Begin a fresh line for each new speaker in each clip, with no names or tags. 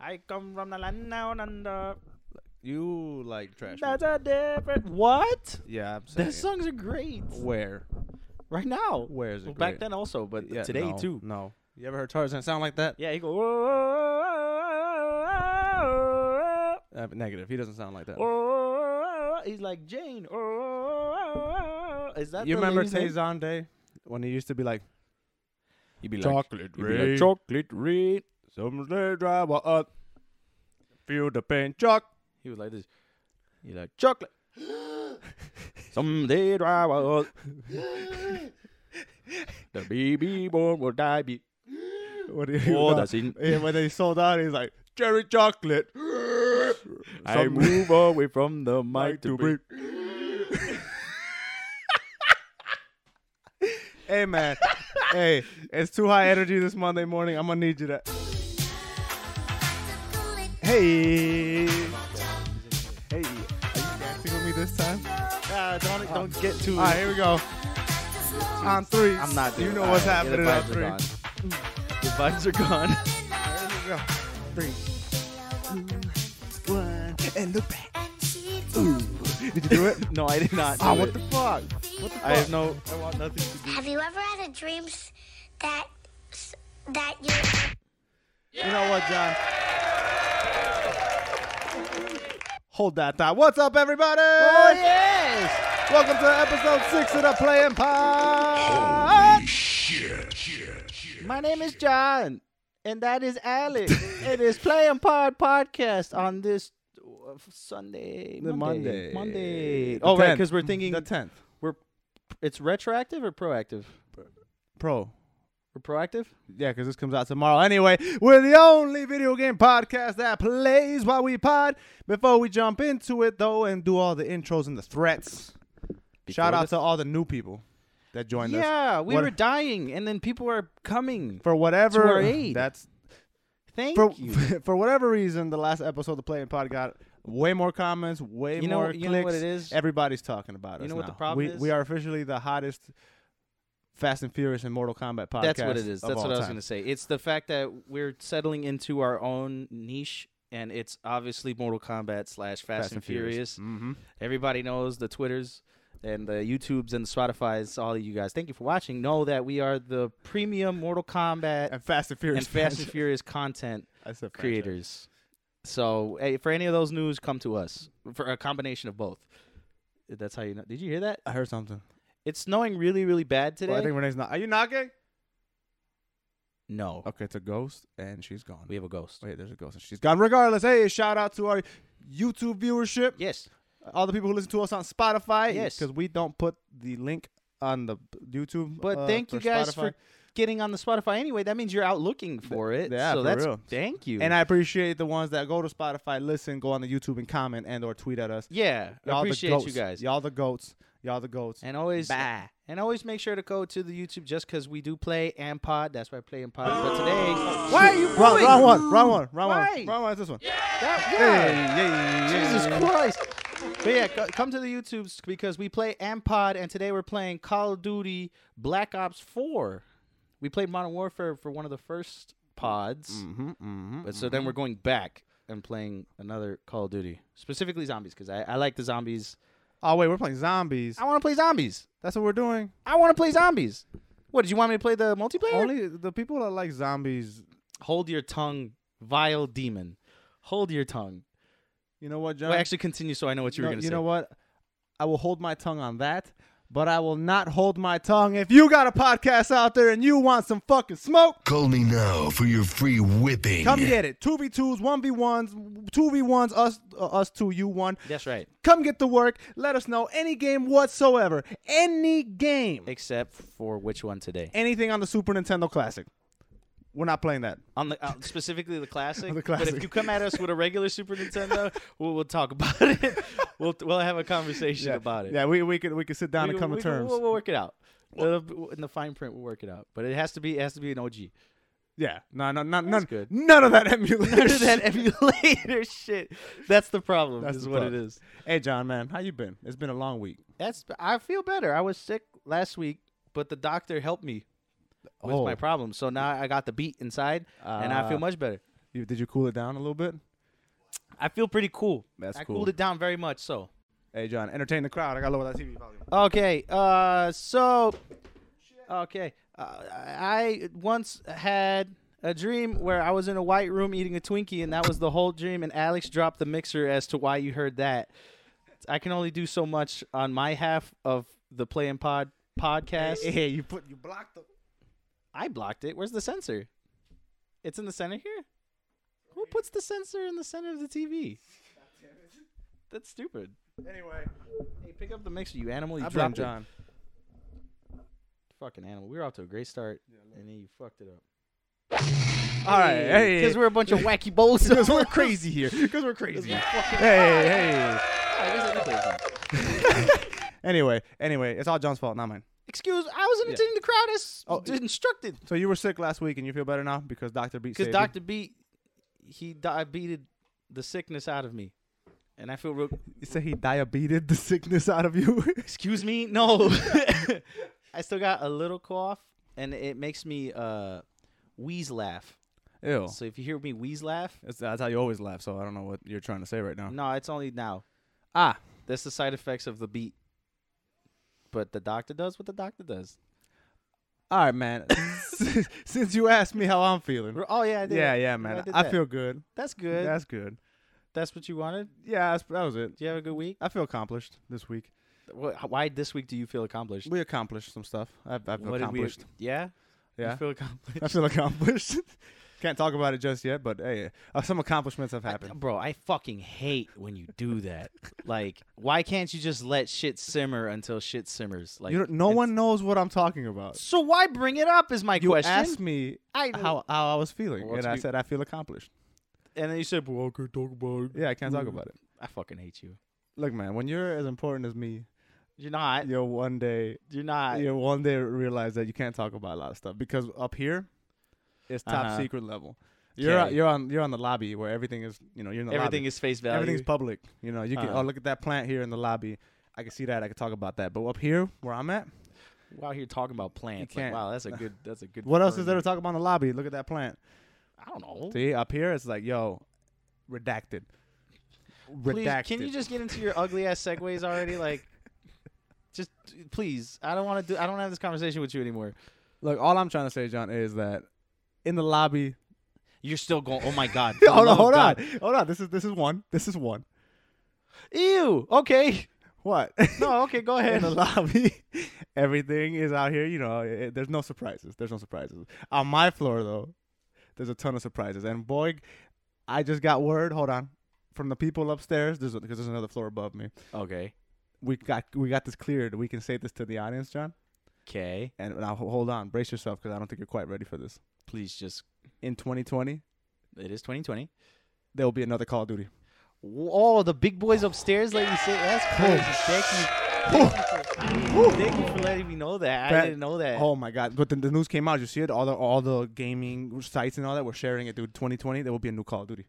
I come from the land down under.
You like trash.
That's
music.
a different. What?
yeah, I'm saying.
Those songs are great.
Where?
Right now.
Where is it?
Well, back
great?
then also, but
Yeah,
today
no,
too.
No. You ever heard Tarzan sound like that?
Yeah, he go. "Oh,
Uh, negative. He doesn't sound like that.
oh, oh." He's like Jane. "Oh." Is that
you
the
remember
lady's name?
Tazan Day when he used to be like, he'd be
Chocolate
like, he'd be
rain.
like chocolate rain, some day dry wa- up, feel the pain, choc.
He was like this. He like chocolate.
Someday dry wa- up, the baby born will die. Be what do you
Oh, that's in.
And when they sold out, he's like, cherry chocolate.
I move away from the mic
Mike
to breathe.
hey man, hey, it's too high energy this Monday morning. I'm gonna need you to. Hey, hey, are you dancing with me this time? Uh,
Ah, don't don't get too.
All right, here we go. On three.
I'm not.
You
doing-
know
all
what's
right, yeah, the
happening on
vibes are
three.
gone. The vibes are gone.
Here we go. Three.
One.
And look back.
Ooh.
Did you do it?
No, I did not.
Ah,
do
what
it. Oh,
the fuck? What the fuck?
I have no. I want nothing to do.
Have you ever had a dream s- that s- that you
You know what, John? Hold that thought. What's up, everybody?
Oh yes.
Welcome to episode six of the Playing Pod.
My name is John, and that is Alex. it is Playing Pod podcast on this uh, Sunday,
The
Monday,
Monday.
Monday.
The
Oh right,
10th.
because we're thinking
The tenth.
it's retroactive or proactive.
Pro.
We're proactive.
Yeah, because this comes out tomorrow. Anyway, we're the only video game podcast that plays while we pod. Before we jump into it, though, and do all the intros and the threats, shout
Before
out to all the new people that joined us.
Yeah, we
What-
were dying, and then people are coming.
For whatever
To our aid.
that's
Thank
for
you.
for whatever reason, the last episode of the Playing Pod got way more comments, way
You know-
more
you
clicks.
know what it is?
Everybody's talking about
You
us
know what the
now.
problem
we,
is?
We are officially the hottest Fast and Furious and Mortal Kombat podcast.
That's what it is.
of
That's what
all
I was
time.
going to say. It's the fact that we're settling into our own niche, and it's obviously Mortal Kombat slash Fast, and, Furious.
Mm-hmm.
Everybody knows the Twitters and the YouTubes and the Spotify's. All of you guys, thank you for watching. Know that we are the premium Mortal Kombat
And Fast and Furious.
and Fast and
franchise.
Furious content
I said franchise.
creators. So, hey, for any of those news, come to us for a combination of both. That's how you know. Did you hear that?
I heard something.
It's snowing really, really bad today.
Well, I think Renee's not. Are you knocking?
no,
Okay, it's a ghost, and she's gone.
we have a ghost.
Wait, there's a ghost, and she's gone. Regardless, hey, shout out to our YouTube viewership.
Yes.
all the people who listen to us on Spotify.
Yes.
because we don't put the link on the YouTube.
But
uh,
thank you
for
guys
Spotify.
for getting on the Spotify anyway. That means you're out looking for it.
yeah,
so
for
that's
real.
thank you.
And I appreciate the ones that go to Spotify, listen, go on the YouTube and comment and or tweet at us.
yeah, I
Y'all the
appreciate you
goats.
guys.
Y'all the goats. Y'all the goats.
And always
Bye.
and always make sure to go to the YouTube just because we do play and pod. That's why I play and pod. But today, why are you
wrong,
booing?
wrong one. Wrong one. Wrong
Why?
one. Wrong one. It's this one.
That- yeah.
Hey, yeah, yeah,
Jesus
yeah.
Christ. But yeah, co- come to the YouTubes because we play and pod, and today we're playing Call of Duty Black Ops 4. We played Modern Warfare for one of the first pods.
Mhm, mhm.
But so then we're going back and playing another Call of Duty, specifically zombies, because I, I like the zombies.
Oh wait, we're playing zombies.
I want to play zombies.
That's what we're doing.
I want to play zombies. What did you want me to play the multiplayer?
Only the people that like zombies.
Hold your tongue, vile demon. Hold your tongue.
You know what, John?
Well, actually, continue so I know what you
No,
were going to
you
say.
know what? I will hold my tongue on that, but I will not hold my tongue if you got a podcast out there and you want some fucking smoke.
Call me now for your free whipping.
Come get it. Two v twos, one v ones, two v ones. Us, uh, us two, you one.
That's right.
Come get to work. Let us know any game whatsoever, any game,
Except for which one today?
anything on the Super Nintendo Classic. We're not playing that.
On the uh, specifically the classic.
The
But if
classic.
you come at us with a regular Super Nintendo, we'll, we'll talk about it. We'll we'll have a conversation about it.
Yeah, we we could we could sit down
We
and
can-
come
we
to
can-
terms.
We'll, we'll work it out. It'll be- in the fine print, we'll work it out. But it has to be it has to be an OG.
yeah, no, no, no, none,
good.
none of that emulation.
None of that emulator shit. That's the problem.
That's
is
the
what it
problem.
is.
Hey, John, man, how you been? It's been a long week.
That's I feel better. I was sick last week, but the doctor helped me with
Oh.
my problem. So now I got the beat inside, and I feel
Ah.
much better.
You, did you cool it down a little bit?
I feel pretty cool.
That's
I
cool.
cooled it down very much. So
Hey, John, entertain the crowd. I got to lower that TV volume.
okay, uh, so okay, uh, I once had a dream where I was in a white room eating a Twinkie, and that was the whole dream. And Alex dropped the mixer as to why you heard that. I can only do so much on my half of the Play and Pod podcast.
Hey, you put you blocked the.
I blocked it. Where's the sensor? It's in the center here. Who puts the sensor in the center of the TV? That's stupid.
Anyway,
Hey, pick up the mixer, you animal. You
I blame
dropped it.
John.
Fucking animal. We were off to a great start, and then you fucked it up.
All right, hey,
because we're a bunch of wacky bulls.
because we're crazy here. Because we're crazy. hey, hey. Anyway, anyway, it's all John's fault, not mine.
Excuse, I was entertaining the crowd as
Oh,
d- instructed.
So you were sick last week, and you feel better now because Doctor Beat.
Because
saved you?
Doctor B, he diabeted the sickness out of me, and I feel real.
You said he diabeted the sickness out of you.
Excuse me? No. I still got a little cough, and it makes me uh, wheeze laugh.
Ew.
So if you hear me wheeze laugh,
That's, that's how you always laugh. So I don't know what you're trying to say right now.
no, it's only now.
Ah,
That's the side effects of the beat. But the doctor does what the doctor does.
all right, man. Since you asked me how I'm feeling.
We're- Oh yeah, I did
Yeah,
it.
yeah, man.
did
I,
that.
feel good.
that's good. That's,
That's good.
what you wanted.
Yeah, that's, that was it.
Do you have a good week?
I feel accomplished this week.
Wh- Why this week do you feel accomplished?
We accomplished some stuff. I've, I've
did we-
accomplished.
yeah,
yeah,
You feel accomplished,
I feel accomplished. Can't talk about it just yet, but hey, uh, some accomplishments have
I-
happened.
bro. I fucking hate when you do that. like, why can't you just let shit simmer until shit simmers? Like,
you don't, no
it's-
one knows what I'm talking about.
So why bring it up? Is my
You
question.
asked me
I-
how how I was feeling,
Well,
and
to
I
be-
said I feel accomplished.
and then you said, "Well, okay, talk about it."
Yeah, I can't talk about it.
I fucking hate you.
Look, man, when you're as important as me,
You're not.
you'll one day
You're not.
you'll one day realize that you can't talk about a lot of stuff because up here, it's top
Uh-huh.
secret level. You're
Okay.
you're on you're on the lobby where everything is you know you're in the
Everything
lobby.
is face value.
everything's public. You know you can
Uh-huh.
oh look at that plant here in the lobby. I can see that. I can talk about that. But up here where I'm at,
We're out here talking about plants. Like,
can't-
wow, that's a good. That's a good.
what else is there
burn.
to talk about in the lobby? Look at that plant.
I don't know.
See up here, it's like yo, redacted.
Please,
Redacted.
can you just get into your ugly ass segues already? Like, just please. I don't want to do. I don't have this conversation with you anymore.
look? All I'm trying to say, John, is that in the lobby,
You're still going. Oh my god. For the
hold on,
love of
hold on,
God.
hold on. This is this is one. This is one.
Ew. Okay.
What?
No. Okay. Go
in
ahead.
the lobby, everything is out here. You know, it, there's no surprises. There's no surprises. On my floor though, there's a ton of surprises. And boy, I just got word. Hold on, from the people upstairs. There's because there's another floor above me.
okay.
We got we got this cleared. We can say this to the audience, John.
Okay.
And now ho- hold on, brace yourself because I don't think you're quite ready for this.
Please just.
In 2020,
It is 2020.
there will be another Call of Duty.
Oh, the big boys upstairs let you sit. That's crazy. Thank you. Thank you for letting me know that. I
Pat-
didn't know that.
Oh my God! But the, the news came out. You see it? All the all the gaming sites and all that were sharing it, dude. 2020, there will be a new Call of Duty.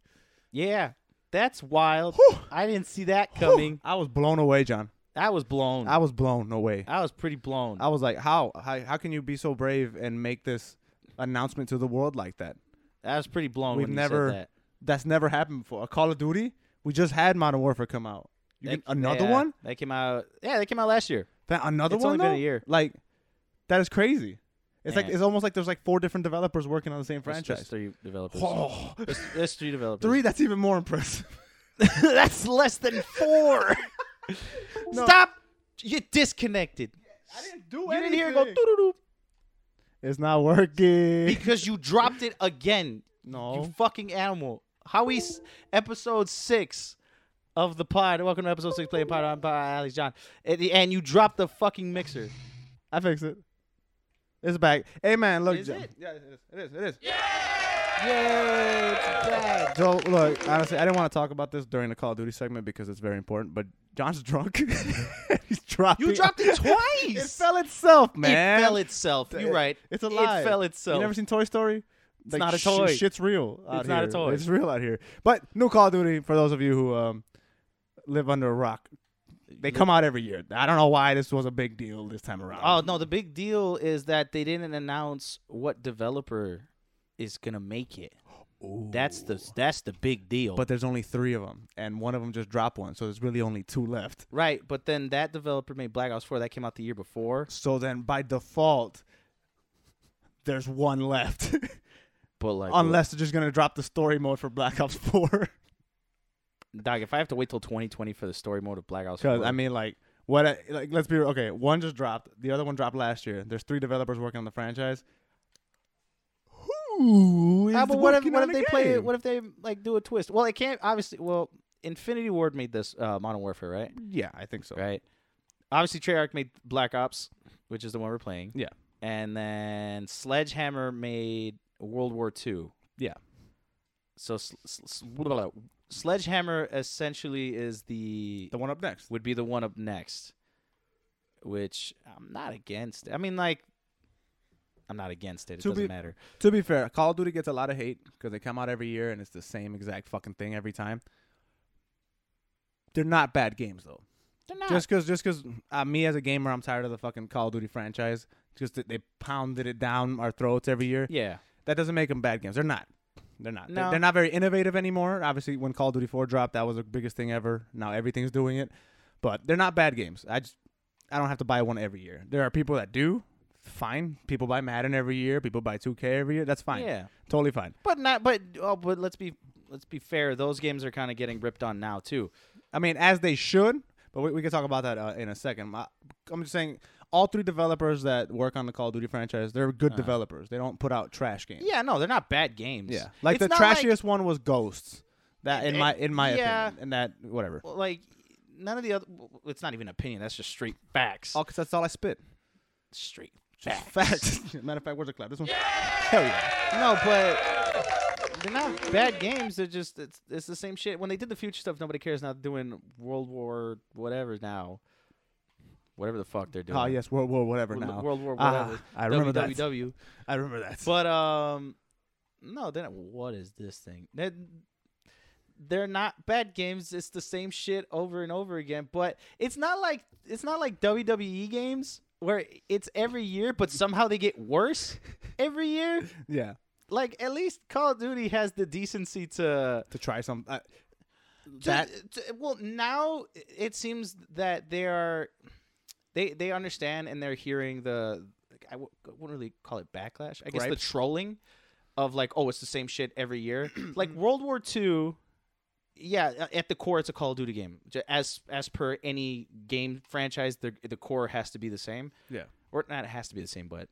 Yeah. That's wild.
Whew.
I didn't see that coming.
I was blown away, John.
I was blown.
I was blown away.
I was pretty blown.
I was like, how how how can you be so brave and make this announcement to the world like that?
I was pretty blown.
We've
when
never
You said that.
That's never happened before. A Call of Duty. We just had Modern Warfare come out. You
That-
get another
yeah,
one?
That came out. Yeah, that came out last year.
That another
It's
one?
only been a
though?
year.
Like that is crazy. It's like
Man.
it's almost like there's like four different developers working on the same
There's-
franchise.
There's three developers.
Whoa.
There's, there's three developers.
Three, that's even more impressive.
That's less than four. Stop. You're disconnected.
I didn't do
You didn't hear it go doo-doo-doo
It's not working.
because you dropped it again. You
No.
fucking animal. Howie's episode six of the pod. Welcome to episode six, Play Pod. I'm by Alex John. And, and you dropped the fucking mixer.
I fixed it. It's back. Hey man, look.
Is
Joe.
it?
Yeah, it is. It is. It is.
Yay, it's back.
Joe, look, honestly, I didn't want to talk about this during the Call of Duty segment because it's very important, but John's drunk. He's dropped
You dropped it twice.
It fell itself, man.
It fell itself. You're
It-
right.
It's a lie.
It fell itself.
You never seen Toy Story? It's
not a toy.
shit's real. out
It's not a
here.
toy.
It's real out here. But new Call of Duty for those of you who um, live under a rock. They come out every year. I don't know why this was a big deal this time around.
Oh no, the big deal is that they didn't announce what developer is gonna make it. That's the that's the big deal.
But there's only three of them, and one of them just dropped one, so there's really only two left.
right, but then that developer made Black Ops 4 that came out the year before.
So then by default, there's one left,
But like
unless they're just gonna drop the story mode for Black Ops Four.
dog, if I have to wait till 2020 for the story mode of Black Ops 4,
Because I mean, like, what? I, like, let's be real. okay. One just dropped. The other one dropped last year. There's three developers working on the franchise. Who is
Ah, but what if
working
what
on
if
the
they play
game?
it? What if they like do a twist? Well, it can't obviously. Well, Infinity Ward made this uh, Modern Warfare, right?
yeah, I think so.
Right. Obviously, Treyarch made Black Ops, which is the one we're playing.
Yeah.
And then Sledgehammer made World War II.
Yeah.
So s- s- s- blah, blah, blah. Sledgehammer essentially is the
The one up next.
would be the one up next, which I'm not against. I mean, like, I'm not against it. It
To
doesn't
be-
matter.
To be fair, Call of Duty gets a lot of hate because they come out every year and it's the same exact fucking thing every time. They're not bad games though.
They're not.
Just because, just because, uh, me as a gamer, I'm tired of the fucking Call of Duty franchise. Just that they pounded it down our throats every year.
yeah.
That doesn't make them bad games. They're not. They're not. They-
No.
They're not very innovative anymore. Obviously, when Call of Duty 4 dropped, that was the biggest thing ever. Now everything's doing it. But they're not bad games. I just I don't have to buy one every year. There are people that do. Fine. People buy Madden every year. People buy 2K every year. That's fine.
Yeah.
Totally fine.
But not. But oh, but let's be let's be fair. Those games are kind of getting ripped on now too.
I mean, as they should. But we, we can talk about that uh, in a second. I, I'm just saying, all three developers that work on the Call of Duty franchise, they're good developers. They don't put out trash games.
Uh-huh. Yeah, no, they're not bad games.
Yeah. Like
It's
the
not like-
trashiest one was Ghosts. That in
Eh,
my in my
yeah.
opinion, and that whatever.
Well, like none of the other. well, It's not even opinion. That's just straight facts.
Oh, 'cause that's all I spit.
straight
Just
facts.
facts. Matter of fact, where's the clap? This one. Hell yeah.
No, but they're not bad games. They're just it's it's the same shit. When they did the future stuff, nobody cares. Now they're doing World War whatever now. Whatever the fuck they're doing.
Oh yes, World War whatever
World,
now.
World War
Ah,
whatever.
I remember that.
WWW.
I remember that.
But um, no. Then what is this thing? That they're not bad games. It's the same shit over and over again. But it's not like it's not like WWE games where it's every year, but somehow they get worse every year.
yeah,
Like at least Call of Duty has the decency to
to try some. I,
to-
that
to- well now it seems that they are they they understand and they're hearing the I w- wouldn't really call it backlash. I guess the
Gripes?
trolling of like oh it's the same shit every year. like World War II yeah, a- at the core it's a Call of Duty game. J- As as per any game franchise the the core has to be the same
yeah,
or not it has to be the same but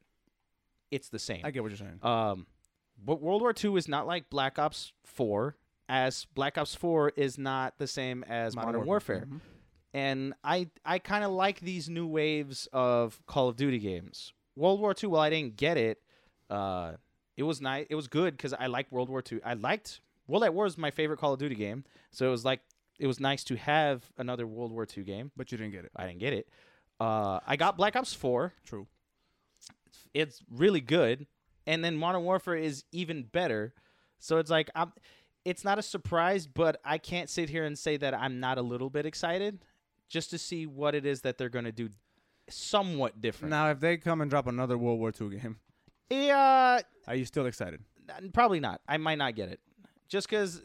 it's the same.
I get what you're saying.
Um, but World War II is not like Black Ops 4, as Black Ops 4 is not the same as Modern, Warfare. Mm-hmm. And I I kind of like these new waves of Call of Duty games. World War II, while I didn't get it, uh, it was nice. It was good because I liked World War II. I liked World at War is my favorite Call of Duty game, so it was like it was nice to have another World War II game.
But you didn't get it.
I didn't get it. Uh, I got Black Ops 4
True.
it's really good and then modern warfare is even better so it's like i'm it's not a surprise but i can't sit here and say that i'm not a little bit excited just to see what it is that they're going to do somewhat different
Now, if they come and drop another World War II game,
yeah
are you still excited?
n- probably not i might not get it just because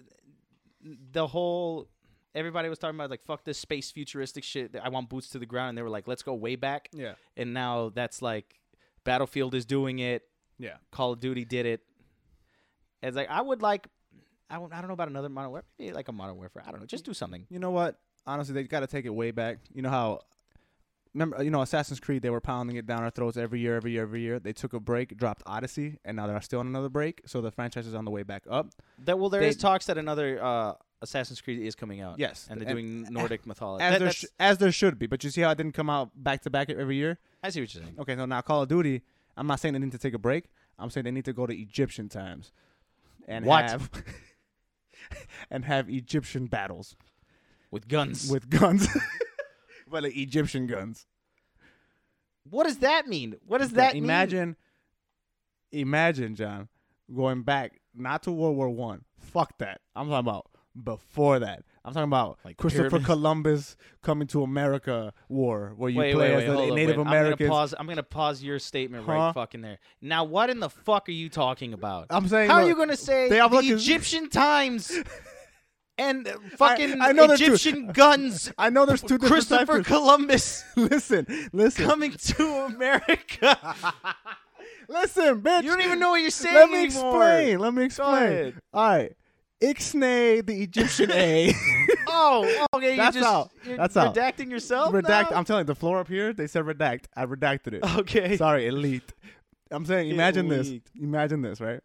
the whole everybody was talking about like fuck this space futuristic shit i want boots to the ground and they were like let's go way back
Yeah.
and now that's like battlefield is doing it
Yeah.
Call of Duty did it. It's like I would like. I don't, I don't know about another modern warfare. Maybe like a modern warfare. I don't know. Just do something.
You know what? Honestly, they got to take it way back. You know how? Remember, you know, Assassin's Creed. They were pounding it down our throats every year, every year, every year. They took a break, dropped Odyssey, and now they're still on another break. So the franchise is on the way back up.
That well, there is
They-
talks that another uh, Assassin's Creed is coming out.
Yes,
and they're
and-
doing Nordic mythology.
as
That-
there
that's-
sh- as there should be. But you see how it didn't come out back to back every year.
I see what you're saying.
Okay, so now Call of Duty. I'm not saying they need to take a break. I'm saying they need to go to Egyptian times, and
What?
have and have Egyptian battles
With guns.
with guns, but like Egyptian guns.
what does that mean? What does
Now,
that mean?
imagine, imagine John going back not to World War One. Fuck that. I'm talking about before that. I'm talking about
Like the
Christopher
pyramids?
Columbus coming to America war, where you
wait,
play
wait, wait,
as
hold
the
up,
Native
wait. I'm gonna
Americans.
pause. I'm gonna pause your statement
Huh?
right fucking there. Now, what in the fuck are you talking about?
I'm saying,
How are
look,
you gonna say
they- I'm
the
looking-
Egyptian times and uh, fucking
I know they're two-
Egyptian guns?
I know there's two different types.
Christopher Columbus
listen, listen,
coming to America.
listen, bitch.
You don't even know what you're saying
Let me
anymore.
explain. Let me explain.
ahead.
All right, Ixnay, the Egyptian A.
Oh, okay.
That's
you just,
out.
You're
That's out.
redacting yourself.
redact.
now?
I'm telling you, the floor up here, they said redact. I redacted it.
Okay.
Sorry, it leaked. I'm saying, imagine this.
leaked.
Imagine this, right?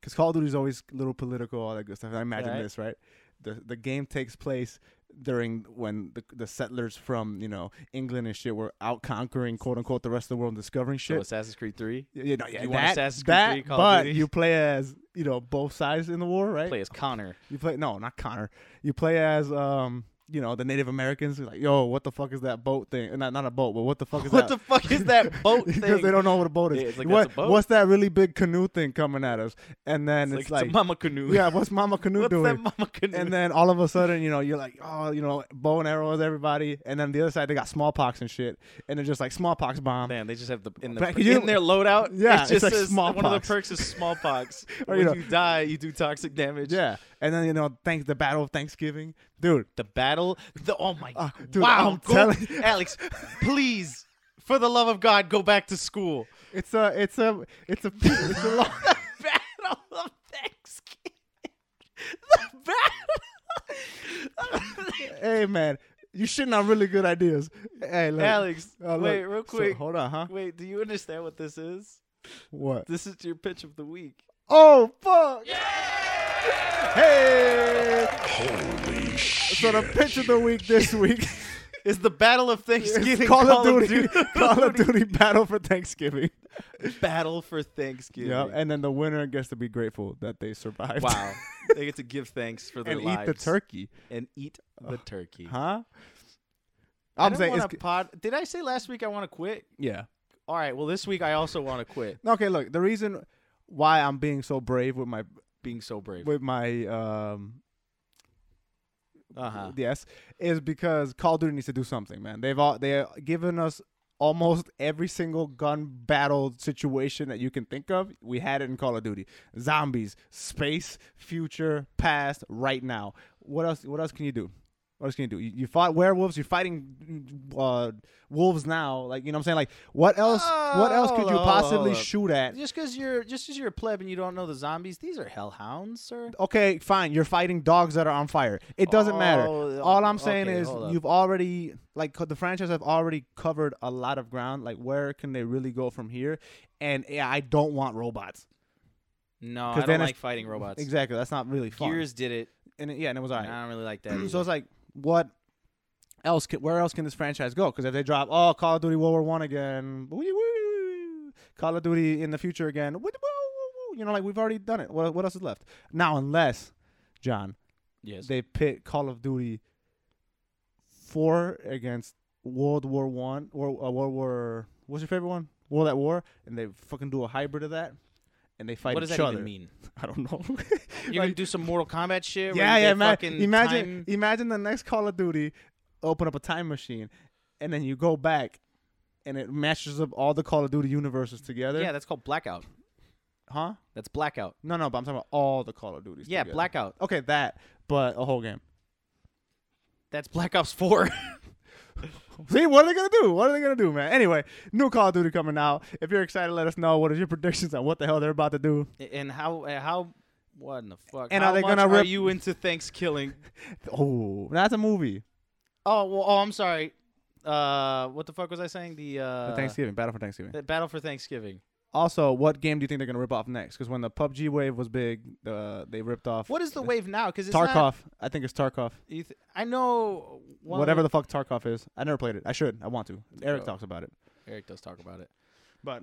Because Call of Duty is always a little political, all that good stuff. And I imagine
Right.
this, right? The the game takes place during when the, the settlers from you know England and shit were out conquering quote unquote the rest of the world and discovering
So
shit.
Oh, Assassin's Creed Three.
you know, yeah,
you want
that,
Assassin's Creed
that,
three, Call of
but
Duty?
you play as you know both sides in the war, right?
Play as Connor.
You play no, not Connor. You play as um, you know, the Native Americans. Like, yo, what the fuck is that boat thing? Not not a boat, but what the fuck is
What
that?
the fuck is that boat
Because they
thing?
don't know what a boat is.
Yeah, it's like,
what,
that's a boat.
What's that really big canoe thing coming at us? And then
It's
it's,
like, it's a
like,
mama canoe.
yeah, what's Mama Canoe
What's
doing?
that mama canoe?
and then all of a sudden, you know, you're like, oh, you know, bow and arrows, everybody. And then the other side, they got smallpox and shit. And they're just like smallpox bomb.
Man, they just have the in, the,
Back- you-
in their loadout.
Yeah,
it
it's
just
like
says one of the
smallpox.
perks is smallpox.
Or,
when
you
you,
know-
die, you do toxic damage.
Yeah. And then, you know, thanks the Battle of Thanksgiving. Dude,
the battle. The oh my
Uh, dude,
wow,
I'm
go-
telling-
Alex, please, for the love of God, go back to school.
it's a, it's a, it's a, it's a long.
Battle of Thanksgiving. The battle.
hey, man, you shitting on really good ideas. Hey, look.
Alex,
Uh, look,
wait, real
so-
quick.
hold on, huh?
Wait, do you understand what this is?
What?
This is your pitch of the week.
Oh fuck! Hey!
Holy
So
shit.
the pitch of the week this week
It's the Battle of Thanksgiving.
is Call, of Duty,
Call
Call of Duty Battle for Thanksgiving.
Duty Battle for Thanksgiving.
Yeah, and then the winner gets to be grateful that they survived.
Wow. they get to give thanks for their
and eat
lives.
the turkey,
And eat the turkey.
huh?
I
I'm
don't
saying,
wanna
it's,
pod- did I say last week I want to quit?
yeah.
All right. Well, this week I also want to quit
Okay, look, the reason why I'm being so brave with my
being so brave.
with my um
Uh huh.
Yes, is because Call of Duty needs to do something, man. They've all they are given us almost every single gun battle situation that you can think of. We had it in Call of Duty: zombies, space, future, past, right now. What else? What else can you do? What else can you do? You, you fought werewolves. You're fighting uh, wolves now. Like you know, what I'm saying, like what else? what else could
hold
you
up, hold
possibly
up.
shoot at?
Just because you're just because you're a pleb and you don't know the zombies, these are hellhounds, sir.
okay, fine. You're fighting dogs that are on fire. It doesn't
Oh,
matter. All I'm saying
okay,
is
hold up.
you've already like co- the franchise have already covered a lot of ground. Like where can they really go from here? And yeah, I don't want robots.
No, I
'Cause
don't
then it's-
like fighting robots.
Exactly. That's not really fun.
Gears did it,
and it- yeah, and it was
and I
alright.
don't really like that.
so
either.
it's like what else? Can, where else can this franchise go? Because if they drop oh Call of Duty World War One again, wee, wee, Call of Duty in the future again, woo, woo, woo, woo, you know, like we've already done it. What, what else is left now? Unless John
yes.
they pit Call of Duty four against World War One or uh, World War. What's your favorite one? World at War, and they fucking do a hybrid of that, and they fight
what does
each
that
other.
even mean?
I don't know.
You're gonna
Like,
do some Mortal Kombat shit? where
yeah,
you
yeah.
get
ima-
fucking
imagine,
time-
imagine the next Call of Duty, open up a time machine, and then you go back, and it matches up all the Call of Duty universes together.
Yeah, that's called blackout.
Huh?
That's blackout.
No, no. But I'm talking about all the Call of Duties.
Yeah,
together.
blackout.
Okay, that, but a whole game.
That's Black Ops Four.
See, what are they gonna do? What are they gonna do, man? Anyway, new Call of Duty coming out. If you're excited, let us know. What is your predictions on what the hell they're about to do?
and how and how what in the fuck?
And
how
are they
much
gonna
are
rip-
you into Thanksgiving?
Oh, that's a movie.
Oh well. Oh, I'm sorry. Uh, what the fuck was I saying? The uh,
Thanksgiving, Battle for Thanksgiving.
the Battle for Thanksgiving.
Also, what game do you think they're gonna rip off next? Because when the PUBG wave was big, uh, they ripped off
What is the wave now? Because it's
Tarkov.
Not,
I think it's Tarkov.
you th- I know one
Whatever the fuck Tarkov is, I never played it. I should. I want to. Eric talks about it,
Eric does talk about it.
Oh. but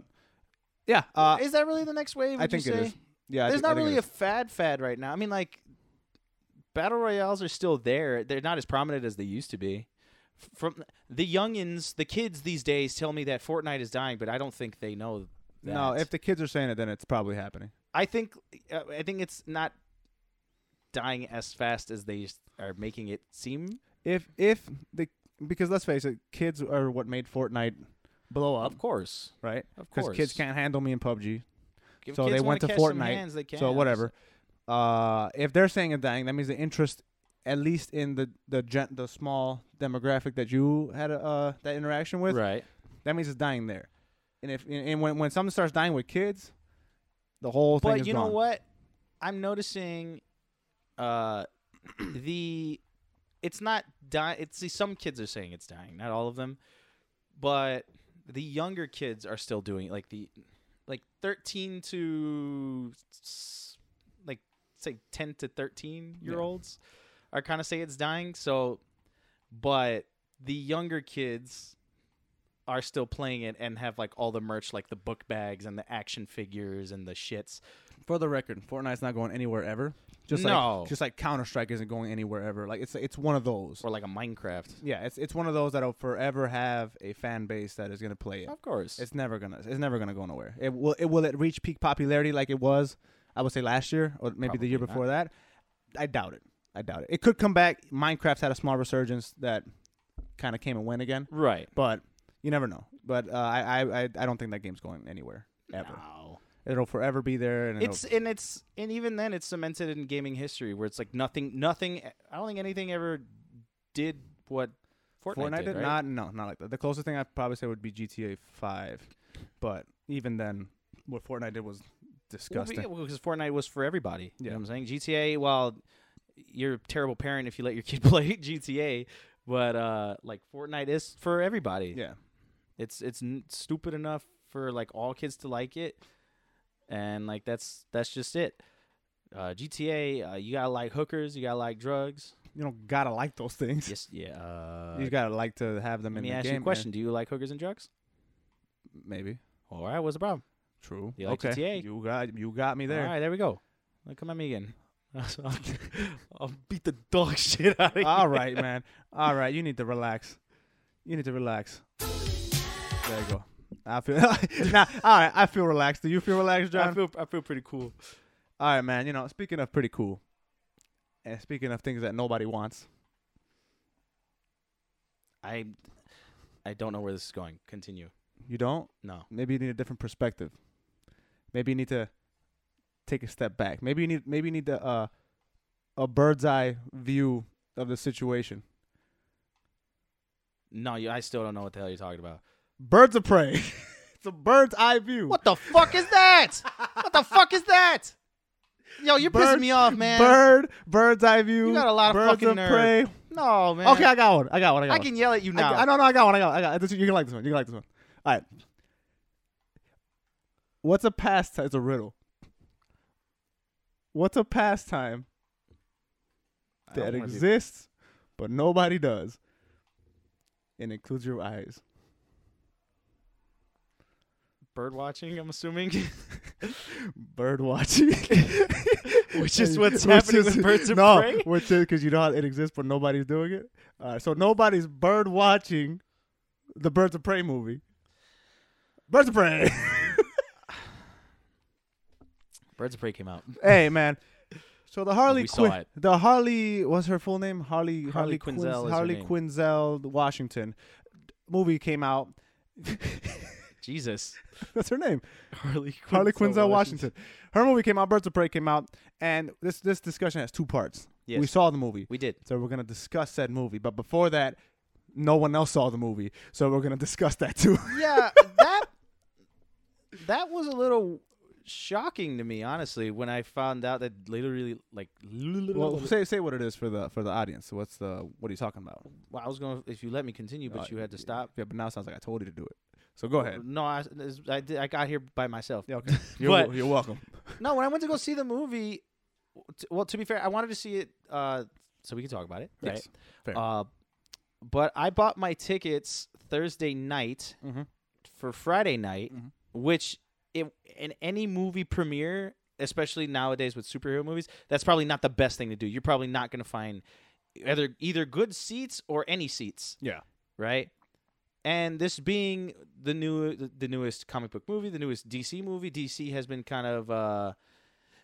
yeah, uh,
is that really the next wave?
I
would you
think it is.
say?
Yeah, I
There's
thi- I
not
think it
really
is.
a fad fad right now. I mean, like battle royales are still there. They're not as prominent as they used to be. F- From the youngins, the kids these days tell me that Fortnite is dying, but I don't think they know. That.
no. If the kids are saying it, then it's probably happening.
I think uh, I think it's not dying as fast as they s- are making it seem.
If if the because let's face it, kids are what made Fortnite blow up,
Of course,
right?
of course.
Because kids can't handle me in PUBG,
If
so
kids
they
wanna
went to
catch some
Fortnite,
hands, they
so
can.
whatever. Uh, if they're saying it dying, that means the interest, at least in the the gen- the small demographic that you had uh that interaction with,
Right.
that means it's dying there. And if and and when when something starts dying with kids, the whole thing
But
is
you know
gone.
what? I'm noticing uh the it's not dying it's see some kids are saying it's dying, not all of them. But the younger kids are still doing it, like the like 13 to s- like say 10 to 13 year olds are kind of say it's dying. So but the younger kids are still playing it and have like all the merch like the book bags and the action figures and the shits
For the record, Fortnite's not going anywhere ever. Just
No.
like just like Counter Strike isn't going anywhere ever. Like it's it's one of those.
or like a Minecraft.
Yeah, it's it's one of those that'll forever have a fan base that is gonna play it.
Of course.
It's never gonna it's never gonna go nowhere. It will it will it reach peak popularity like it was, I would say last year or maybe the year
Probably
before that. I doubt it. I doubt it. It could come back. Minecraft had a small resurgence that kind of came and went again,
right.
but you never know. But uh, I, I I I don't think that game's going anywhere ever. It'll forever be there. And it'll-
It's and it's and even then it's cemented in gaming history where it's like nothing nothing I don't think anything ever did what Fortnite,
Fortnite,
did,
did
right?
not. No, not like that. The closest thing I'd probably say would be GTA Five, but even then, what Fortnite did was
Well, we-
disgusting.
well, because Fortnite was for everybody. You
Yeah.
know what I'm saying? GTA, well, you're a terrible parent if you let your kid play GTA, but uh like Fortnite is for everybody.
yeah,
It's it's n- stupid enough for like all kids to like it, and like that's that's just it. Uh, GTA, uh, you gotta like hookers, you gotta like drugs.
you don't gotta like those things.
Yes, yeah. Uh,
you gotta like to have them
let
in
me
the
ask
game.
you a
man.
question: Do you like hookers and drugs?
Maybe
All right, what's the problem?
true.
You like
okay,
GTA?
you got you got me there.
All right, there we go. Now come at me again. I'll, I'll beat the dog shit out of you.
All right, man. All right, you need to relax. You need to relax. There you go. I feel nah. All right, I feel relaxed. Do you feel relaxed, John?
I feel I feel pretty cool.
All right, man. You know, speaking of pretty cool, and speaking of things that nobody wants,
I I don't know where this is going. Continue.
you don't.
No.
Maybe you need a different perspective. Maybe you need to take a step back. Maybe you need maybe you need the uh, a bird's eye view of the situation.
No, you, I still don't know what the hell you're talking about.
Birds of prey. it's a bird's eye view.
What the fuck is that? what the fuck is that? Yo, you're pissing
Bird-
me off, man.
Bird bird's eye view.
You got a lot of
birds
fucking
of
nerve.
prey.
No, man.
Okay, I got one. I got one. I got
I
one.
can yell at you
I,
now.
I, no, no, I got one. I got. One, I got. This, you can like this one. You can like this one. All right. What's a pastime? It's a riddle. What's a pastime
I don't
that
wanna be-
exists but nobody does, and includes your eyes?
Bird watching, I'm assuming.
Bird watching,
Which is what's happening
is-
with birds of
no,
prey?
which is because you know how it exists but nobody's doing it. All right, so nobody's bird watching the birds of prey movie. Birds of prey.
Birds of Prey came out.
hey man. So the Harley
We saw
Quin-
it.
the Harley what's her full name? Harley
Harley
Harley,
Quinzel is her
Quinzel Harley
name.
Quinzel Washington movie came out.
Jesus.
That's her name.
Harley Quinzel,
Harley Quinzel Washington. Her movie came out. Birds of Prey came out, and this this discussion has two parts.
Yes.
We saw the movie,
We did.
so we're gonna discuss that movie. But before that, no one else saw the movie, so we're gonna discuss that too.
Yeah, that that was a little shocking to me, honestly, when I found out that literally, like,
well, say say what it is for the for the audience. What's the what are you talking about?
Well, I was going to, if you let me continue, but you had to stop.
Uh, Yeah, but now it sounds like I told you to do it. So go ahead.
No, I, this- I, did, I got here by myself.
Yeah, okay. You're,
But-
you're welcome.
No, when I went to go see the movie, t- well, to be fair, I wanted to see it uh, so we can talk about it, right?
Yes. Fair.
Uh, but I bought my tickets Thursday night
Mhm.
for Friday night,
Mhm.
which it, in any movie premiere, especially nowadays with superhero movies, that's probably not the best thing to do. You're probably not going to find either either good seats or any seats
yeah.
right? And this being the new, the newest comic book movie, the newest DC movie, DC has been kind of uh,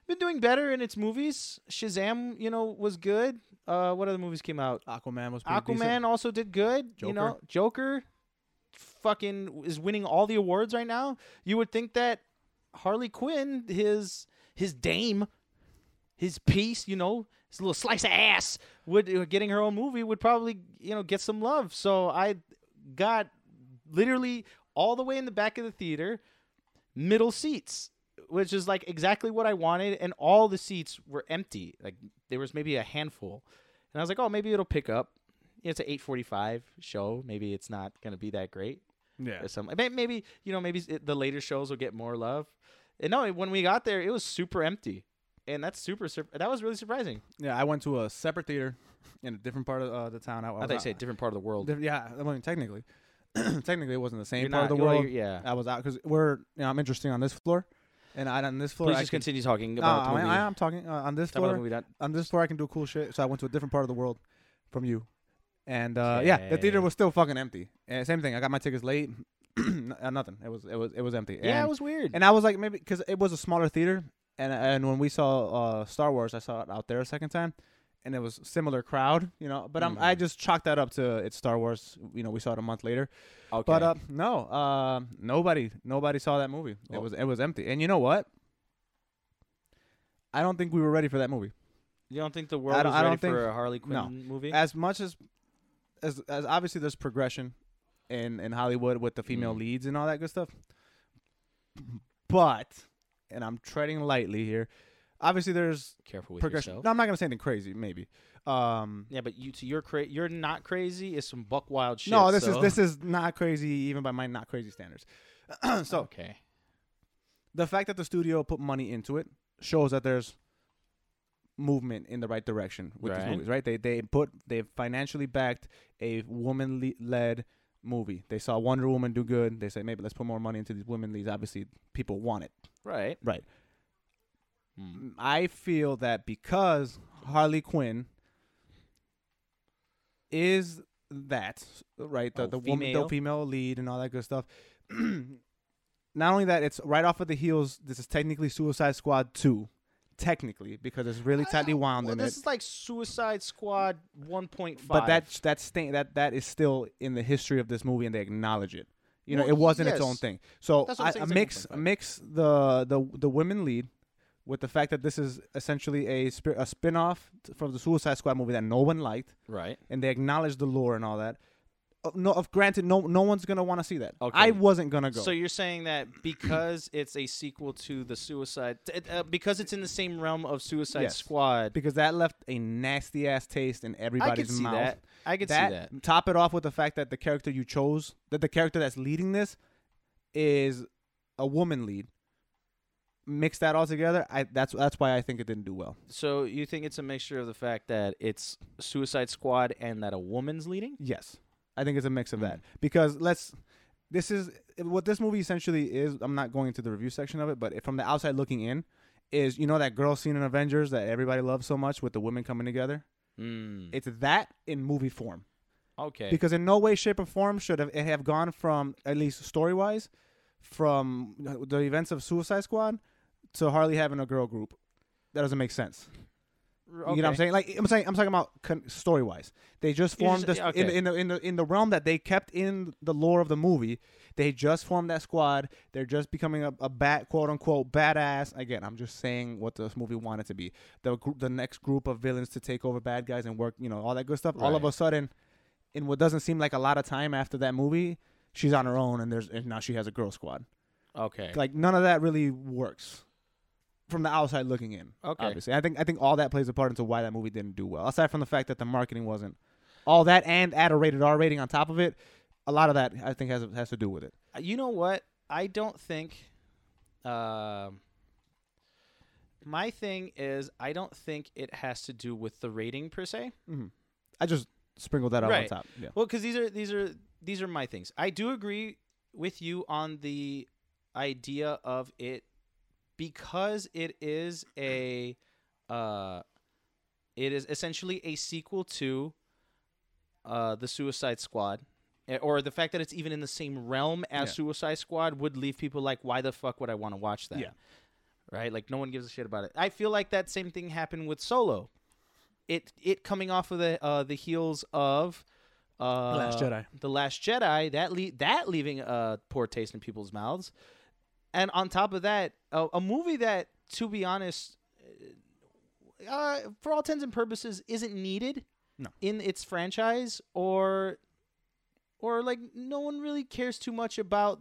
been doing better in its movies. Shazam, you know, was good. Uh, what other movies came out?
Aquaman was pretty
Aquaman also did good. You know, Joker, fucking is winning all the awards right now. You would think that Harley Quinn, his his dame, his piece, you know, his little slice of ass, would uh, getting her own movie would probably you know get some love. So I got literally all the way in the back of the theater, middle seats, which is like exactly what I wanted, and all the seats were empty. Like there was maybe a handful, and I was like, oh, maybe it'll pick up. It's an 8:45 show. Maybe it's not gonna be that great
Yeah.
or something. May- Maybe you know, maybe it- the later shows will get more love. And no, when we got there, it was super empty, and that's super. Sur- that was really surprising.
Yeah, I went to a separate theater in a different part of uh, the town. I, I
I
was
thought you
out-
said different part of the world.
Diff- Yeah, I mean, technically, technically, it wasn't the same
You're
part of
not-
the
well,
world.
you're- yeah.
I was out because we're. You know, I'm interesting on this floor, and I on this floor.
Please
I
just
can-
continue talking
No,
about the
I,
movie.
I am talking uh, on this
Talk about
floor.
the movie. That
on this floor, I can do cool shit. So I went to a different part of the world from you, and uh, yeah, the theater
Okay.
was still fucking empty. And same thing. I got my tickets late. N- uh, nothing. It was it was it was empty.
yeah, it
And-
was weird.
and I was like, maybe because it was a smaller theater, and and when we saw uh, Star Wars, I saw it out there a second time, and it was similar crowd, you know. But I'm, I
Mm-hmm.
just chalked that up to it's Star Wars. You know, we saw it a month later.
okay.
But uh, no, uh, nobody nobody saw that movie. It
Well-
was it was empty. And you know what? I don't think we were ready for that movie.
you don't think the world
I
is
don't-
ready
I don't think-
for a Harley Quinn
no.
movie?
As much as as as obviously there's progression in in Hollywood with the female
Mm.
leads and all that good stuff. But and I'm treading lightly here. Obviously there's
Careful with
progression.
yourself.
No, I'm not going to say anything crazy maybe. Um
Yeah, but you to you're cra- you're not crazy is some buck wild shit.
no, this
so-
is this is not crazy even by my not crazy standards. so,
okay.
the fact that the studio put money into it shows that there's movement in the right direction with these
Right.
movies, right? They they put they financially backed a woman le- led movie. They saw Wonder Woman do good. They said maybe let's put more money into these women leads. Obviously, people want it.
Right.
Right.
Hmm.
I feel that because Harley Quinn is that right the
Oh,
the woman the
female.
female lead and all that good stuff. Not only that, it's right off of the heels. This is technically Suicide Squad two, technically because it's really tightly wound
Well,
in
this
it.
is like Suicide Squad 1.5.
But that that stain that that is still in the history of this movie, and they acknowledge it. You know,
Well,
it wasn't its own
yes.
thing. So
That's what I'm
I,
saying,
I
it's like
mix
1.5.
mix the the the women lead with the fact that this is essentially a sp- a spin off from the Suicide Squad movie that no one liked,
right.
and they acknowledge the lore and all that. Uh, no, of granted, no no one's gonna want to see that.
Okay.
I wasn't gonna go.
So you're saying that because it's a sequel to the Suicide, t- uh, because it's in the same realm of Suicide
Yes.
Squad,
because that left a nasty ass taste in
I
everybody's
could see
mouth.
that. I could see that.
Top it off with the fact that the character you chose, that the character that's leading this, is a woman lead. Mix that all together. I that's that's why I think it didn't do well.
So you think it's a mixture of the fact that it's Suicide Squad and that a woman's leading?
Yes, I think it's a
Hmm.
mix of that because let's. This is what this movie essentially is. I'm not going into the review section of it, but from the outside looking in, is you know that girl scene in Avengers that everybody loves so much with the women coming together.
Mm.
It's that in movie form.
Okay.
because in no way shape or form should have it have gone from at least story wise from the events of suicide squad to harley having a girl group that doesn't make sense
okay.
you know what i'm saying like i'm saying i'm talking about con- story wise they just
You're
formed
just-
this in,
okay.
in, the, in the in the realm that they kept in the lore of the movie they just formed that squad they're just becoming a, a bat quote unquote badass again i'm just saying what this movie wanted to be the gr- the next group of villains to take over bad guys and work you know all that good stuff all of
Right.
a sudden in what doesn't seem like a lot of time after that movie, she's on her own and there's and now she has a girl squad.
Okay.
Like none of that really works from the outside looking in.
Okay.
Obviously. I think I think all that plays a part into why that movie didn't do well. Aside from the fact that the marketing wasn't all that and add a rated R rating on top of it, a lot of that I think has has to do with it.
you know what? I don't think. Um, my thing is, I don't think it has to do with the rating per se.
I just sprinkled that out
Right.
on top. Yeah.
Well, because these are these are these are my things. I do agree with you on the idea of it because it is a uh, it is essentially a sequel to uh, the Suicide Squad. eh, Or the fact that it's even in the same realm as
Yeah.
Suicide Squad would leave people like, why the fuck would I want to watch that?
Yeah.
right? Like no one gives a shit about it. I feel like that same thing happened with Solo. It it coming off of the uh, the heels of uh, the
Last Jedi.
the Last Jedi that le- that leaving a poor taste in people's mouths, and on top of that, a, a movie that, to be honest, uh, for all intents and purposes, isn't needed
No.
in its franchise or or like no one really cares too much about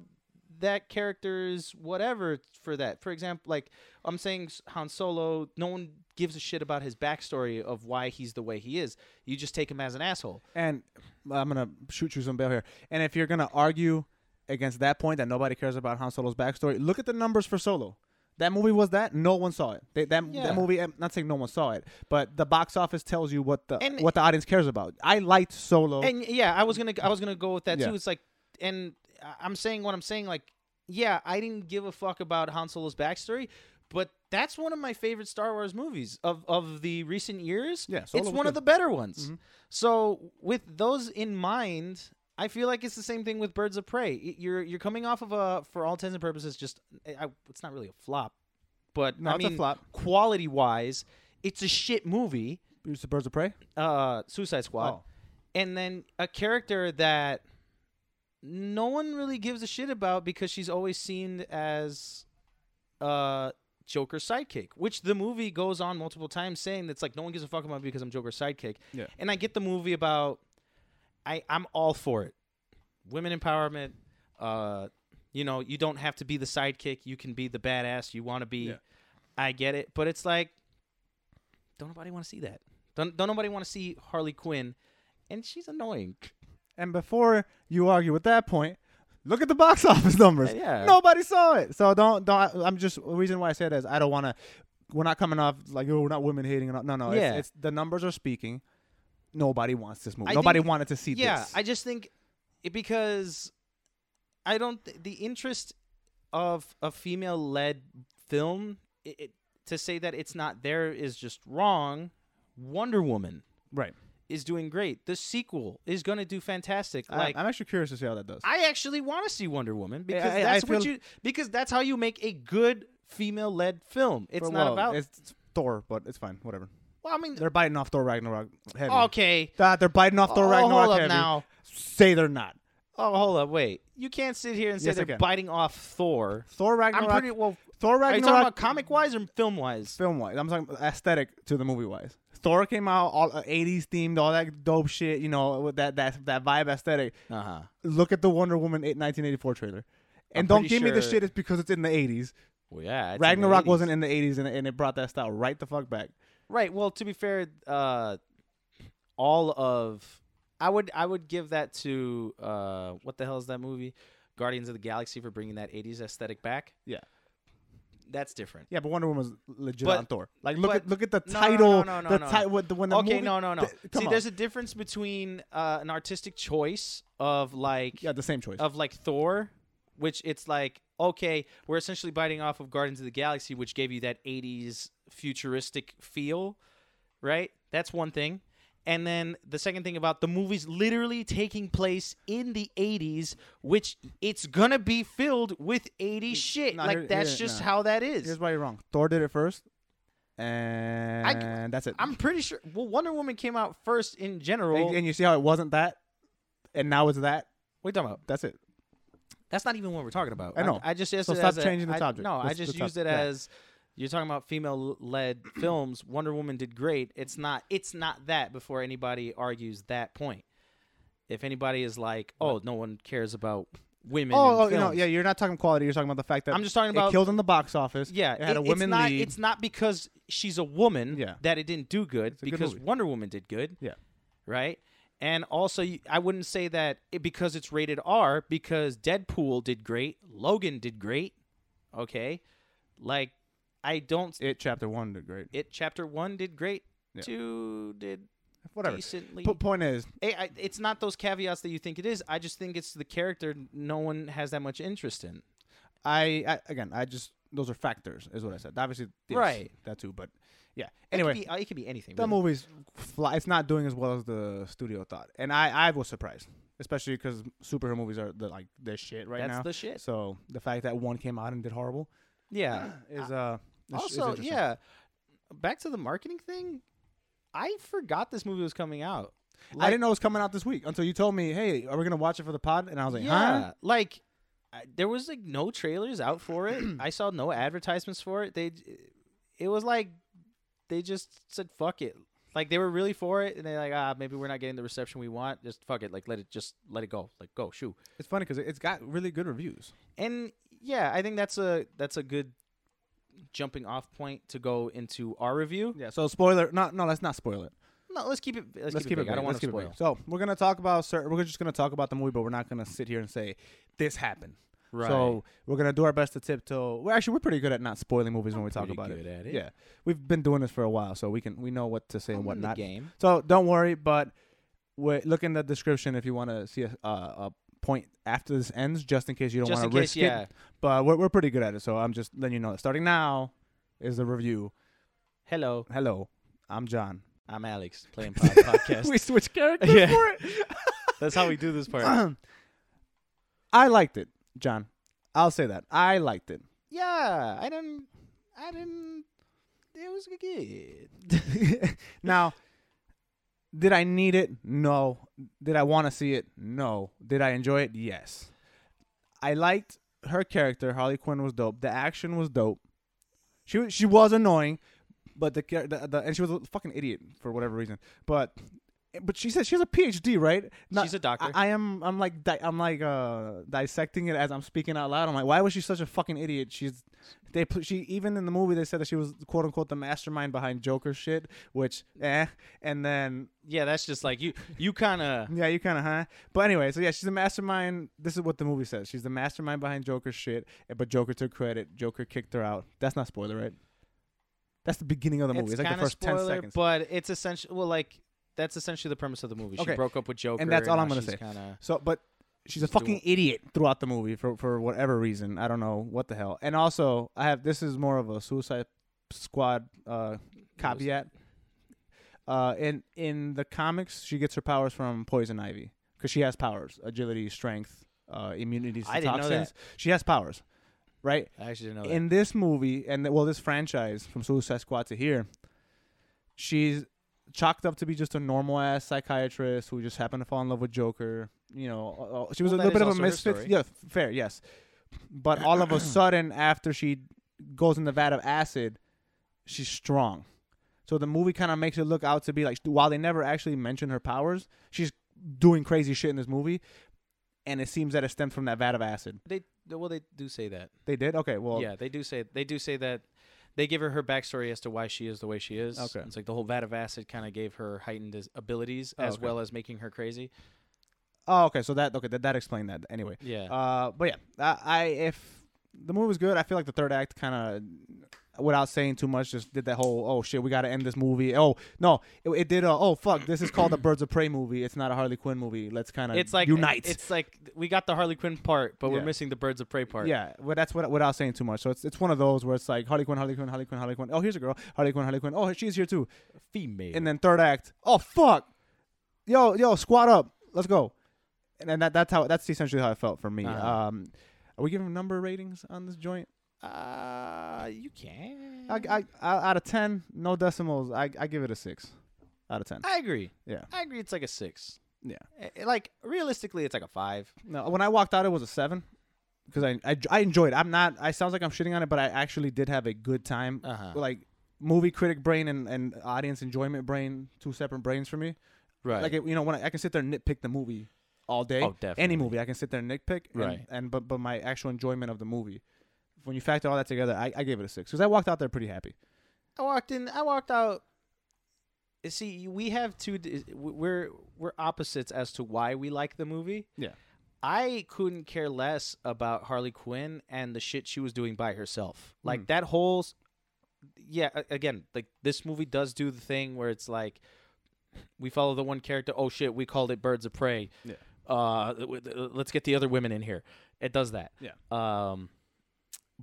that character's whatever for that. For example, like I'm saying s- Han Solo, no one gives a shit about his backstory of why he's the way he is. You just take him as an asshole.
And I'm gonna shoot you some bail here. And if you're gonna argue against that point that nobody cares about Han Solo's backstory, look at the numbers for Solo. That movie was that no one saw it. They, that
Yeah.
that movie. I'm not saying no one saw it, but the box office tells you what the
And-
what the audience cares about. I liked Solo.
And yeah, I was gonna I was gonna go with that
Yeah.
too. It's like, and I- I'm saying what I'm saying. Like, yeah, I didn't give a fuck about Han Solo's backstory, but that's one of my favorite Star Wars movies of of the recent years.
Yeah, Solo
it's
was
one of
good. Mm-hmm.
the better ones. So with those in mind. I feel like it's the same thing with Birds of Prey. Y- You're you're coming off of a, for all intents and purposes, just I, I- it's not really a flop, but
No,
I
it's a
mean,
flop.
quality wise, it's a shit movie
Here's the Birds of Prey.
uh, Suicide Squad,
Oh.
and then a character that no one really gives a shit about because she's always seen as uh, Joker's sidekick, which the movie goes on multiple times saying that's like no one gives a fuck about me because I'm Joker's sidekick.
Yeah.
And I get the movie about I I'm all for it, women empowerment. Uh, you know, you don't have to be the sidekick. You can be the badass you want to be.
Yeah.
I get it, but it's like don't nobody want to see that. Don't don't nobody want to see Harley Quinn, and she's annoying.
And before you argue with that point, look at the box office numbers.
Yeah.
Nobody saw it. So don't don't. I'm just the reason why I say that is I don't want to. We're not coming off like oh we're not women hating. and all- No no. it's-
Yeah.
It's, the numbers are speaking. Nobody wants this movie.
I
Nobody
think-
wanted to see
yeah,
this.
I just think it, because I don't th- the interest of a female led film it, it, to say that it's not there is just wrong. Wonder Woman
right.
is doing great. The sequel is going to do fantastic.
I-
Like
I'm actually curious to see how that does.
I actually want to see Wonder Woman because
I- I
that's what
feel-
you because that's how you make a good female led film. It's
But,
not
well,
about
It's Thor, but it's fine. Whatever.
well, I mean,
They're biting off Thor Ragnarok heavy.
Oh, okay.
That they're biting off Thor
Oh,
Ragnarok
hold up
heavy.
now.
Say they're not.
Oh, hold up, wait. You can't sit here and say
Yes, I
they're
can.
biting off Thor.
Thor
I'm
Ragnarok.
pretty well.
Thor
Are you
Ragnarok.
talking about comic wise or film wise?
film wise. I'm talking aesthetic to the movie wise. Thor came out all uh, 80s themed, all that dope shit, you know, with that that that vibe aesthetic.
Uh huh.
Look at the Wonder Woman eight- 1984 trailer. And
I'm
don't
pretty
give me the
sure-
shit it's because it's in the 80s.
Well, yeah. it's in the
Ragnarok
80s.
wasn't in the 80s and, and it brought that style right the fuck back.
right. Well, to be fair, uh, all of I would I would give that to uh, what the hell is that movie? Guardians of the Galaxy for bringing that '80s aesthetic back.
Yeah.
That's different.
Yeah, but Wonder Woman was legit
But-
on Thor. Like look
but-
at look at the
No, no, no,
title,
no, no,
the
no.
title the when the
okay,
movie-
no, no, no.
th- come
See,
on.
there's a difference between uh, an artistic choice of like
yeah, the same choice.
of like Thor, which it's like okay, we're essentially biting off of Guardians of the Galaxy, which gave you that '80s futuristic feel, right? That's one thing. And then the second thing about the movies literally taking place in the '80s, which it's gonna be filled with '80s shit.
nah,
like
here-
that's
here-
just
nah.
how that is.
Here's why you're wrong. Thor did it first. And that's it.
I'm pretty sure. Well, Wonder Woman came out first in general.
and, and you see how it wasn't that and now it's that.
what are you talking about?
That's it.
That's not even what we're talking about.
I know.
I, just used
So
it
stop
as a-
changing the
I-
subject.
No, I
Let's-
just
let's
used
stop.
it
Yeah.
as you're talking about female-led films. Wonder Woman did great. It's not. It's not that. Before anybody argues that point, if anybody is like, "Oh, no one cares about women," in
Oh, oh you know,
films,"
yeah, you're not talking quality. You're talking about the fact that
I'm just talking
it
about-
killed in the box office.
yeah.
it had
it-
a women
it's not,
lead.
It's not because she's a woman
Yeah.
that it didn't do good.
a good
because
movie.
Wonder Woman did good.
yeah,
right? And also, you- I wouldn't say that it, because it's rated R, because Deadpool did great, Logan did great, okay? Like, I don't. It,
it chapter one did great.
chapter one did great,
Yeah.
two did
Whatever.
decently.
P- point is,
Eh, I, it's not those caveats that you think it is. I just think it's the character no one has that much interest in.
I, I again, I just those are factors, is what I said. Obviously, yes,
Right.
that too, but yeah.
it could
Anyway,
be, uh, it could be anything.
that
really.
movie's fly, it's not doing as well as the studio thought, and I, I was surprised, especially because superhero movies are the, like the shit right
That's
now.
the shit.
So the fact that one came out and did horrible
Yeah.
is uh It's- it's
also,
interesting.
yeah, back to the marketing thing. I forgot this movie was coming out.
I didn't know it was coming out this week until you told me, "Hey, are we gonna watch it for the pod?" And I was like,
yeah,
"Huh?"
like I- there was like no trailers out for it. I saw no advertisements for it. They, it was like they just said fuck it. Like they were really for it, and they're like, ah, maybe we're not getting the reception we want. Just fuck it. Like let it just let it go. Like go shoot.
It's funny because it's got really good reviews.
And yeah, I think that's a that's a good jumping off point to go into our review.
Yeah. So spoiler? No, no, let's not spoil it.
No, let's keep it. Let's,
Let's keep it.
vague. I don't
vague.
want
Let's
to
keep it
spoil.
vague. So we're gonna talk about certain. We're just gonna talk about the movie, but we're not gonna sit here and say this happened.
Right.
So we're gonna do our best to tiptoe. We're actually we're pretty good at not spoiling movies when we talk
pretty
about
good
it.
at it.
Yeah, we've been doing this for a while, so we can we know what to say
I'm
and what
in the
not.
game.
So don't worry, but we look in the description if you want to see a, a, a point after this ends, just in case you don't
Just
want
in
to
case,
risk
yeah.
it. But we're we're pretty good at it, so I'm just letting you know that starting now is the review.
Hello,
Hello, I'm John.
I'm Alex playing pod podcast.
we switch characters
Yeah.
for it.
That's how we do this part.
I liked it, John. I'll say that I liked it.
yeah, I didn't. I didn't. It was good.
now, did I need it? No. Did I want to see it? No. Did I enjoy it? Yes. I liked her character. Harley Quinn was dope. The action was dope. She wa- she was annoying, but the, char- the the and she was a fucking idiot for whatever reason. But but she said she has a PhD, right?
She's a doctor.
I, I am I'm like di- I'm like uh dissecting it as I'm speaking out loud. I'm like, why was she such a fucking idiot? She's they pl- she even in the movie they said that she was quote unquote the mastermind behind Joker shit, which eh. And then
yeah, that's just like you. You kind of.
yeah, you kind of huh. But anyway, so yeah, she's the mastermind. This is what the movie says. She's the mastermind behind Joker shit, eh, but Joker took credit. Joker kicked her out. That's not spoiler, right? That's the beginning of the movie.
It's
It's, like
kind
the
of
first ten
spoiler,
seconds.
but it's essentially well, like that's essentially the premise of the movie. She
Okay.
broke up with Joker,
and that's all
now
I'm gonna
she's
say.
Kinda,
so, but she's a
Just do
fucking
it.
idiot throughout the movie for for whatever reason. I don't know what the hell. And also, I have this is more of a Suicide Squad uh, caveat. Uh, in in the comics, she gets her powers from poison ivy because she has powers: agility, strength, uh, immunity to
I didn't know
toxins. She has powers, right?
I actually didn't know that.
in this movie and well this franchise from suicide squad to here she's chalked up to be just a normal ass psychiatrist who just happened to fall in love with joker you know uh, she was
Well,
a
that
little bit
is
of a
also her
misfit
story.
yeah f- fair yes but all of a sudden after she goes in the vat of acid she's strong so the movie kind of makes it look out to be like while they never actually mention her powers she's doing crazy shit in this movie and it seems that it stemmed from that vat of acid
They well, they do say that.
they did okay well
yeah, they do say they do say that. They give her her backstory as to why she is the way she is.
Okay.
it's like the whole vat of acid kind of gave her heightened as- abilities
Oh,
as
okay.
well as making her crazy.
Oh, okay. So that okay that, that explained that anyway.
Yeah.
Uh, but yeah, I, I if the movie was good, I feel like the third act kind of, without saying too much, just did that whole oh shit we got to end this movie. Oh no, it, it did. A, oh fuck, this is called the Birds of Prey movie. It's not a Harley Quinn movie. Let's kind of
it's like
Uh, unite.
It's like we got the Harley Quinn part, but
Yeah.
we're missing the Birds of Prey part.
yeah, well, that's what without saying too much. So it's it's one of those where it's like Harley Quinn, Harley Quinn, Harley Quinn, Harley Quinn. Oh, here's a girl, Harley Quinn, Harley Quinn. Oh, she's here too.
female.
And then third act, oh fuck, yo yo squat up, let's go. And then that that's how that's essentially how it felt for me.
Uh-huh.
Um, are we giving number ratings on this joint?
uh, you can.
I, I, I out of ten, no decimals. I I give it a six out of ten.
I agree.
Yeah,
I agree. It's like a six.
yeah.
Eh, eh, Like realistically, it's like a five.
No, when I walked out, it was a seven because I, I I enjoyed. it. I'm not. I sounds like I'm shitting on it, but I actually did have a good time.
Uh-huh.
Like movie critic brain and, and audience enjoyment brain, two separate brains for me.
Right.
Like it, you know, when I, I can sit there and nitpick the movie all day.
Oh, definitely.
Any movie, I can sit there and nitpick. and-
Right.
And, but but my actual enjoyment of the movie, when you factor all that together, I, I gave it a six because I walked out there pretty happy.
I walked in. I walked out. Eh, See, we have two. d- We're we're opposites as to why we like the movie.
Yeah.
I couldn't care less about Harley Quinn and the shit she was doing by herself.
Hmm.
Like that whole, s- yeah. a- Again, like this movie does do the thing where it's like, we follow the one character. Oh shit, we called it Birds of Prey.
Yeah.
Uh, w- th- let's get the other women in here. It does that.
Yeah.
Um,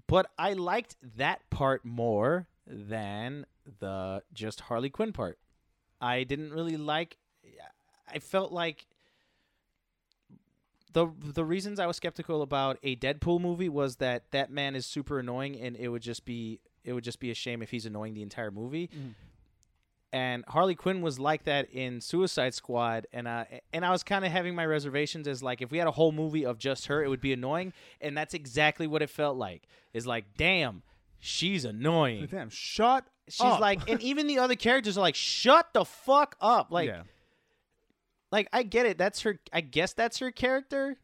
but I liked that part more than the just Harley Quinn part. I didn't really like. I felt like the the reasons I was skeptical about a Deadpool movie was that that man is super annoying and it would just be it would just be a shame if he's annoying the entire movie. And Harley Quinn was like that in Suicide Squad, and uh, and I was kind of having my reservations as like if we had a whole movie of just her, it would be annoying, and that's exactly what it felt like. Is like, damn, she's annoying.
Damn, shut
She's
up.
like, and even the other characters are like, shut the fuck up. Like,
yeah.
like I get it. That's her. I guess that's her character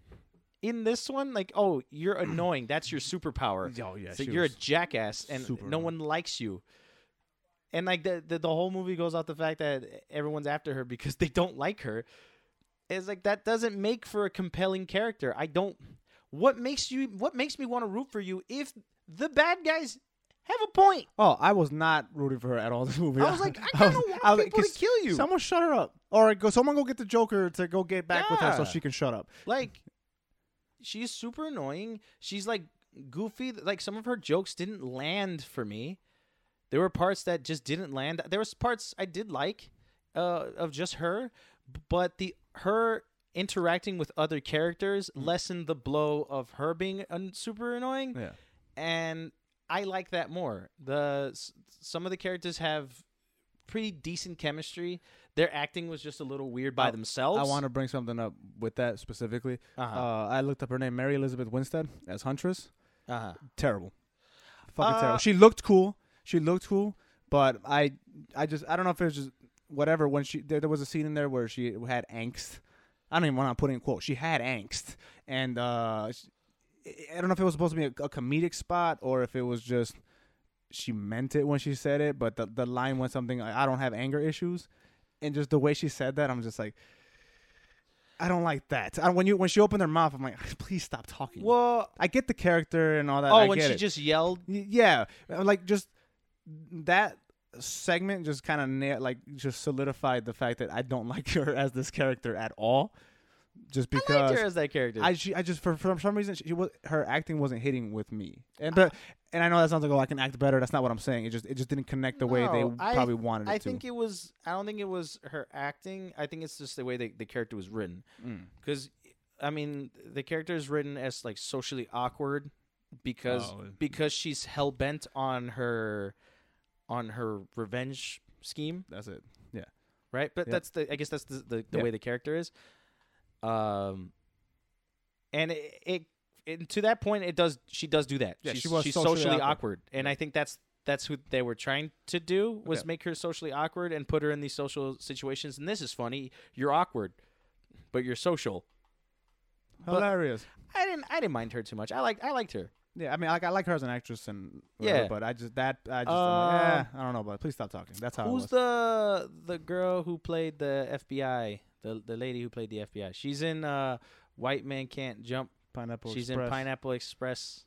in this one. Like, oh, you're annoying. That's your superpower.
Oh, yeah,
So
she
you're a
was
jackass, and
super
no
annoying.
one likes you. And like the, the the whole movie goes off the fact that everyone's after her because they don't like her. It's like that doesn't make for a compelling character. I don't. What makes you? What makes me want to root for you if the bad guys have a point?
Oh, I was not rooting for her at all. This movie.
I was like, I kinda want
was
people to
'cause
kill you.
Someone shut her up, or go. Someone go get the Joker to go get back with her so
Yeah.
she can shut up.
Like, she's super annoying. She's like goofy. Like some of her jokes didn't land for me. There were parts that just didn't land. There was parts I did like uh, of just her, b- but the her interacting with other characters lessened the blow of her being un- super annoying
Hmm. Yeah.
and I like that more. The s- some of the characters have pretty decent chemistry. Their acting was just a little weird by themselves.
I want to bring something up with that specifically.
Uh-huh.
Uh, I looked up her name, Mary Elizabeth Winstead, as Huntress.
uh-huh.
Terrible, fucking
Uh,
terrible. She looked cool. She looked cool, but I, I just, I don't know if it was just whatever. When she there, there was a scene in there where she had angst. I don't even want to put in quote. She had angst, and uh, sh- I- I don't know if it was supposed to be a, a comedic spot or if it was just she meant it when she said it. But the the line went something like, "I don't have anger issues," and just the way she said that, I'm just like. I don't like that. I, when you when she opened her mouth, I'm like, please stop talking.
Well,
I get the character and all that.
oh,
I
when
get
she
it.
just yelled.
Y- yeah, uh, like just that segment just kind of na- like just solidified the fact that I don't like her as this character at all. Just
I liked
because
her as that character.
I, she, I just for, for some reason she, she was her acting wasn't hitting with me, and
Ah.
but and I know that sounds like oh I can act better. That's not what I'm saying. It just it just didn't connect the way they
No, I-
probably wanted it
I
to.
think it was. I don't think it was her acting. I think it's just the way the, the character was written. Because, I mean, the character is written as like socially awkward because
Oh.
because she's hell bent on her on her revenge scheme,
That's it. Yeah,
right? But
Yeah.
that's the. I guess that's the the, the
Yeah.
way the character is. Um, and it. it and to that point, it does. She does do that.
Yeah,
she's,
she was
she's
socially
socially,
awkward.
awkward. and I think that's that's who they were trying to do was
Okay.
make her socially awkward and put her in these social situations. And this is funny. You're awkward, but you're social. But-
hilarious.
I didn't. I didn't mind her too much. I liked. I liked her.
Yeah, I mean, like I like her as an actress and whatever,
Yeah.
but I just that I just I'm like,
Uh,
eh, I don't know, but please stop talking. That's how
Who's
it was.
the the girl who played the FBI? The the lady who played the FBI. She's in uh, White Man Can't Jump.
Pineapple
She's
Express. Eh,
in Pineapple Express.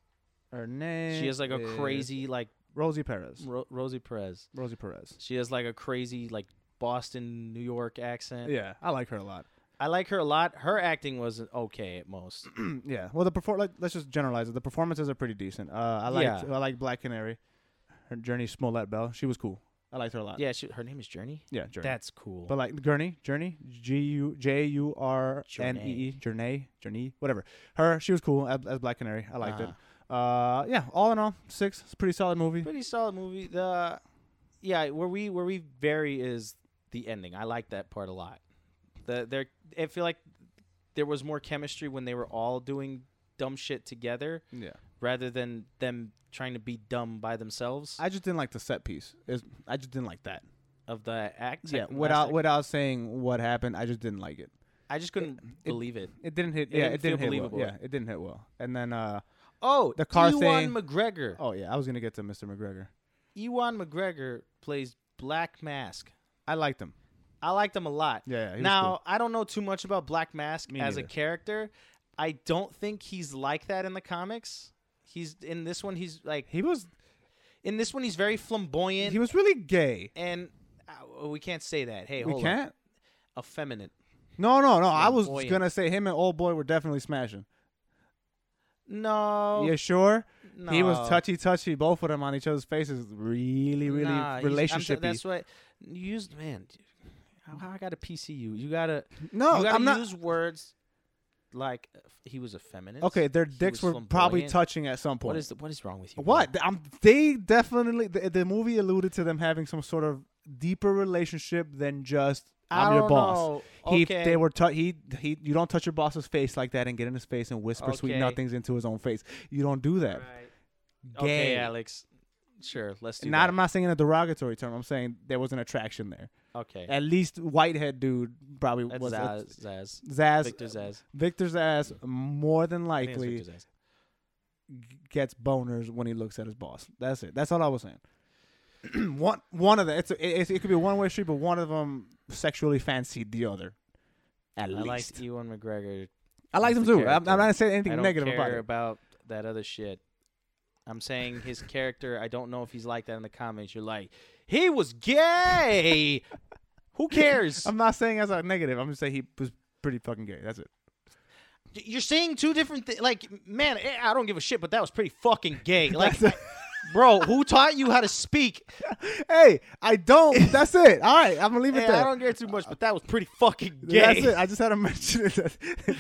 Her name.
She has like a
is
crazy like
Rosie Perez.
Ro- Rosie Perez.
Rosie Perez.
She has like a crazy like Boston, New York accent.
Yeah, I like her a lot.
I like her a lot. Her acting was okay at most.
yeah. Well, the perform. Like, let's just generalize it. The performances are pretty decent. Uh, I like
Yeah.
I like Black Canary. Her Journey Smollett Bell. She was cool. I liked her a lot.
yeah, she, her name is Journey.
Yeah. Journey.
That's cool.
But like Gurney, Journey, G U J U R N E E,
Journey.
Journey, Journey, whatever. Her, she was cool as, as Black Canary. I liked
Uh-huh.
it. Uh, yeah. All in all, six. It's a pretty solid movie.
Pretty solid movie. The yeah, where we where we vary is the ending. I like that part a lot. The there, I feel like there was more chemistry when they were all doing dumb shit together
Yeah.
rather than them trying to be dumb by themselves
I just didn't like the set piece. Is I just didn't like that.
of the act.
Yeah.
second- last
Without
act.
without saying what happened, I just didn't like it.
I just couldn't believe it.
It didn't hit.
It
yeah,
didn't
it
feel
didn't hit
believable.
well. Yeah, it didn't hit well. And then, uh,
Oh,
The car
Ewan
thing.
McGregor.
oh yeah, I was gonna get to Mr. McGregor.
Ewan McGregor plays Black Mask.
I liked him.
I liked him a lot.
Yeah, yeah, he was
now
cool.
I don't know too much about Black Mask
Me
as a
neither.
character. I don't think he's like that in the comics. He's in this one. He's like
He was
in this one. He's very flamboyant
he was really gay.
and uh, we can't say that. Hey,
We
hold
can't.
on. Effeminate.
No, no, no. I was
Flamboyant.
gonna say him and old boy were definitely smashing.
No.
Yeah, sure. He was
No.
touchy, touchy, both of them on each other's faces. Really, really
Nah, he's- I'm t-
relationship.
That's what you used, man. How, how I got to PC you? You gotta.
No,
you gotta
I'm not-
use words like uh, he was a feminist.
Okay, their
He
dicks
was
were probably
flamboyant.
touching at some point.
What is the, what is wrong with you? bro?
What? I'm, they definitely the, the movie alluded to them having some sort of deeper relationship than just
I
I'm your
don't
boss.
know.
He
Okay.
they were tou- he he you don't touch your boss's face like that and get in his face and whisper sweet
Okay.
nothings into his own face. You don't do that.
Okay,
Gay.
Alex. Sure, let's do
Not
that.
I'm not saying in a derogatory term. I'm saying there was an attraction there.
okay.
At least whitehead dude probably
That's
was
Zaz, Zaz.
Zaz
Victor Zaz.
Victor's ass more than
I think it's
likely
Victor Zaz.
g- gets boners when he looks at his boss. That's it. That's all I was saying. one one of the it's, a- it's it could be one way street, but one of them sexually fancied the other. At
I
least
liked Ewan McGregor.
I liked him
the
too. I'm, I'm
character.
not saying
I
anything
don't
negative
care
about
about,
it.
that other shit. I'm saying his character. I don't know if he's like that in the comments. You're like, he was gay. Who cares?
I'm not saying as a negative. I'm just saying he was pretty fucking gay. That's it.
You're saying two different things. Like, man, eh, I don't give a shit, but that was pretty fucking gay. Like, bro, who taught you how to speak?
Hey, I don't. That's it. All right, I'm gonna leave it
Eh,
there.
I don't care too much, but that was pretty fucking gay.
That's it. I just had to mention it. That,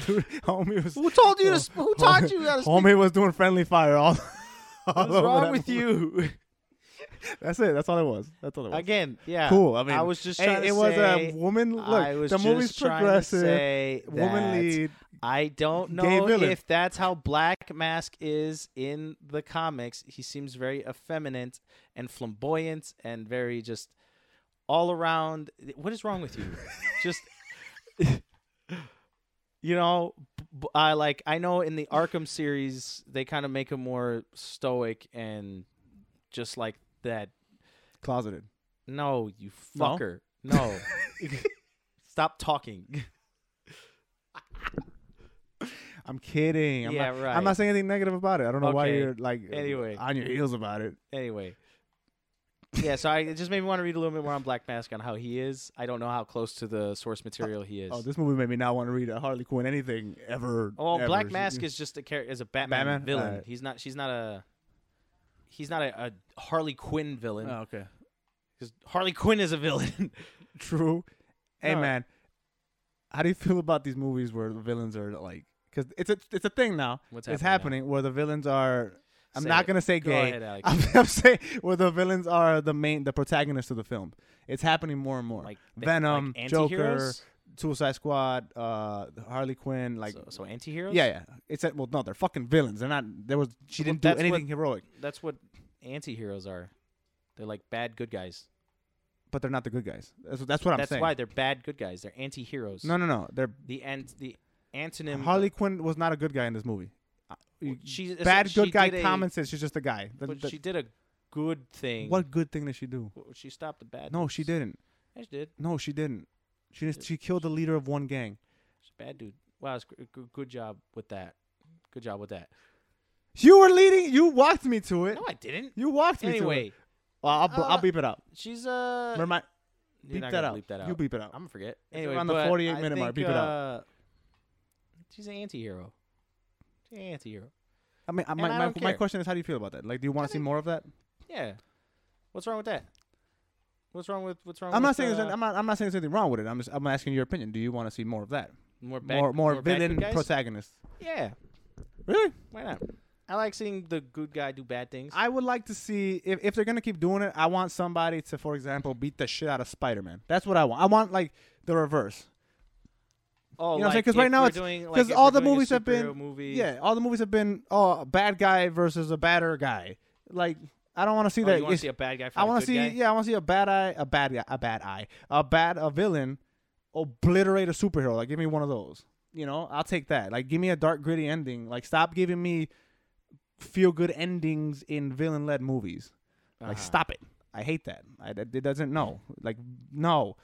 dude, homie was. Oh,
Who told you to sp- who taught you how to speak?
Homie was doing friendly fire all. all
What's
over
wrong
that
with
movie.
you?
That's it. That's all it was. That's all it was.
Again, yeah.
cool. I mean,
I was just
hey,
trying to
it was
say,
a woman. Look,
I was
the
just
movie's
trying to
progressive.
say
Woman
that
lead.
I don't
gay
know
villain.
if that's how Black Mask is in the comics. He seems very effeminate and flamboyant and very just all around. What is wrong with you? just you know, b- b- I like I know in the Arkham series they kind of make him more stoic and just like that
Closeted.
no, you
No?
fucker. No. Stop talking.
I'm kidding. I'm
Yeah,
not,
right.
I'm not saying anything negative about it. I don't know why
Okay.
you're like
Anyway.
on your heels about it.
Anyway. Yeah, so I it just made me want to read a little bit more on Black Mask on how he is. I don't know how close to the source material he is.
Oh, this movie made me not want to read a Harley Quinn anything ever.
Oh,
ever.
Black Mask is just a character as a Batman,
Batman?
villain.
Alright.
He's not she's not a he's not a, a Harley Quinn villain
Oh, okay.
because Harley Quinn is a villain.
True. Hey
No.
man, how do you feel about these movies where the villains are like? Because it's a it's a thing now.
What's
it's
happening
happening where the villains are. I'm
Say
not
it.
gonna say
Go
gay.
ahead, Alex.
I'm, I'm saying where the villains are the main the protagonists of the film. It's happening more and more.
Like th-
Venom,
like
Joker,
antiheroes?
Suicide Squad, uh, Harley Quinn. Like
so, so anti-heroes?
yeah, yeah. It's a, well, no, they're fucking villains. They're not. There was she
Well,
didn't
that's
do
what-
anything heroic,
That's what anti-heroes are. They're like bad good guys.
but they're not the good guys. That's, that's what I'm
That's
saying.
why they're bad good guys. They're anti-heroes.
no, no, no. They're
the ant the antonym
Harley Quinn was not a good guy in this movie. Uh, you-
she-
bad
she
good guy
did a-
common sense. She's just a guy. The-
but
the-
she did a good thing.
what good thing did she do?
W- She stopped the bad.
No, she
dudes.
didn't.
Yeah, she did.
No, she didn't. She just, she killed the leader of one gang.
She's a bad dude. Wow, it's g- g- good job with that. Good job with that.
You were leading. You walked me to it.
No, I didn't.
You walked me to it.
Anyway,
Well, I'll, bu- I'll
Uh,
beep it out.
she's uh.
Remind,
you're
beep
not
that
gonna
out.
bleep that out.
You beep it out.
I'm gonna forget. Anyway,
around the
but
48
I
minute mark.
think,
Beep it out.
uh, She's an anti-hero. She's an anti-hero.
I mean, I- my,
I
my,
don't
my
care.
question is, how do you feel about that? Like, do you want to see more of that?
Yeah. What's wrong with that? What's wrong with what's wrong?
I'm
with,
not saying there's,
uh,
any- I'm not, I'm not saying there's anything wrong with it. I'm just, I'm asking your opinion. Do you want to see more of that?
more bad,
More, more,
bad good
villain
guys?
protagonist.
Yeah.
Really?
Why not? I like seeing the good guy do bad things.
I would like to see if, if they're gonna keep doing it. I want somebody to, for example, beat the shit out of Spider Man. That's what I want. I want like the reverse.
oh,
You know what I'm saying?
like,
Because right
if
now
we're
it's
doing- like,
because
if
all
we're
the
doing a
movies have
superhero
been
movie,
yeah, all the movies have been oh a bad guy versus a badder guy. Like I don't want to see
Oh,
that.
you want to
It's-
see a bad guy? Fight
I want
to
to see yeah, I want to see a bad eye, a bad guy, a bad eye, a bad a villain obliterate a superhero. Like give me one of those. You know, I'll take that. Like give me a dark gritty ending. Like stop giving me feel good endings in villain led movies.
Uh-huh.
Like, stop it. I hate that. I, that- it doesn't. No. Like, no.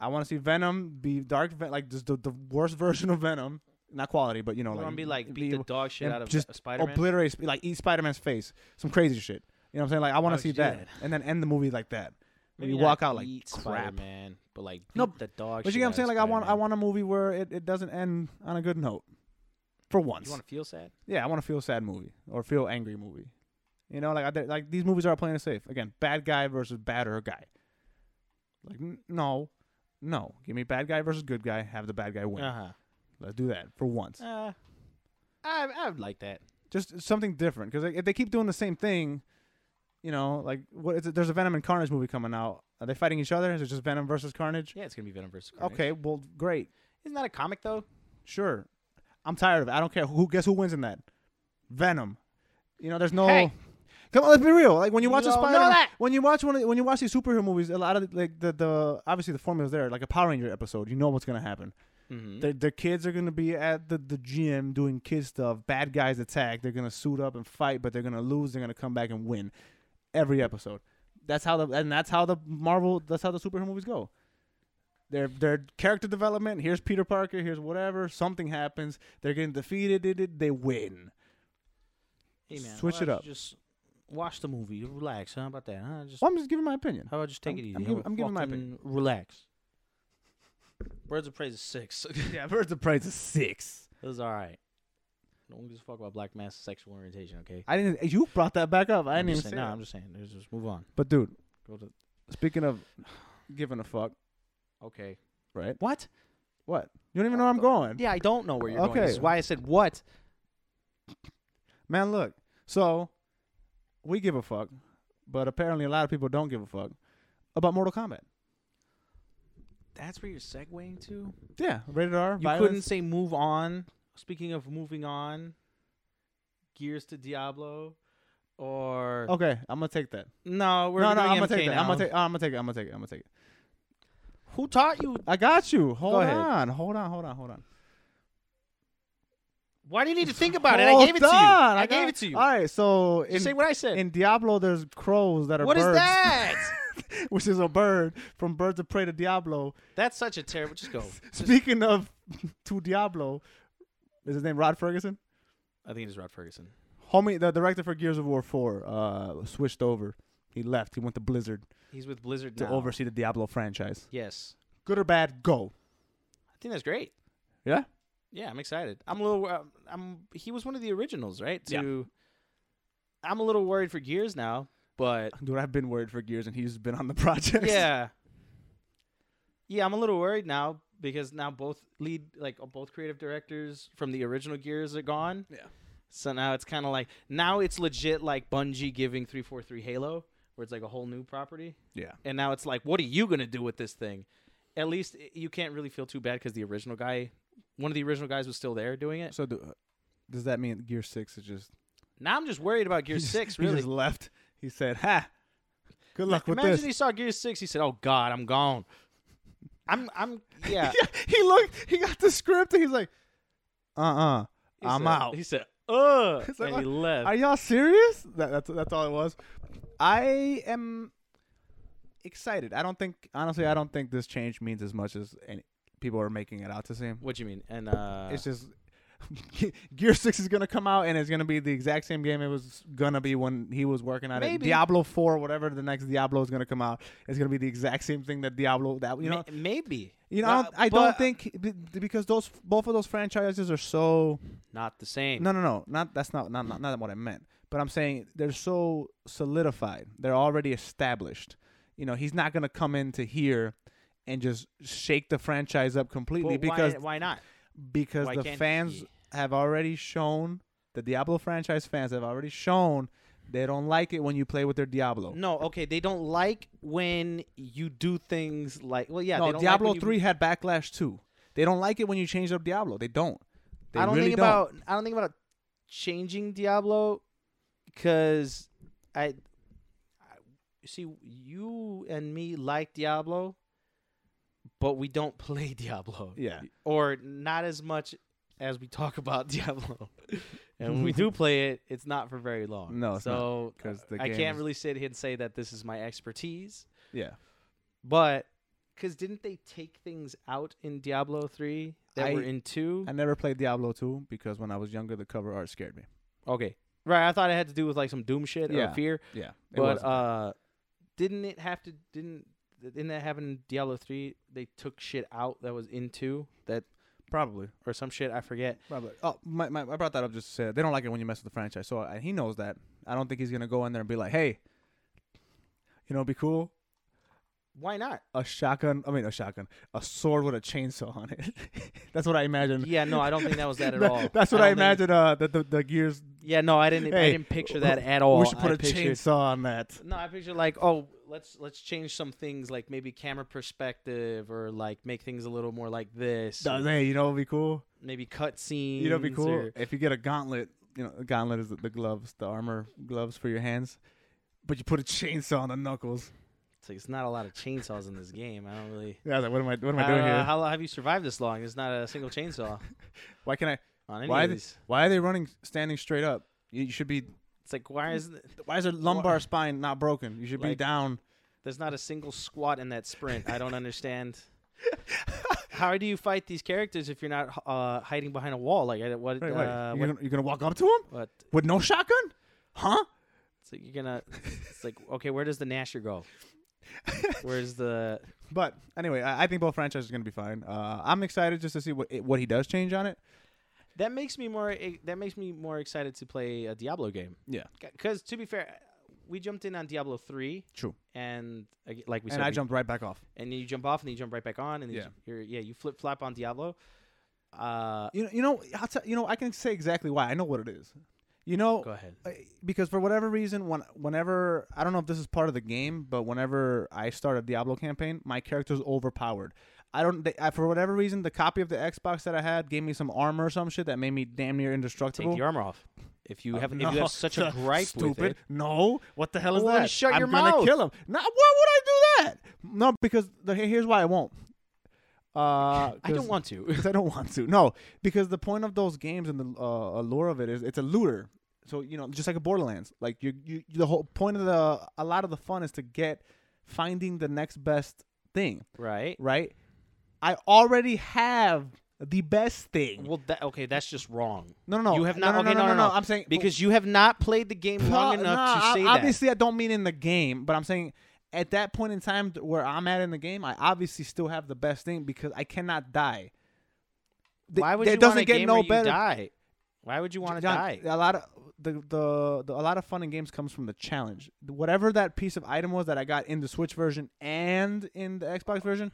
I want to see Venom be dark, Ven- like just the, the worst version of Venom. Not quality, but you know,
You
like
want to be like beat the dog shit
and
out of
just
Spider Man?
obliterate, Sp- like eat Spider Man's face, some crazy shit. You know what I'm saying? Like, I want
Why
to
would
see
you do
that.
that?
and then end the movie like that. Where you walk out like crap.
man, but like beat
No,
the dog.
But you
shit
get
out
what I'm
of
saying? Like, I want, I
Spider-Man.
want a movie where it, it doesn't end on a good note, for
You
once.
want to feel sad?
Yeah, I want to feel sad movie or feel angry movie. You know, like I, did- like these movies are playing it safe. Again, bad guy versus badder guy. Like n- no, no, give me bad guy versus good guy. Have the bad guy win.
Uh huh.
Let's do that for once.
Uh, I I would like that.
Just something different because if they keep doing the same thing, you know, like what is it? There's a Venom and Carnage movie coming out. Are they fighting each other? Is it just Venom versus Carnage?
Yeah, it's gonna be Venom versus. Carnage.
Okay, well, great,
isn't that a comic though?
sure. I'm tired of it. I don't care who. Guess who wins in that? Venom. You know, there's no.
Hey.
Come on, let's be real. Like when you watch
You
a
don't know
Spider,
that.
when you watch one, of, when you watch these superhero movies, a lot of the- like the the obviously the formula's there. Like a Power Ranger episode, you know what's gonna happen.
Mm-hmm.
Their, their kids are gonna be at the, the gym doing kid stuff. Bad guys attack. They're gonna suit up and fight, but they're gonna lose. They're gonna come back and win every episode. That's how the and that's how the Marvel. That's how the superhero movies go. Their their character development. Here's Peter Parker. Here's whatever. Something happens. They're getting defeated. They, they- they win.
Hey man,
Switch
why
it
don't
up.
you Just watch the movie. Relax. How about that? Huh? Just
Well, I'm just giving my opinion.
how about just take
I'm-
it easy?
I'm
How
giving-
about
I'm giving my
fucking Relax. Birds of Prey is six.
Yeah, Birds of Prey is a six.
It was all right. Don't just fuck about black mass sexual orientation, okay?
I didn't. You brought that back up. I didn't
I'm
even
just
say.
saying, no,
that.
I'm just saying. Let's just move on.
But dude,
Go to.
speaking of giving a fuck,
Okay.
right?
What?
What? You don't even know where I'm going.
Yeah, I don't know where you're going. This is
Okay.
why I said what.
Man, look. So we give a fuck, but apparently a lot of people don't give a fuck about Mortal Kombat.
That's where you're segueing to.
Yeah, rated R.
You
violence.
couldn't say move on. Speaking of moving on, Gears to Diablo, or
Okay, I'm gonna take that.
no, we're
Oh. no, no,
doing
I'm gonna
MK
take that.
now.
I'm gonna take. I'm gonna take it. I'm gonna take it. I'm gonna take it.
Who taught you?
I got you. Hold
ahead.
on. Hold on. Hold on. Hold on.
Why do you need to think about it? I
Hold
gave it to you.
on,
I,
got-
gave it to you.
All right. So in,
Just say what I said.
in Diablo, there's crows that are
What is
birds.
that?
which is a bird from Birds of Prey to Diablo.
That's such a terrible. Just go.
Speaking of to Diablo, is his name Rod Ferguson?
I think it is Rod Ferguson.
Homie, the director for Gears of War 4, uh, switched over. He left. He went to Blizzard
He's with Blizzard
to
now.
oversee the Diablo franchise.
Yes,
Good or bad, go.
I think that's great.
Yeah?
Yeah, I'm excited. I'm a little. Uh, I'm. He was one of the originals, right?
Yeah.
To. I'm a little worried for Gears now, but
Dude, I've been worried for Gears and he's been on the project.
yeah, yeah, I'm a little worried now because now both lead like both creative directors from the original Gears are gone.
Yeah.
So now it's kind of like now it's legit like Bungie giving three four three Halo, where it's like a whole new property.
Yeah.
and now it's like, what are you gonna do with this thing? At least i- you can't really feel too bad because the original guy, one of the original guys, was still there doing it.
So do, uh, does that mean Gear 6 is just.
Now I'm just worried about
he
Gear
just-
Six.
He
Really,
just left. He said, ha, good luck with
imagine
this.
he saw Gear Six, he said, "Oh God, I'm gone." I'm, I'm, yeah.
yeah, he looked, he got the script and he's like, uh uh-uh, uh,
He
i am
said-
out.
He said, "Ugh,"
He's like,
and he
"What?
left.
Are y'all serious? That, that's that's all it was. I am excited. I don't think honestly, I don't think this change means as much as any, people are making it out to seem.
what do you mean? And uh,
It's just Ge- Gear Six is gonna come out and it's gonna be the exact same game it was gonna be when he was working on it.
Maybe.
Diablo Four, whatever the next Diablo is gonna come out, it's gonna be the exact same thing that Diablo that you know.
ma- maybe
you know,
Uh,
I don't, I
but
don't think be- because those both of those franchises are so
not the same.
no, no, no. Not that's not not not, not what I meant. But I'm saying they're so solidified. They're already established. You know, he's not gonna come into here and just shake the franchise up completely
But
because
why, why not?
because
why
the
can't
fans
he?
have already shown the Diablo franchise fans have already shown they don't like it when you play with their Diablo.
No, okay. They don't like when you do things like well, yeah.
No,
they don't like
Diablo
when you-
three had backlash too. They don't like it when you change up Diablo. They don't. They
I don't
really
think
don't.
about I don't think about changing Diablo because I, I see you and me like Diablo, but we don't play Diablo.
Yeah.
or not as much as we talk about Diablo. and when we do play it, it's not for very long.
No, it's not,
so
'cause the
I
game
can't
is-
really sit here and say that this is my expertise,
Yeah.
but. Because didn't they take things out in Diablo 3 that were
I-
in 2?
I never played Diablo two because when I was younger the cover art scared me.
Okay. Right, I thought it had to do with like some doom shit
Yeah,
or fear,
Yeah. it
but
wasn't.
uh, didn't it have to? Didn't didn't that happen in Diablo three? They took shit out that was in two that
Probably,
or some shit I forget.
probably. Oh, my, my, I brought that up just to say that they don't like it when you mess with the franchise. So uh, he knows that. I don't think he's gonna go in there and be like, "Hey, you know, it'd be cool.
Why not?
a shotgun. I mean, a shotgun, a sword with a chainsaw on it. that's what I imagine.
Yeah, no, I don't think that was that at
That-
all.
That's what I,
don't think-
imagine. Uh, the, the the gears.
Yeah, no, I didn't. I
Hey,
didn't picture that at all.
We should put
Oh, I
a
pictured-
chainsaw on that.
No, I picture like, oh, let's let's change some things, like maybe camera perspective, or like make things a little more like this. or
Does- Hey, you know what'd be cool?
Maybe cut scenes.
You know what'd be cool
or-
if you get a gauntlet. You know, a gauntlet is the, the gloves, the armor gloves for your hands. But you put a chainsaw on the knuckles.
it's like it's not a lot of chainsaws in this game. I don't really.
Yeah, I was like, what am I? What am I
I
doing
don't know,
here?
Uh, How long have you survived this long? There's not a single chainsaw
why can I?
on any
Why are
of
they,
these.
why are they running standing straight up? You, you should be.
It's like why is th-
Why is their lumbar spine not broken? You should be
Like-
down.
there's not a single squat in that sprint? I don't understand. How do you fight these characters if you're not h- uh, hiding behind a wall? Like I- what?
Right,
uh,
right. You're,
what,
gonna, you're gonna walk up to him
what?
with no shotgun, huh?
It's like you're gonna. It's like okay, where does the Nasher go? Where's the
But anyway, I, I think both franchises are gonna be fine. Uh, I'm excited just to see what what he does change on it.
That makes me more. eh, That makes me more excited to play a Diablo game.
Yeah,
Because to be fair, we jumped in on Diablo three,
true.
and ag- like we said,
and I
we-
jumped right back off.
and then you jump off, and then you jump right back on, and yeah,
Yeah.
you're, yeah, you flip flop on Diablo. Uh,
You know, you know, I'll tell- you know. I can say exactly why. I know what it is. You know,
go ahead.
I- because for whatever reason, when whenever I don't know if this is part of the game, but whenever I start a Diablo campaign, my character's overpowered. I don't they, I, for whatever reason, the copy of the Xbox that I had gave me some armor or some shit that made me damn near
Take
indestructible.
the armor off. If you have,
No,
if you have such a gripe
stupid.
with it,
No, what the hell is
Well, then
that?
shut
I'm
your
gonna
mouth.
kill him. No, why would I do that? No, because the, here- here's why I won't. Uh,
I don't
because-
want to.
because I don't want to. No, because the point of those games and the uh, allure of it is it's a looter. So you know, just like a Borderlands, like you, you, the whole point of the a lot of the fun is to get finding the next best thing,
right.
right? I already have the best thing.
Well, that, okay, that's just wrong.
No, no, no.
You have
No,
not.
no,
okay,
no,
no,
no, no, I'm saying-
because you have not played the game long
No,
enough
no,
to
I-
say that.
obviously I don't mean in the game, but I'm saying at that point in time th- where I'm at in the game, I obviously still have the best thing because I cannot die. Th-
Why would
that
you want
doesn't
a
get
game
no
where you
better.
die? Why would you want to
John,
die?
A lot of the, the the a lot of fun in games comes from the challenge. Whatever that piece of item was that I got in the Switch version and in the Xbox version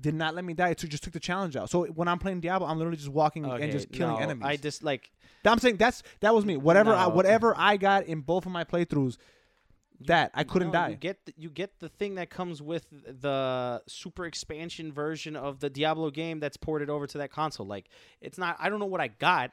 did not let me die. It took- just took the challenge out. So when I'm playing Diablo, I'm literally just walking and just killing
no,
enemies.
I just like
I'm saying that's that was me. Whatever I,
No.
whatever I got in both of my playthroughs, that I couldn't
no,
die.
You get the, you get the thing that comes with the super expansion version of the Diablo game that's ported over to that console. Like it's not. I don't know what I got.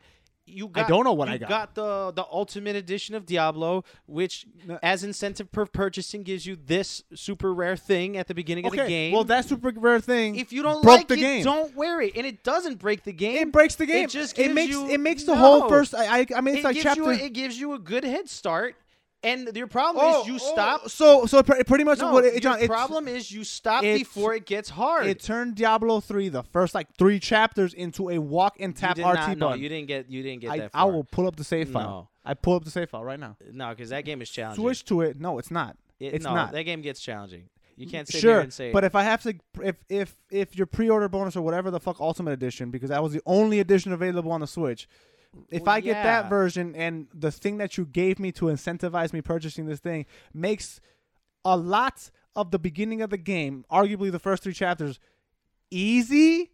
You got,
don't know what
you
I got.
Got the the ultimate edition of Diablo, which as incentive for purchasing gives you this super rare thing at the beginning of the game.
Well, that super rare thing.
if you don't
broke
like
the
it,
game.
don't wear it, and it doesn't break the game.
It breaks the game.
It just gives
it makes
you,
it makes the
No.
whole first. I I, I mean, it's
it
like
gives
chapter.
you a, it gives you a good head start, and your problem is you stop.
So Oh, so pre- pretty much
No,
what
your
it, John. it's-
problem is you stop
it's-
before it gets hard.
It turned Diablo three, the first like three chapters, into a walk and
you
tap
did
RT
not,
button.
no, you didn't get you didn't get
I,
that.
I
Far.
will pull up the save file. I pull up the save file right now.
no, because that game is challenging.
Switch to it. No, it's not.
It-
it's
no,
not.
That game gets challenging. You can't sit here
sure,
and say.
but if I have to, if if if your pre-order bonus or whatever the fuck Ultimate Edition, because that was the only edition available on the Switch, if
Well,
I get
yeah.
that version and the thing that you gave me to incentivize me purchasing this thing makes a lot of the beginning of the game, arguably the first three chapters, easy.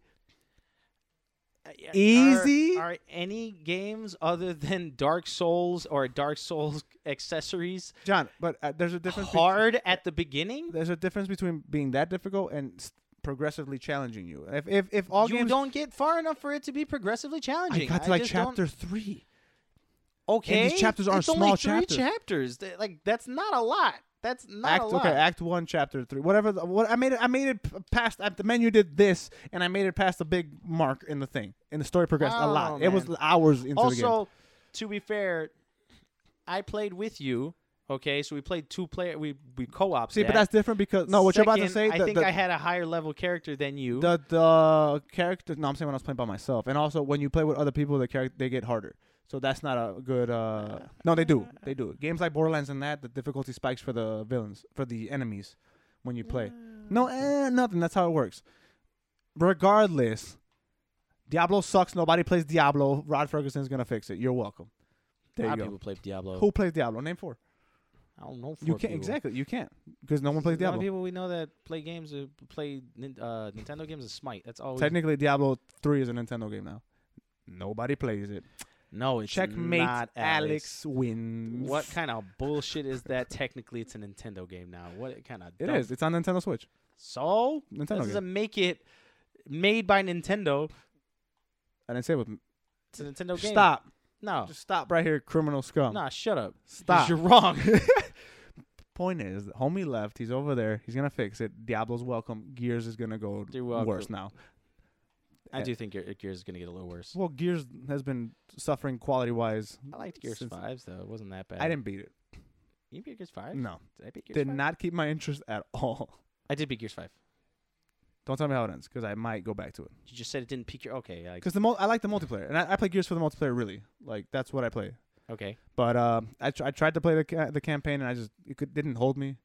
Yeah,
easy?
Are, are any games other than Dark Souls or Dark Souls accessories
John, but uh, there's a difference. be-
hard at the beginning?
there's a difference between being that difficult and s- progressively challenging you. If if if all
You
games,
don't get far enough for it to be progressively
I
challenging.
got to like
just don't-
chapter three.
Okay.
And these chapters are
it's
small
only three
chapters.
chapters. Th- Like that's not a lot. That's not
act
a lot.
okay act one chapter three whatever the, what i made it i made it p- past I, the menu did this and i made it past the big mark in the thing and the story progressed a lot
Oh,
it was
man.
hours into the game
also, to be fair, I played with you. Okay, so we played two player. We we co-op.
see but that's different because no what you're about to say
I
the,
think
the,
I had a higher level character than you.
the the character no i'm saying when i was playing by myself and also when you play with other people the character they get harder so that's not a good uh no they do they do games like borderlands and that the difficulty spikes for the villains for the enemies when you play
Mm.
no eh, nothing that's how it works regardless diablo sucks nobody plays diablo rod ferguson's gonna fix it you're welcome
a
there
lot
you
of
go
people played Diablo.
who plays diablo name four
I don't know. Four
You can't
people.
exactly. You can't because no one plays
The only
Diablo.
people we know that play games uh, play nin- uh, Nintendo games is Smite. That's all. we-
Technically, Diablo Three is a Nintendo game now. Nobody plays it.
no, it's
Checkmate.
Not
Alex wins.
What kind of bullshit is that? Technically, it's a Nintendo game now. What kind of
It is. It's on Nintendo Switch.
So
Nintendo
this is
game.
a make it made by Nintendo.
I didn't say it was.
It's a Nintendo game.
Stop.
No.
Just stop right here, criminal scum.
Nah, shut up. 'Cause
Um, Stop.
You're wrong.
Point is, the homie left. He's over there. He's gonna fix it. Diablo's welcome. Gears is gonna go
You're welcome.
worse now.
I do think your Gears is gonna get a little worse.
Well, Gears has been suffering quality wise.
I liked Gears
Since-
fives though. It wasn't that bad.
I didn't beat it.
You beat Gears five?
No,
Did I beat Gears
did
five?
not keep my interest at all.
I did beat Gears five.
Don't tell me how it ends because I might go back to it.
You just said it didn't peak your okay. Like,
Because the mul- I like the multiplayer, and I, I play Gears for the multiplayer. Really, like that's what I play.
okay.
But uh, I, tr- I tried to play the ca- the campaign, and I just it could, didn't hold me.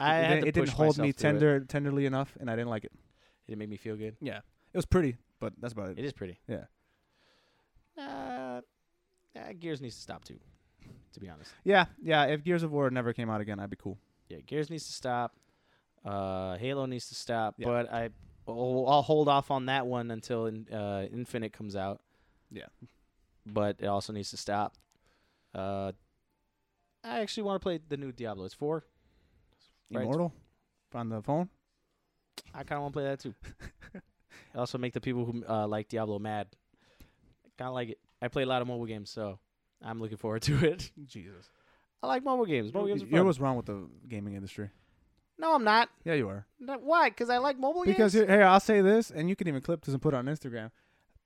I
it,
had
didn't-
to
it didn't
push
hold me
myself through It.
tender tenderly enough, and I didn't like it.
It didn't make me feel good.
Yeah, it was pretty, but that's about it.
It is pretty.
Yeah.
Uh, uh, Gears needs to stop too. To be honest.
Yeah, yeah. If Gears of War never came out again, I'd be cool.
Yeah, Gears needs to stop. Uh, Halo needs to stop.
Yeah.
But I, I'll, I'll hold off on that one until in, uh, Infinite comes out.
Yeah.
But it also needs to stop. Uh, I actually want to play the new Diablo. It's four. Right.
Immortal on the phone.
I kind of want to play that too. I also make the people who uh, like Diablo mad. Kind of like it. I play a lot of mobile games, so I'm looking forward to it.
Jesus,
I like mobile games. Mobile games are
you're
fun.
what's wrong with the gaming industry.
no, I'm not.
Yeah, you are.
No, Why? Because I like mobile
Because
games.
here, here, I'll say this, and you can even clip this and put it on Instagram.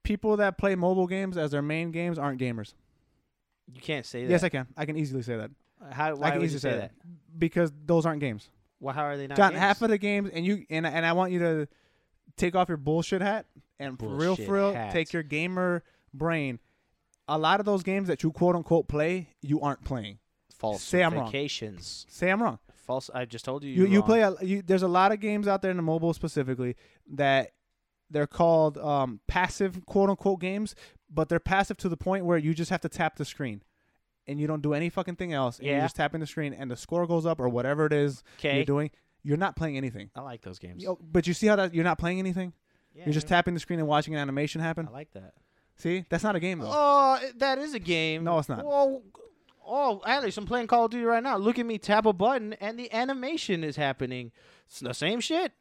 People that play mobile games as their main games aren't gamers.
you can't say that.
Yes, I can. I can easily say that.
How? Why
I can
would
easily
you say that?
because those aren't games.
Well, how are they not?
John,
games?
half of the games, and you and and I want you to take off your bullshit hat and for real,
Bullshit
for real,
hat.
take your gamer brain. A lot of those games that you quote unquote play, you aren't playing.
false
Say I'm wrong.
vacations.
Say I'm wrong.
False. I just told you.
You
were
you
wrong.
play a you, there's a lot of games out there in the mobile specifically that they're called um, passive quote unquote games, but they're passive to the point where you just have to tap the screen. And you don't do any fucking thing else. And
Yeah.
You're just tapping the screen, and the score goes up or whatever it is
Okay.
you're doing. You're not playing anything.
I like those games.
Yo, but you see how that you're not playing anything.
Yeah,
you're just
man.
tapping the screen and watching an animation happen.
I like that.
see, that's not a game though.
Oh, that is a game.
No, it's not.
Oh, oh, Alex, I'm playing Call of Duty right now. Look at me tap a button, and the animation is happening. It's the same shit.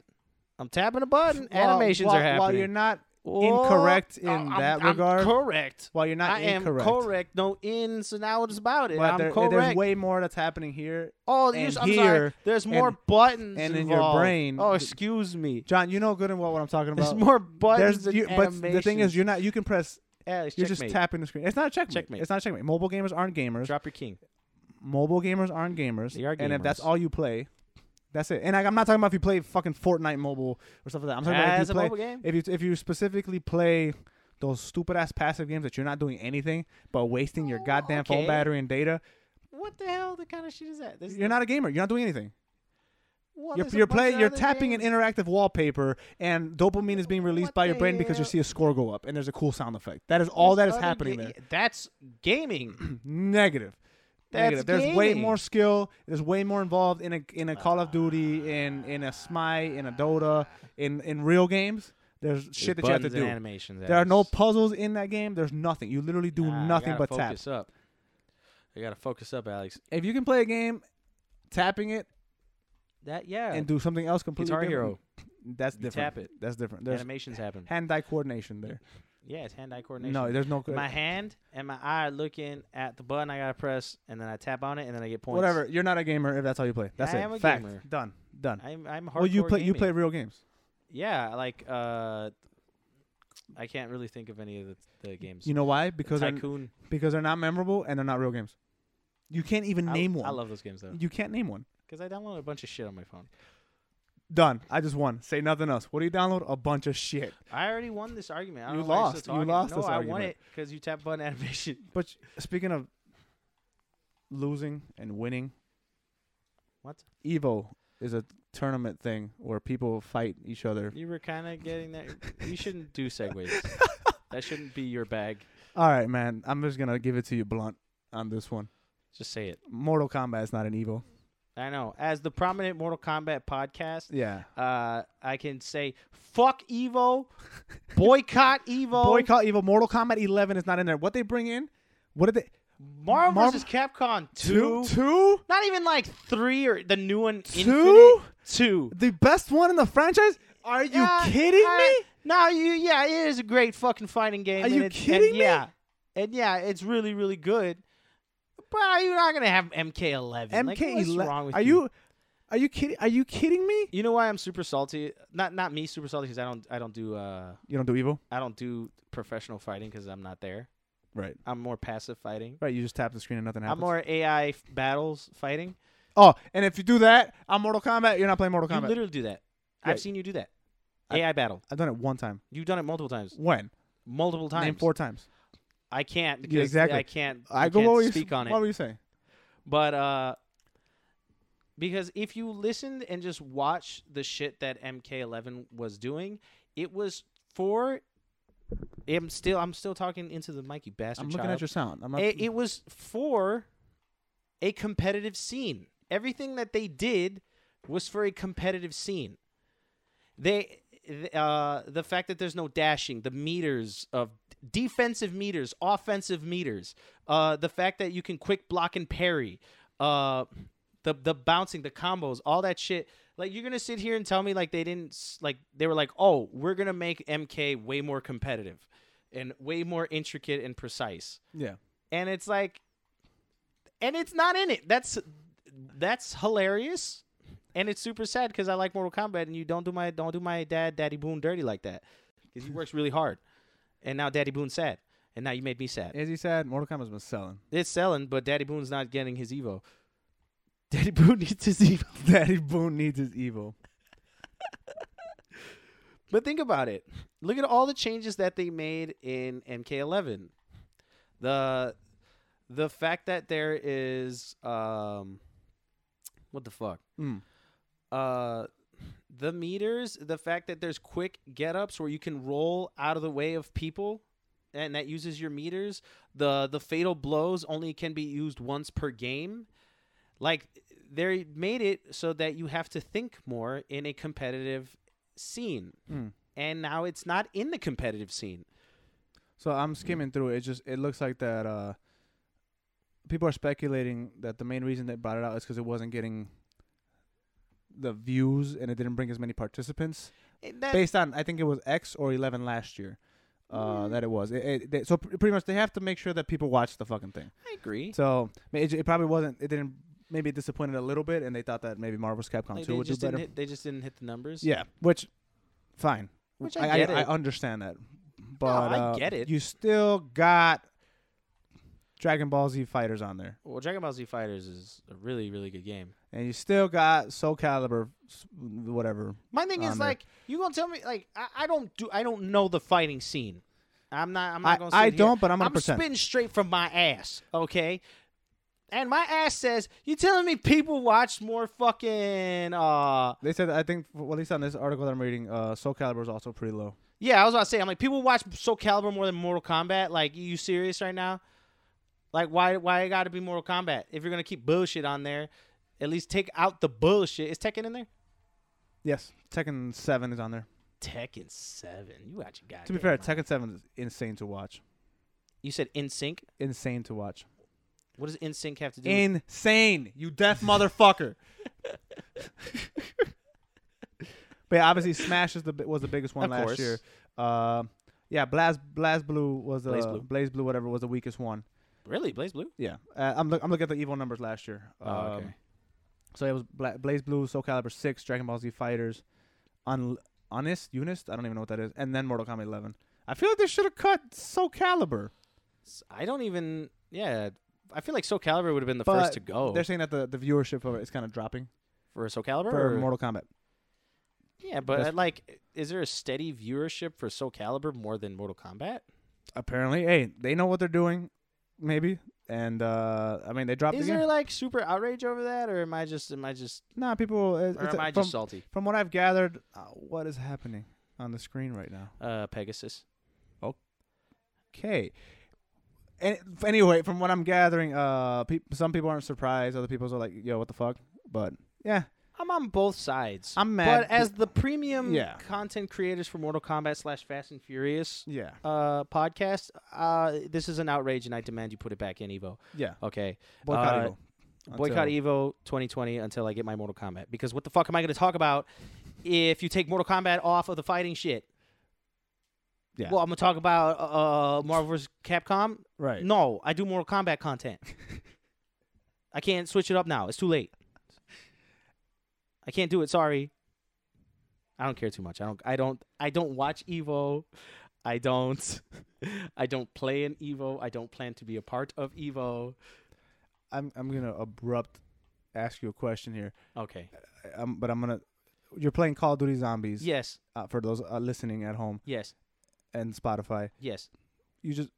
I'm tapping a button.
While-
animations
while-
are happening.
While you're not
Oh,
incorrect in
I- I'm-
that
I'm
regard,
correct.
while you're not
I am
incorrect.
correct. No ins and outs about it.
but
I'm
there-
correct.
there's way more that's happening here.
oh, you s-
and
I'm sorry.
here
There's more
and-
buttons
and in your
involved.
brain-
Oh, excuse me.
John, you know good and well what I'm talking about.
There's more buttons
There's-
than
you- but the thing is,
animations.
you're not. You can press.
Alex,
You're
checkmate.
just tapping the screen. It's not a checkmate.
Checkmate.
It's not a checkmate. Mobile gamers aren't gamers.
Drop your king.
Mobile gamers aren't gamers.
They are
And if that's
gamers.
all you play, that's it. And I, I'm not talking about if you play fucking Fortnite mobile or stuff like that. I'm talking about if
As Ah,
you
a
play
mobile game?
if you if you specifically play those stupid ass passive games that you're not doing anything but wasting your
Oh,
goddamn phone
okay.
battery and data.
What the hell? The kind of shit is that? This
You're not a gamer. You're not doing anything.
Well,
You're,
there's a
you're
bunch
playing.
of
You're
other
tapping
games.
an interactive wallpaper, and dopamine is being released
What
by your
the
brain because you
hell?
see a score go up, and there's a cool sound effect. That is all that
There's
is
other
happening
ga-
there.
That's gaming.
Negative.
That's
Negative. There's way
gaming.
more skill. There's way more involved in a in a Call of Duty, in
Ah.
in a Smite, in a Dota, in in real games. There's shit that you have to
buttons and
do.
Animations.
There are no
Alex.
puzzles in that game. There's nothing. You literally do
Nah, I
nothing
gotta
but tap.
focus up. I gotta focus up, Alex.
If you can play a game, tapping it
That yeah.
and do something else completely
Guitar
different,
Hero.
that's
You
different.
tap it.
That's different. There's
Animations happen.
hand-eye coordination there.
yeah, it's hand-eye coordination.
No, there's no.
my hand and my eye are looking at the button I gotta press, and then I tap on it, and then I get points.
Whatever. You're not a gamer if that's how you play. That's
I
it.
am a
Fact.
gamer.
Done. Done.
I'm I'm hardcore.
well, you play. You
gaming.
play real games.
Yeah, like uh, I can't really think of any of the, the games.
You know why? Because they're,
Tycoon.
because they're not memorable and they're not real games. You can't even
I-
name one.
I love those games though,
You can't name one.
because I download a bunch of shit on my phone.
Done. I just won. Say nothing else. What do you download? A bunch of shit.
I already won this argument. I
You
don't know why you're
lost.
still
You
talking.
lost
No,
this
I won
argument.
it because you tap button animation.
But speaking of losing and winning,
What?
Evo is a tournament thing where people fight each other.
You were kind of getting that. You shouldn't do segues. that shouldn't be your bag.
All right, man. I'm just gonna give it to you blunt on this one.
Just say it.
Mortal Kombat is not an evil.
I know. As the prominent Mortal Kombat podcast,
Yeah.
uh, I can say fuck Evo, boycott Evo,
Boycott evil. Mortal Kombat 11 is not in there. What they bring in? What did they?
Marvel
Marv-
vs. Capcom two.
Two? Two?
not even like three or the new one.
Two?
Infinite? two.
The best one in the franchise? Are you kidding me?
No, you. Yeah, it is a great fucking fighting game.
Are
and
you
it's,
kidding
and
me?
Yeah, and yeah, it's really really good. But you're not gonna have MK11. Like, what's
MK11.
wrong with
are you? Are you kidding? Are you kidding me?
You know why I'm super salty? Not not me super salty because I don't I don't do uh
You don't do evil,
I don't do professional fighting because I'm not there.
right?
I'm more passive fighting.
Right. You just tap the screen and nothing happens.
I'm more AI f- battles fighting.
oh, and if you do that on Mortal Kombat, you're not playing Mortal
You
Kombat.
literally do that. I've
Right.
seen you do that.
I-
AI battle.
I've done it one time.
You've done it multiple times.
When?
Multiple
Name
times.
four times.
I can't because
exactly.
I can't.
I,
I
go. What were you
can't speak on it.
What were you saying?
But uh because if you listened and just watched the shit that MK11 was doing, it was for I'm still I'm still talking into the mic, you bastard
I'm looking
child.
at your sound. I'm not.
it, it was for a competitive scene. Everything that they did was for a competitive scene. They th- uh, the fact that there's no dashing, the meters of defensive meters, offensive meters, uh, the fact that you can quick block and parry, uh, the the bouncing, the combos, all that shit. Like you're gonna sit here and tell me like they didn't s- like they were like, oh, we're gonna make MK way more competitive, and way more intricate and precise
yeah.
and it's like and it's not in it that's that's hilarious and it's super sad because i like mortal kombat and you don't do my don't do my dad daddy boone dirty like that because he works really hard and now daddy boone's sad and now you made me sad
As he said, Mortal Kombat's been selling.
it's selling but daddy boone's not getting his evo daddy boone needs his evo
Daddy Boone needs his evil.
But think about it. Look at all the changes that they made in MK11. The the fact that there is um what the fuck?
Mm.
Uh the meters, the fact that there's quick get-ups where you can roll out of the way of people and that uses your meters. The the fatal blows only can be used once per game. Like they made it so that you have to think more in a competitive scene
Mm.
and now it's not in the competitive scene.
So I'm skimming through. It just it looks like that. Uh, people are speculating that the main reason they brought it out is because it wasn't getting the views and it didn't bring as many participants.
And Eh, that-
Based on I think it was X or 11 last year. Uh,
Mm.
that it was. It, it, they, so pr- pretty much they have to make sure that people watch the fucking thing.
I agree.
So I mean, it, j- it probably wasn't. It didn't. Maybe it disappointed a little bit, and they thought that maybe Marvel's Capcom
Like, they,
2 would do
just
better.
didn't hit, they just didn't hit the numbers.
Yeah, which fine.
Which I get
I,
it.
understand that, but
I
uh,
get it.
You still got Dragon Ball Z fighters on there,
Well, Dragon Ball Z Fighters is a really, really good game.
and you still got Soul Calibur, s- whatever.
My thing is
On there.
like you gonna tell me like I, I don't do I don't know the fighting scene. I'm not. I'm not
I-
gonna.
I
sit here.
don't, but I'm
I'm
100%.
spitting straight from my ass. Okay. And my ass says, "You telling me people watch more fucking?" uh
They said I think well, at least on this article that I'm reading, uh, Soul Calibur is also pretty low.
Yeah, I was about to say. I'm like, people watch Soul Calibur more than Mortal Kombat. Like, you serious right now? Like, why? Why it got to be Mortal Kombat? If you're gonna keep bullshit on there, at least take out the bullshit. Is Tekken in there?
Yes, Tekken Seven is on there.
Tekken Seven. You got your guy.
To be fair, Tekken Seven is insane to watch.
You said In Sync.
Insane to watch.
What does In Sync have to do? with
Insane, you deaf motherfucker. but yeah, obviously, Smash is the bi- was the biggest one
Of
last
course.
year. Uh, yeah, Blaz Blaz Blue was the
Blaze
Blaze
Blue.
Blue. whatever was the weakest one.
really Blaze Blue?
Yeah, uh, I'm look, I'm looking at the evil numbers last year.
Oh, okay.
Um, So it was Bla- Blaze Blue, Soul Calibur Six, Dragon Ball Z Fighters, Un- Honest, Unist. I don't even know what that is. And then Mortal Kombat 11. I feel like they should have cut Soul Calibur.
S- I don't even. Yeah, I feel like Soul Calibur would have been the
But
first to go
They're saying that the, the viewership of it is kind of dropping
for Soul Calibur.
for
or-
Mortal Kombat.
yeah, but
that's-
uh, like, is there a steady viewership for Soul Calibur more than Mortal Kombat?
apparently, hey, they know what they're doing, maybe. And uh, I mean, they dropped
Is
the game.
there like super outrage over that, or am I just am I just
nah, people. uh, It's,
or
it's-
am I
from,
just salty?
from what I've gathered, uh, what is happening uh, on the screen right now?
Uh, Pegasus.
Okay, And anyway, from what I'm gathering, uh, peop some people aren't surprised. Other people are like, "Yo, what the fuck?" But yeah,
I'm on both sides.
I'm mad
But as the premium
Yeah.
content creators for Mortal Kombat slash Fast and Furious
yeah,
uh, podcast, uh, this is an outrage, and I demand you put it back in Evo.
yeah.
Okay.
Boycott
Uh,
Evo. Until-
Boycott Evo 2020 until I get my Mortal Kombat. Because what the fuck am I going to talk about if you take Mortal Kombat off of the fighting shit?
Yeah.
Well, I'm going to talk about uh, Marvel vs. Capcom.
Right.
No, I do Mortal Kombat content. I can't switch it up now. It's too late. I can't do it. Sorry. I don't care too much. I don't. I don't. I don't watch Evo. I don't. I don't play in Evo. I don't plan to be a part of Evo.
I'm I'm gonna abrupt ask you a question here.
Okay.
Um, but I'm gonna. You're playing Call of Duty Zombies.
Yes.
Uh, for those uh, listening at home
Yes.
and Spotify,
Yes.
you just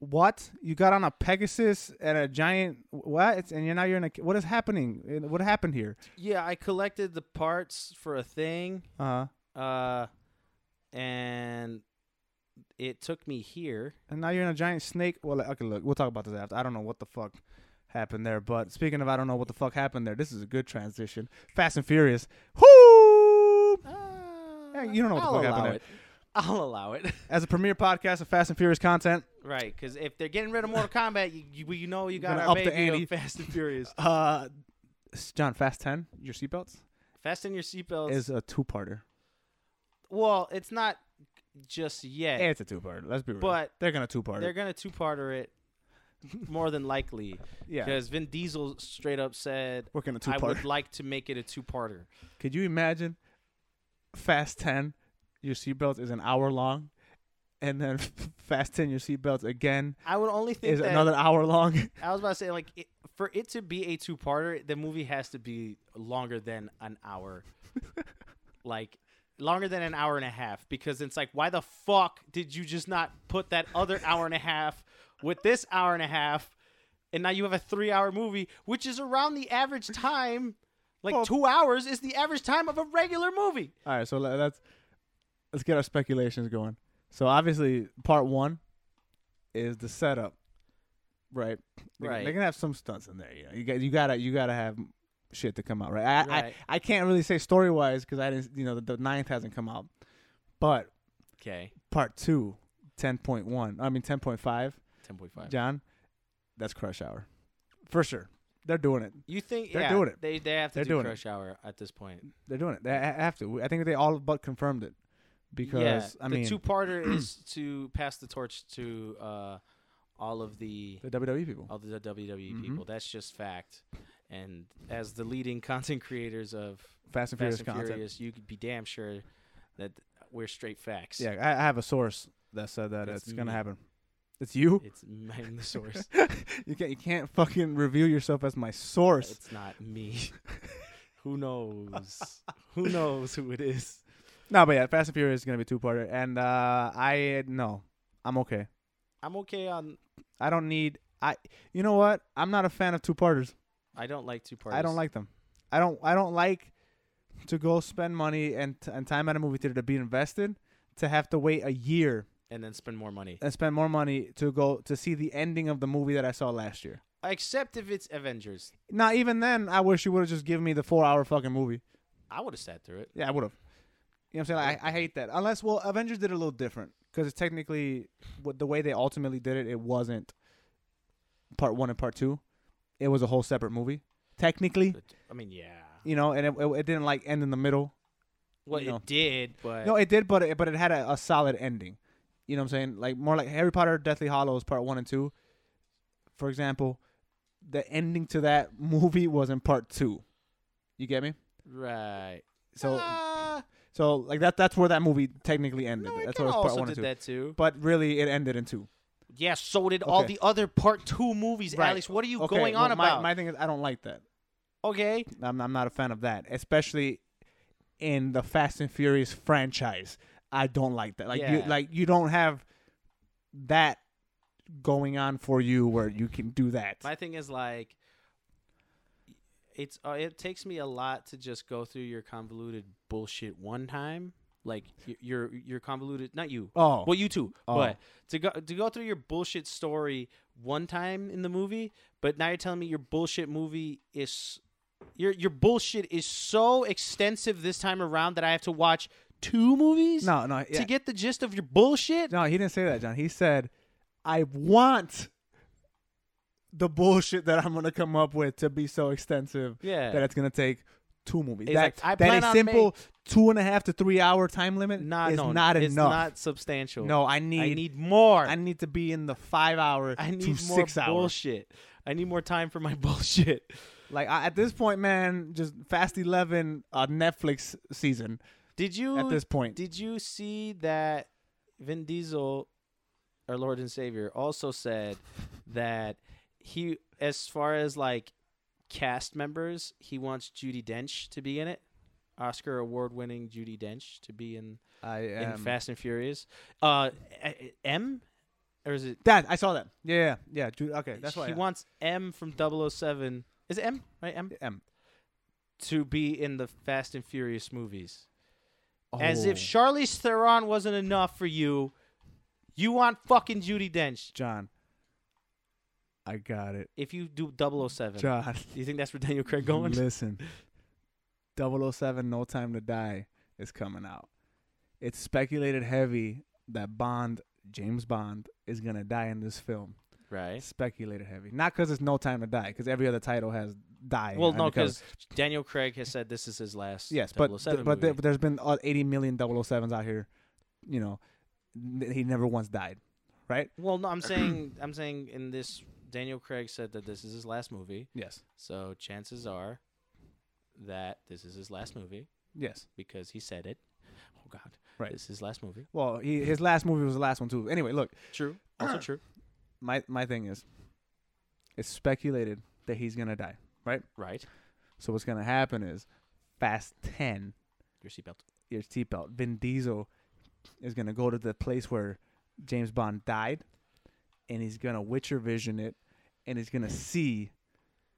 what you got on a Pegasus and a giant what? And you're now you're in a what is happening? And What happened here?
Yeah, I collected the parts for a thing,
Uh huh.
uh, and it took me here.
And now you're in a giant snake. Well, okay, look, we'll talk about this after. I don't know what the fuck happened there. But speaking of, I don't know what the fuck happened there. This is a good transition. Fast and Furious. Whoo!
Eh,
Hey, you don't know what
Uh,
the
I'll
fuck happened
allow
there.
it. I'll allow it.
As a premier podcast of Fast and Furious content,
right, because if they're getting rid of Mortal Kombat, you, you, you know you got
Gonna
our
up the
baby of
ante.
Fast and Furious.
uh, s- John, Fast Ten, your seatbelts
Fasten your seatbelts.
is a two-parter.
well, it's not just yet.
It's a two-parter. Let's be real.
But
they're gonna two-parter.
they're gonna two-parter it, more than likely.
yeah.
Because Vin Diesel straight up said,
We're gonna
"I
two-parter.
would like to make it a two-parter."
Could you imagine Fast 10, your seatbelt is an hour long, and then Fast 10, your seatbelts again
I would only think
is
that
another hour long?
I was about to say, like, it, for it to be a two-parter, the movie has to be longer than an hour, like longer than an hour and a half, because it's like, why the fuck did you just not put that other hour and a half with this hour and a half, and now you have a three-hour movie, which is around the average time, like
Well-
two hours is the average time of a regular movie.
All right, so le- let's let's get our speculations going. So obviously, part one is the setup, right? They're,
Right.
They're gonna have some stunts in there. You know, you got you gotta you gotta have shit to come out, right? I
Right.
I, I can't really say story wise because I didn't, you know, the, the ninth hasn't come out, but
Okay,
part two, 10.1, I mean 10.5,
ten point five.
John, that's crush hour, for sure. They're doing it.
You think
They're
yeah,
doing it.
They they have to
They're
do
doing it.
Crush Hour at this point.
They're doing it. They ha- have to. I think they all but confirmed it because I mean
the two-parter is to pass the torch to uh, all of the
the WWE people.
all the WWE
Mm-hmm.
people. That's just fact. And as the leading content creators of
Fast and Furious
Fast and
content.
Furious, you could be damn sure that we're straight facts.
Yeah, I, I have a source that said that
That's
it's
me.
gonna happen. It's you.
it's I'm the source.
you can't. You can't fucking reveal yourself as my source.
it's not me. who knows? who knows who it is?
No, but yeah, Fast and Furious is gonna be two parter, and uh, I no, I'm okay.
I'm okay on.
I don't need. I. You know what? I'm not a fan of two parters.
I don't like two parts.
I don't like them. I don't. I don't like to go spend money and t- and time at a movie theater to be invested. To have to wait a year
and then spend more money.
and spend more money to go to see the ending of the movie that I saw last year.
Except if it's Avengers,
Now, even then, I wish you would have just given me the four hour fucking movie.
I would have sat through it.
Yeah, I would have. You know what I'm saying? Like, I, I hate that. Unless, well, Avengers did it a little different because it's technically what the way they ultimately did it. It wasn't part one and part two. It was a whole separate movie, technically.
But, I mean, yeah.
You know, and it, it, it didn't like end in the middle.
Well,
you know.
it did, but
No, it did, but it, but it had a, a solid ending. You know what I'm saying? Like more like Harry Potter, Deathly Hollows, part one and two. For example, the ending to that movie was in part two. You get me?
right.
So
Ah,
So like that that's where that movie technically ended.
no, it
that's
kinda
where it was part
also
one and
did
two.
that too.
But really it ended in two.
yeah, so did all
Okay.
the other part two movies,
Right.
Alex. What are you
Okay,
going
well,
on
my,
about?
My thing is I don't like that.
okay,
I'm I'm not a fan of that. Especially in the Fast and Furious franchise. I don't like that. Like you
Yeah.
like you don't have that going on for you where you can do that.
my thing is like, it's uh, it takes me a lot to just go through your convoluted bullshit one time. like y- your your convoluted not you
Oh.
well you too
Oh.
but to go to go through your bullshit story one time in the movie but now you're telling me your bullshit movie is your your bullshit is so extensive this time around that I have to watch two movies
No, no, yeah.
to get the gist of your bullshit
No, he didn't say that, John. He said, "I want the bullshit that I'm gonna come up with to be so extensive
Yeah.
that it's gonna take two movies.
He's
that
like, I
that
plan
a
on
simple two and a half to three hour time limit
Nah,
is
no,
not
it's
enough.
not substantial
no, I need,
I need more
I need to be in the five hour
I need
to
more
six hour.
bullshit I need more time for my bullshit
Like I, at this point, man, just Fast Eleven uh, Netflix season.
Did you
at this point.
Did you see that Vin Diesel, our Lord and Savior, also said that he, as far as like cast members, he wants Judy Dench to be in it, Oscar award-winning Judy Dench to be in
I
in
am-
Fast and Furious. Uh, a- a- M, or is it?
That I saw that. Yeah, yeah, yeah. Dude, okay, that's why
he
I-
wants M from 007. Is it M? Right, M
M.
to be in the Fast and Furious movies. As if
Oh,
Charlize Theron wasn't enough for you, you want fucking Judy Dench.
John. I got it,
If you do 007, do
John.
you think that's where Daniel Craig going?
Listen, 007 No Time to Die is coming out. It's speculated heavy that Bond, James Bond, is going to die in this film.
Right.
Speculated heavy. Not because it's No Time to Die, because every other title has die.
Well, no,
undercover.
because Daniel Craig has said this is his last.
Yes, but,
007
th- but,
movie.
there- but there's been uh, 80 million 007s out here. You know, n- he never once died, right?
well, no, I'm saying I'm saying in this Daniel Craig said that this is his last movie,
Yes.
so chances are that this is his last movie
Yes.
because he said it. Oh God,
Right.
This is his last movie.
Well, he, his last movie was the last one, too. Anyway, look.
True. Also true.
my my thing is it's speculated that he's gonna die right
Right.
so what's gonna happen is fast 10
Your seatbelt.
your seatbelt vin diesel is gonna go to the place where james bond died and he's gonna witcher vision it and he's gonna see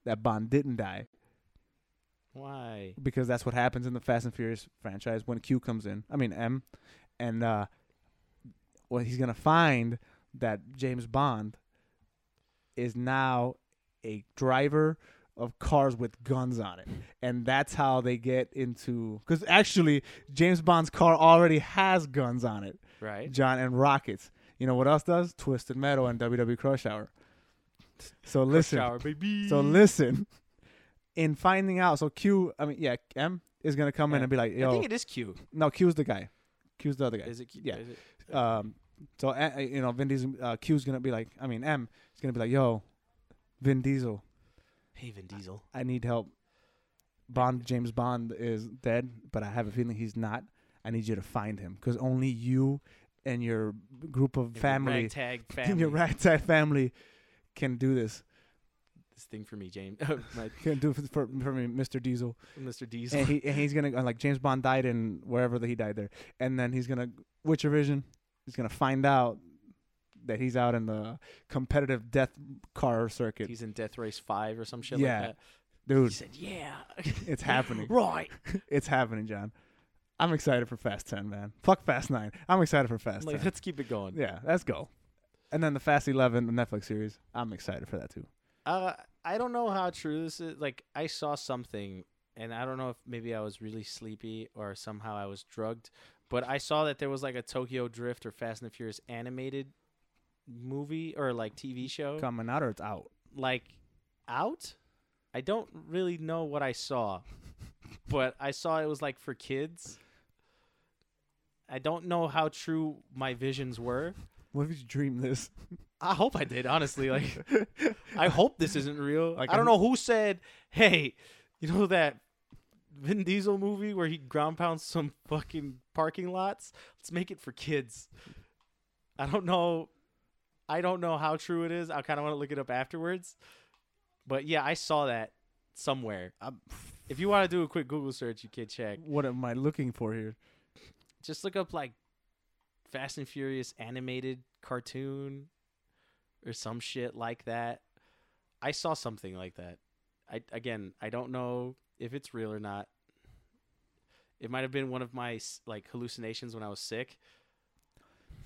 that bond didn't die
Why?
because that's what happens in the fast and furious franchise when q comes in i mean m and uh well he's gonna find that james bond is now a driver of cars with guns on it and that's how they get into because actually james bond's car already has guns on it
Right.
john and rockets you know what else does twisted metal and wwe crush hour so listen
Shower, baby.
so listen in finding out so q i mean yeah m is gonna come in
Yeah.
and be like
I
yo
think it is cute.
no q's the guy q's the other guy
Is it cute?
yeah
Is it-
um, so uh, uh, you know, Vin Diesel, uh, Q's gonna be like, I mean, M is gonna be like, yo, Vin Diesel,
Hey, Vin Diesel.
I need help. Bond, James Bond is dead, but I have a feeling he's not. I need you to find him because only you and your group of family,
Tag
in
family.
your ragtag family, can do this.
This thing for me, James. Oh, My,
Can do it for, for me, Mr. Diesel.
Mr. Diesel.
and he and he's gonna uh, like James Bond died in wherever that he died there, and then he's gonna Witcher Vision. He's gonna find out that he's out in the competitive death car circuit,
He's in Death Race 5 or some shit
Yeah.
like that. He
dude.
said, yeah.
It's happening.
right.
It's happening, John. I'm excited for Fast Ten, man. Fuck Fast Nine. I'm excited for
I'm
Fast
like,
Ten.
let's keep it going.
Yeah, let's go. And then the Fast Eleven, the Netflix series. I'm excited for that too.
Uh, I don't know how true this is. Like, I saw something, and I don't know if maybe I was really sleepy or somehow I was drugged, but I saw that there was like a Tokyo Drift or Fast and the Furious animated movie or like TV show.
Coming out or it's out.
like out. I don't really know what I saw, but I saw it was like for kids. I don't know how true my visions were.
What if you dream this?
I hope I did, honestly. Like, I hope this isn't real.
Like,
I don't
I'm-
know who said, "Hey, you know that Vin Diesel movie where he ground pounds some fucking parking lots? Let's make it for kids." I don't know. I don't know how true it is. I kind of want to look it up afterwards. But yeah, I saw that somewhere.
I'm-
If you want to do a quick Google search, you can check.
what am I looking for here?
Just look up like Fast and Furious animated cartoon or some shit like that. I saw something like that. I again, I don't know if it's real or not. It might have been one of my s- like hallucinations when I was sick.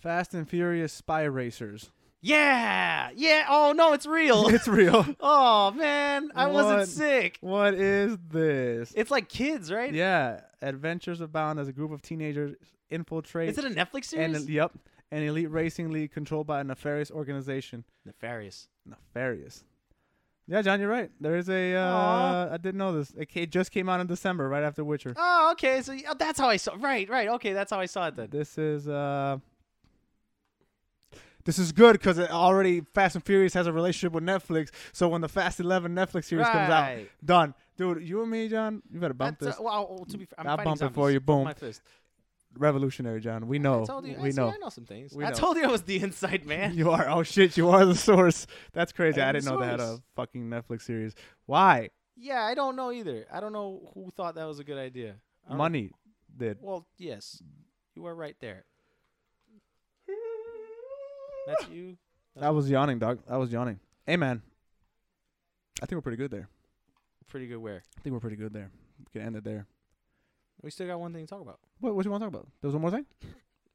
Fast and Furious Spy Racers.
Yeah, yeah. Oh no, it's real.
It's real.
oh man, I wasn't
What?
sick.
what is this?
It's like kids, right?
Yeah, adventures abound as a group of teenagers infiltrate
Is it a Netflix
an
series?
yep, an elite racing league controlled by a nefarious organization.
Nefarious.
Nefarious. Yeah, John, you're right. There is a. Uh,
Aw.
I didn't know this. It ca- just came out in December, right after Witcher.
Oh, okay. So oh, that's how I saw. Right, right. Okay, that's how I saw it then.
This is. Uh, this is good because already Fast and Furious has a relationship with Netflix. So when the Fast Eleven Netflix series comes out,
Right.
done, dude. You and me, John, you better bump
That's-
this.
uh, well, I'll- to be fair, I'm
I'll
fighting
bump it
zombies
for you.
with
Boom.
My fist.
Revolutionary, John. We know.
I told you. I
we
see,
know.
I know some things.
We
I
know.
told you I was the inside man.
You are. Oh shit! You are the source. That's crazy.
I
I,
am the
didn't know they had
source.
a fucking Netflix series. Why?
yeah, I don't know either. I don't know who thought that was a good idea. I don't-
Money did.
Well, yes, you are right there. That's you.
I was yawning, dog. I was yawning. Hey, man. I think we're pretty good there.
Pretty good wear.
I think we're pretty good there. We can end it there.
We still got one thing to talk about.
What? What you want to talk about? There was one more thing.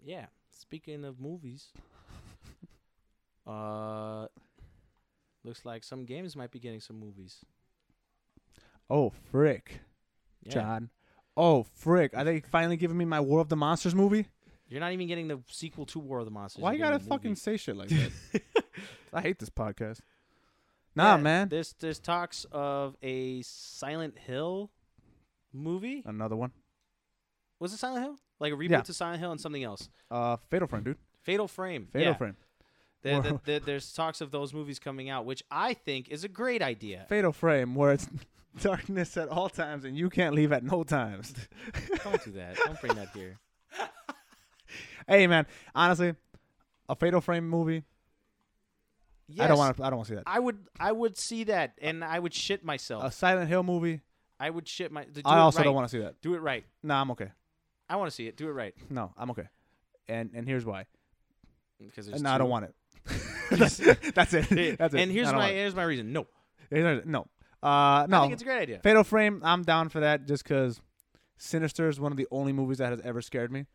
Yeah. Speaking of movies, uh, looks like some games might be getting some movies.
Oh frick,
Yeah.
John. Oh frick. Are they finally giving me my War of the Monsters movie?
You're not even getting the sequel to War of the Monsters.
Why you
you're
gotta
getting the
fucking
movie.
say shit like that? I hate this podcast. Nah,
Yeah,
man.
There's there's talks of a Silent Hill movie.
Another one.
Was it Silent Hill? Like a reboot
Uh, Yeah.
to Silent Hill and something else.
Uh, Fatal Frame, dude.
Fatal Frame.
Fatal
yeah.
Frame.
There,
Or-
there- there- there's talks of those movies coming out, which I think is a great idea.
Fatal Frame, where it's darkness at all times and you can't leave at no times.
Don't do that. Don't bring that here.
hey, man. Honestly, a Fatal Frame movie.
Yes,
I don't want. to. I don't want to see that.
I would. I would see that, and I would shit myself.
A Silent Hill movie.
I would shit my. Do
I also
it right.
don't want to see that.
Do it right.
Nah, I'm okay.
I want to see it. Do it right.
No, I'm okay. And and here's why.
Because
No, I don't want it. that's, that's it. That's it.
And here's
I don't
my
want it.
here's my reason. No,
Here's my- no. Uh,
I
no.
think it's a great idea.
Fatal Frame. I'm down for that just because Sinister is one of the only movies that has ever scared me.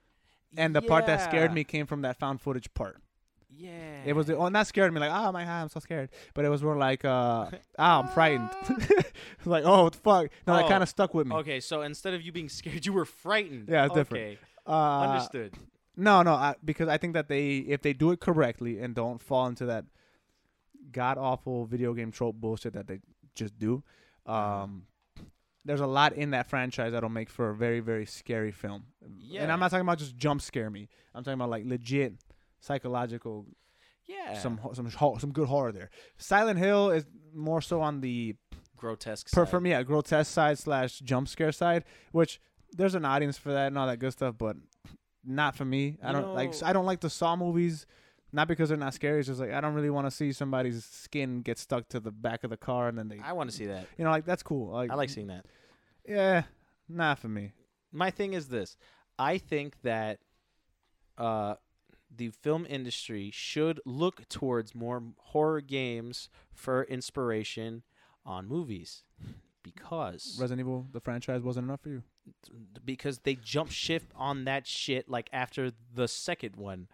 And the part that scared
Yeah.
me came from that found footage part.
Yeah.
It was the oh, not scared me like oh my god I'm so scared, but it was more like uh ah I'm frightened, like oh what the fuck. No,
Ah. Oh,
that kind of stuck with me.
Okay, so instead of you being scared, you were frightened.
Yeah, it's
okay.
different. Uh,
Understood.
No, no, I, because I think that they if they do it correctly and don't fall into that god awful video game trope bullshit that they just do,
Uh-huh.
um, there's a lot in that franchise that'll make for a very very scary film. And
Yeah.
I'm not talking about just jump scare me. I'm talking about like legit psychological
Yeah.
some ho- some ho- some good horror there. Silent Hill is more so on the
grotesque.
per-
side.
from yeah grotesque side slash jump scare side, which there's an audience for that and all that good stuff, but not for me. I
You
don't like
know-
I don't like the Saw movies. Not because they're not scary, it's just like I don't really want to see somebody's skin get stuck to the back of the car and then they,
I want to see that.
you know, like that's cool. Like,
I like seeing that.
yeah, not for me.
my thing is this i think that uh the film industry should look towards more m- horror games for inspiration on movies because
Resident Evil the franchise wasn't enough for you.
because they jump shift on that shit like after the second one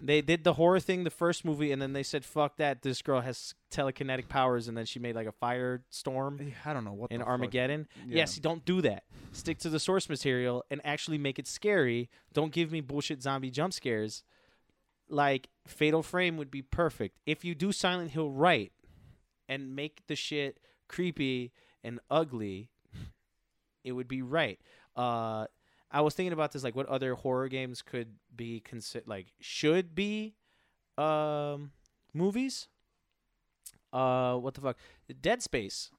they did the horror thing the first movie and then they said fuck that this girl has telekinetic powers and then she made like a fire storm
Eh, I don't know what
in
the fuck.
Armageddon.
Yeah.
Yes, don't do that. Stick to the source material and actually make it scary. Don't give me bullshit zombie jump scares. Like Fatal Frame would be perfect if you do Silent Hill right and make the shit creepy and ugly. It would be right. Uh, I was thinking about this, like what other horror games could be considered, like should be, um, movies. Uh, what the fuck? Dead Space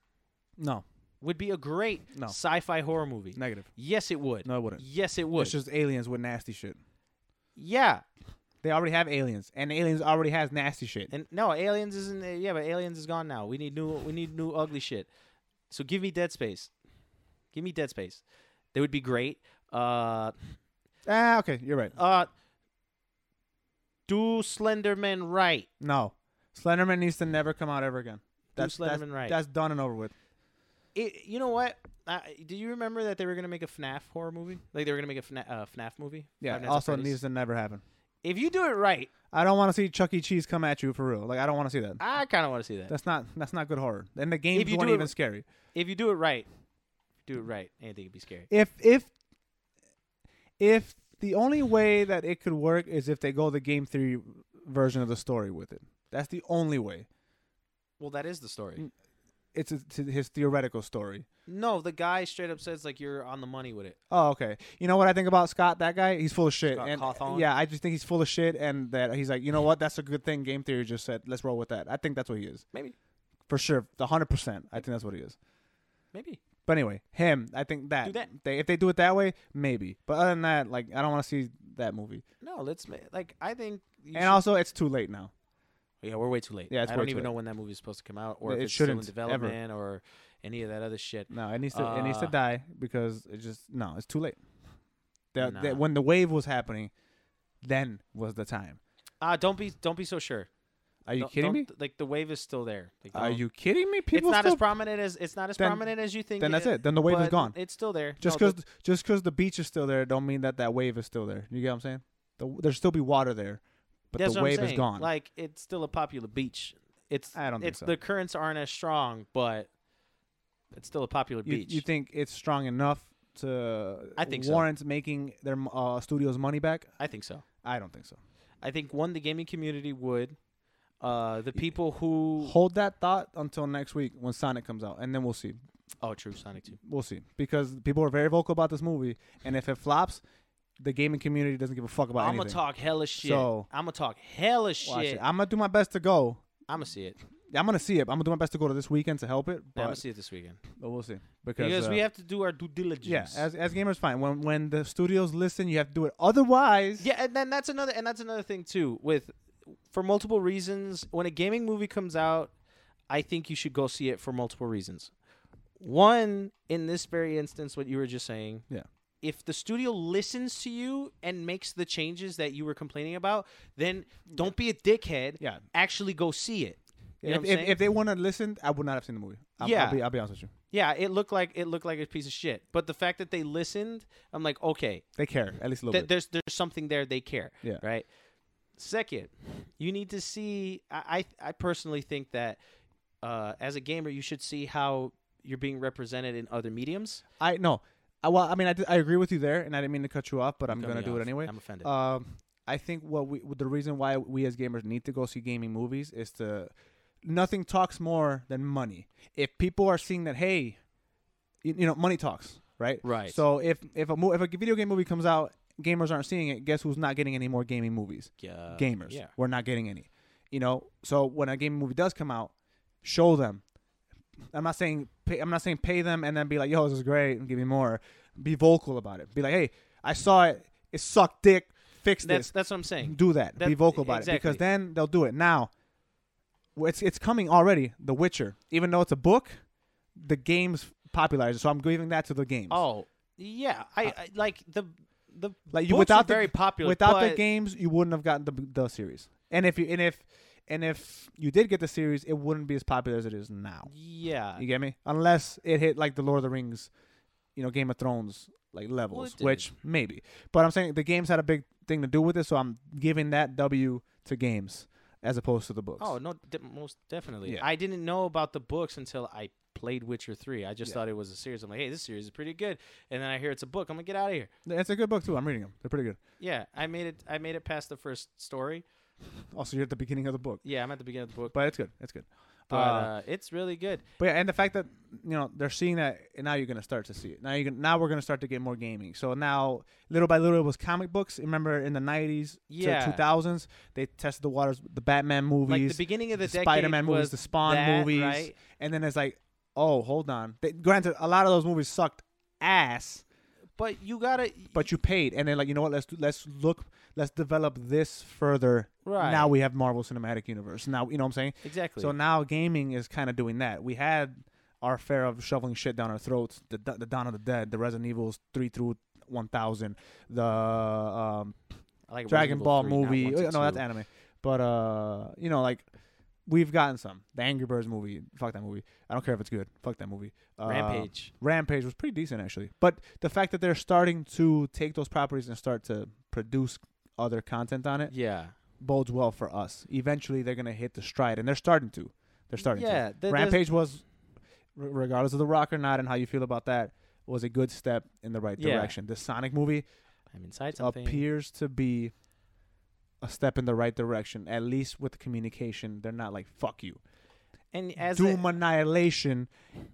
No,
would be a great
No.
sci-fi horror movie.
negative.
Yes, it would.
No, it wouldn't.
Yes, it would.
It's just aliens with nasty shit.
yeah,
They already have aliens, and aliens already has nasty shit.
and no, Aliens isn't. Yeah, but Aliens is gone now. We need new. We need new ugly shit. So give me Dead Space. Give me Dead Space. They would be great. Uh,
Ah, okay, you're right.
uh, do Slenderman right.
No, Slenderman needs to never come out ever again.
Do
That's that's,
Slenderman right.
that's done and over with.
it, you know what? Uh, do you remember that they were gonna make a FNAF horror movie? Like they were gonna make a FNAF, uh, FNAF movie.
Yeah.
Five Nights at
also, it
Freddy's?
needs to never happen.
if you do it right,
I don't want to see Chuck E. Cheese come at you for real. Like I don't want to see that.
I kind of want to see that.
That's not that's not good horror. And the games
you
weren't
do it-
even scary.
if you do it right, if you do it right, anything could be scary.
If if if the only way that it could work is if they go the game theory version of the story with it. That's the only way.
Well, that is the story.
It's a, to his theoretical story.
No, the guy straight up says like you're on the money with it.
Oh, okay. You know what I think about Scott? That guy, he's full of shit.
Scott
and uh,
Cawthon?
yeah, I just think he's full of shit, and that he's like, you know what? That's a good thing. Game theory just said, let's roll with that. I think that's what he is
Maybe,
for sure, hundred percent. I think that's what he is.
maybe.
But anyway, him, I think that,
Do that.
They, if they do it that way, maybe. But other than that, like, I don't want to see that movie.
No, let's ma- like I think. You
And
should-
also, it's too late now.
yeah, we're way too late.
Yeah, it's
I
way
don't
too
even
late.
know when that movie is supposed to come out, or
It
if it's still in
shouldn't, ever.
development, or any of that other shit.
No, it needs to it needs to
Uh,
die because it just no, it's too late. That,
Nah.
that when the wave was happening, then was the time.
Uh, don't be don't be so sure.
Are you
Don't-
kidding me?
don't- Like the wave is still there. Like,
Are
don't-
you kidding me?
It's
People
not
still
as prominent as it's not as
Then-
prominent as you think.
then that's it. Then the wave is
but
gone.
It's still there.
just
No,
because just because the beach is still there, don't mean that that wave is still there. You get what I'm saying? The, there'll still be water there, but
That's
the
what I'm
wave is
saying.
gone.
Like it's still a popular beach. It's
I don't think
it's
so.
the currents aren't as strong, but it's still a popular
you,
beach.
you think it's strong enough to
I think so.
warrant making their uh, studio's money back?
I think so.
I don't think so.
I think one the gaming community would, uh, the people who
Hold that thought until next week when Sonic comes out, and then we'll see.
oh true Sonic Two.
We'll see because people are very vocal about this movie, and if it flops, the gaming community doesn't give a fuck about
I'm gonna
anything.
talk hella shit.
So-
I'm gonna talk hella
Watch
shit.
it. I'm gonna do my best to go.
I'm gonna see it.
I'm gonna see it. I'm gonna do my best to go to this weekend to help it,
I'm
but,
gonna see it this weekend
but we'll see because,
because
uh,
we have to do our due diligence.
Yeah, as, as gamers, fine. When when the studios listen, you have to do it. Otherwise,
Yeah, and then that's another and that's another thing too. With for multiple reasons, when a gaming movie comes out, I think you should go see it for multiple reasons. One, in this very instance, what you were just saying.
Yeah.
If the studio listens to you and makes the changes that you were complaining about, then don't be a dickhead.
Yeah.
Actually go see it. You know
if,
what I'm
if,
saying?
if they want to listen, I would not have seen the movie. I'll,
Yeah.
I'll be, I'll be honest with you.
yeah, it looked like it looked like a piece of shit. But the fact that they listened, I'm like, okay,
They care at least a little
Th- there's there's something there they care.
Yeah.
Right. Second, you need to see. I I, I personally think that uh, as a gamer, you should see how you're being represented in other mediums.
bit. I no, I, well, I mean, I, d- I agree with you there, and I didn't mean to cut you off, but I'm
cut
gonna
me
do it
off.
anyway.
I'm offended.
Um, I think what we the reason why we as gamers need to go see gaming movies is to nothing talks more than money. If people are seeing that, hey, you, you know, money talks, right?
Right.
So if if a mo- if a video game movie comes out, gamers aren't seeing it. Guess who's not getting any more gaming movies?
Yeah.
gamers.
Uh, Yeah.
We're not getting any. You know, so when a gaming movie does come out, show them. I'm not saying pay, I'm not saying pay them and then be like, "Yo, this is great, give me more." Be vocal about it. Be like, "Hey, I saw it. It sucked dick. Fix
That's
this.
that's what I'm saying.
do that. Be
that-
vocal about it
exactly.
because then they'll do it." Now, w- it's it's coming already. The Witcher, even though it's a book, the game's popularized. So I'm giving that to the games.
Oh yeah. I, I like the the
Uh, like you
books
without
are
the,
very popular
without the
but-
games you wouldn't have gotten the, the series and if you and if and if you did get the series it wouldn't be as popular as it is now
Yeah.
you get me unless it hit like the lord of the rings you know game of thrones like levels
did.
which maybe but i'm saying the games had a big thing to do with it so i'm giving that w to games as opposed to the books
Oh no, de- most definitely.
Yeah.
I didn't know about the books until I played Witcher Three. I just thought it was a series. I'm like, hey, this series is pretty good. And then I hear it's a book. I'm like, get out of here.
it's a good book too i'm reading them they're pretty good
Yeah, I made it. I made it past the first story.
also you're at the beginning of the book
Yeah, I'm at the beginning of the book, but,
but it's good it's good
uh,
Uh,
it's really good.
But yeah, and the fact that you know they're seeing that, and now you're gonna start to see it. Now you can now we're gonna start to get more gaming. So now little by little it was comic books. Remember in the '90s
Yeah.
to 2000s, they tested the waters, the Batman movies,
Like the beginning of the, decade
Spider-Man movies,
was
the Spawn
that,
movies,
right?
and then it's like, oh, hold on. They, granted, a lot of those movies sucked ass,
But you gotta.
but you paid, and then like you know what? Let's do, let's look, let's develop this further.
Right.
now we have Marvel Cinematic Universe. Now you know what I'm saying.
exactly.
So now gaming is kind of doing that. We had our fair of shoveling shit down our throats. The D- the Dawn of the Dead, the Resident Evils three through one thousand, the um,
I like
Dragon
Resident Evil
Ball
3, not
movie.
one to
uh, No, that's
two.
anime. But uh, you know, like We've gotten some. The Angry Birds movie. Fuck that movie. I don't care if it's good. Fuck that movie. Uh,
Rampage.
Rampage was pretty decent actually. But the fact that they're starting to take those properties and start to produce other content on it
Yeah.
bodes well for us. Eventually, they're gonna hit the stride, and they're starting to. They're starting
Yeah,
to.
th- there's-
Rampage was, re- regardless of the rock or not, and how you feel about that, was a good step in the right
Yeah.
direction. The Sonic movie
I'm inside something.
appears to be a step in the right direction, at least with the communication. They're not like "fuck you."
and as a-
Doom Annihilation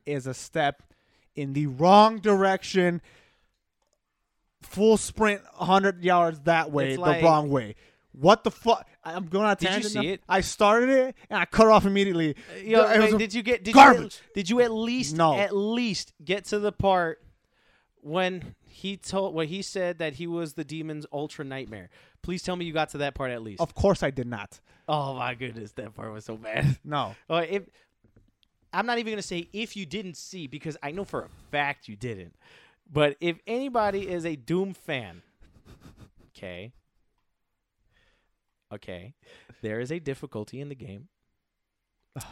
is a step in the wrong direction. Full sprint, hundred yards that way,
It's
the
like-
wrong way. What the fuck? I'm going on a
Did you
tangent.
see
now.
it?
I started it and I cut off immediately.
Yo,
It was
wait,
a-
did you get did
garbage.
You at, did you at least
No.
at least get to the part when he told when he said that he was the demon's ultra nightmare? Please tell me you got to that part at least.
of course, I did not.
Oh my goodness, that part was so bad.
No,
Oh, if I'm not even gonna say if you didn't see because I know for a fact you didn't. But if anybody is a Doom fan, okay, okay, there is a difficulty in the game,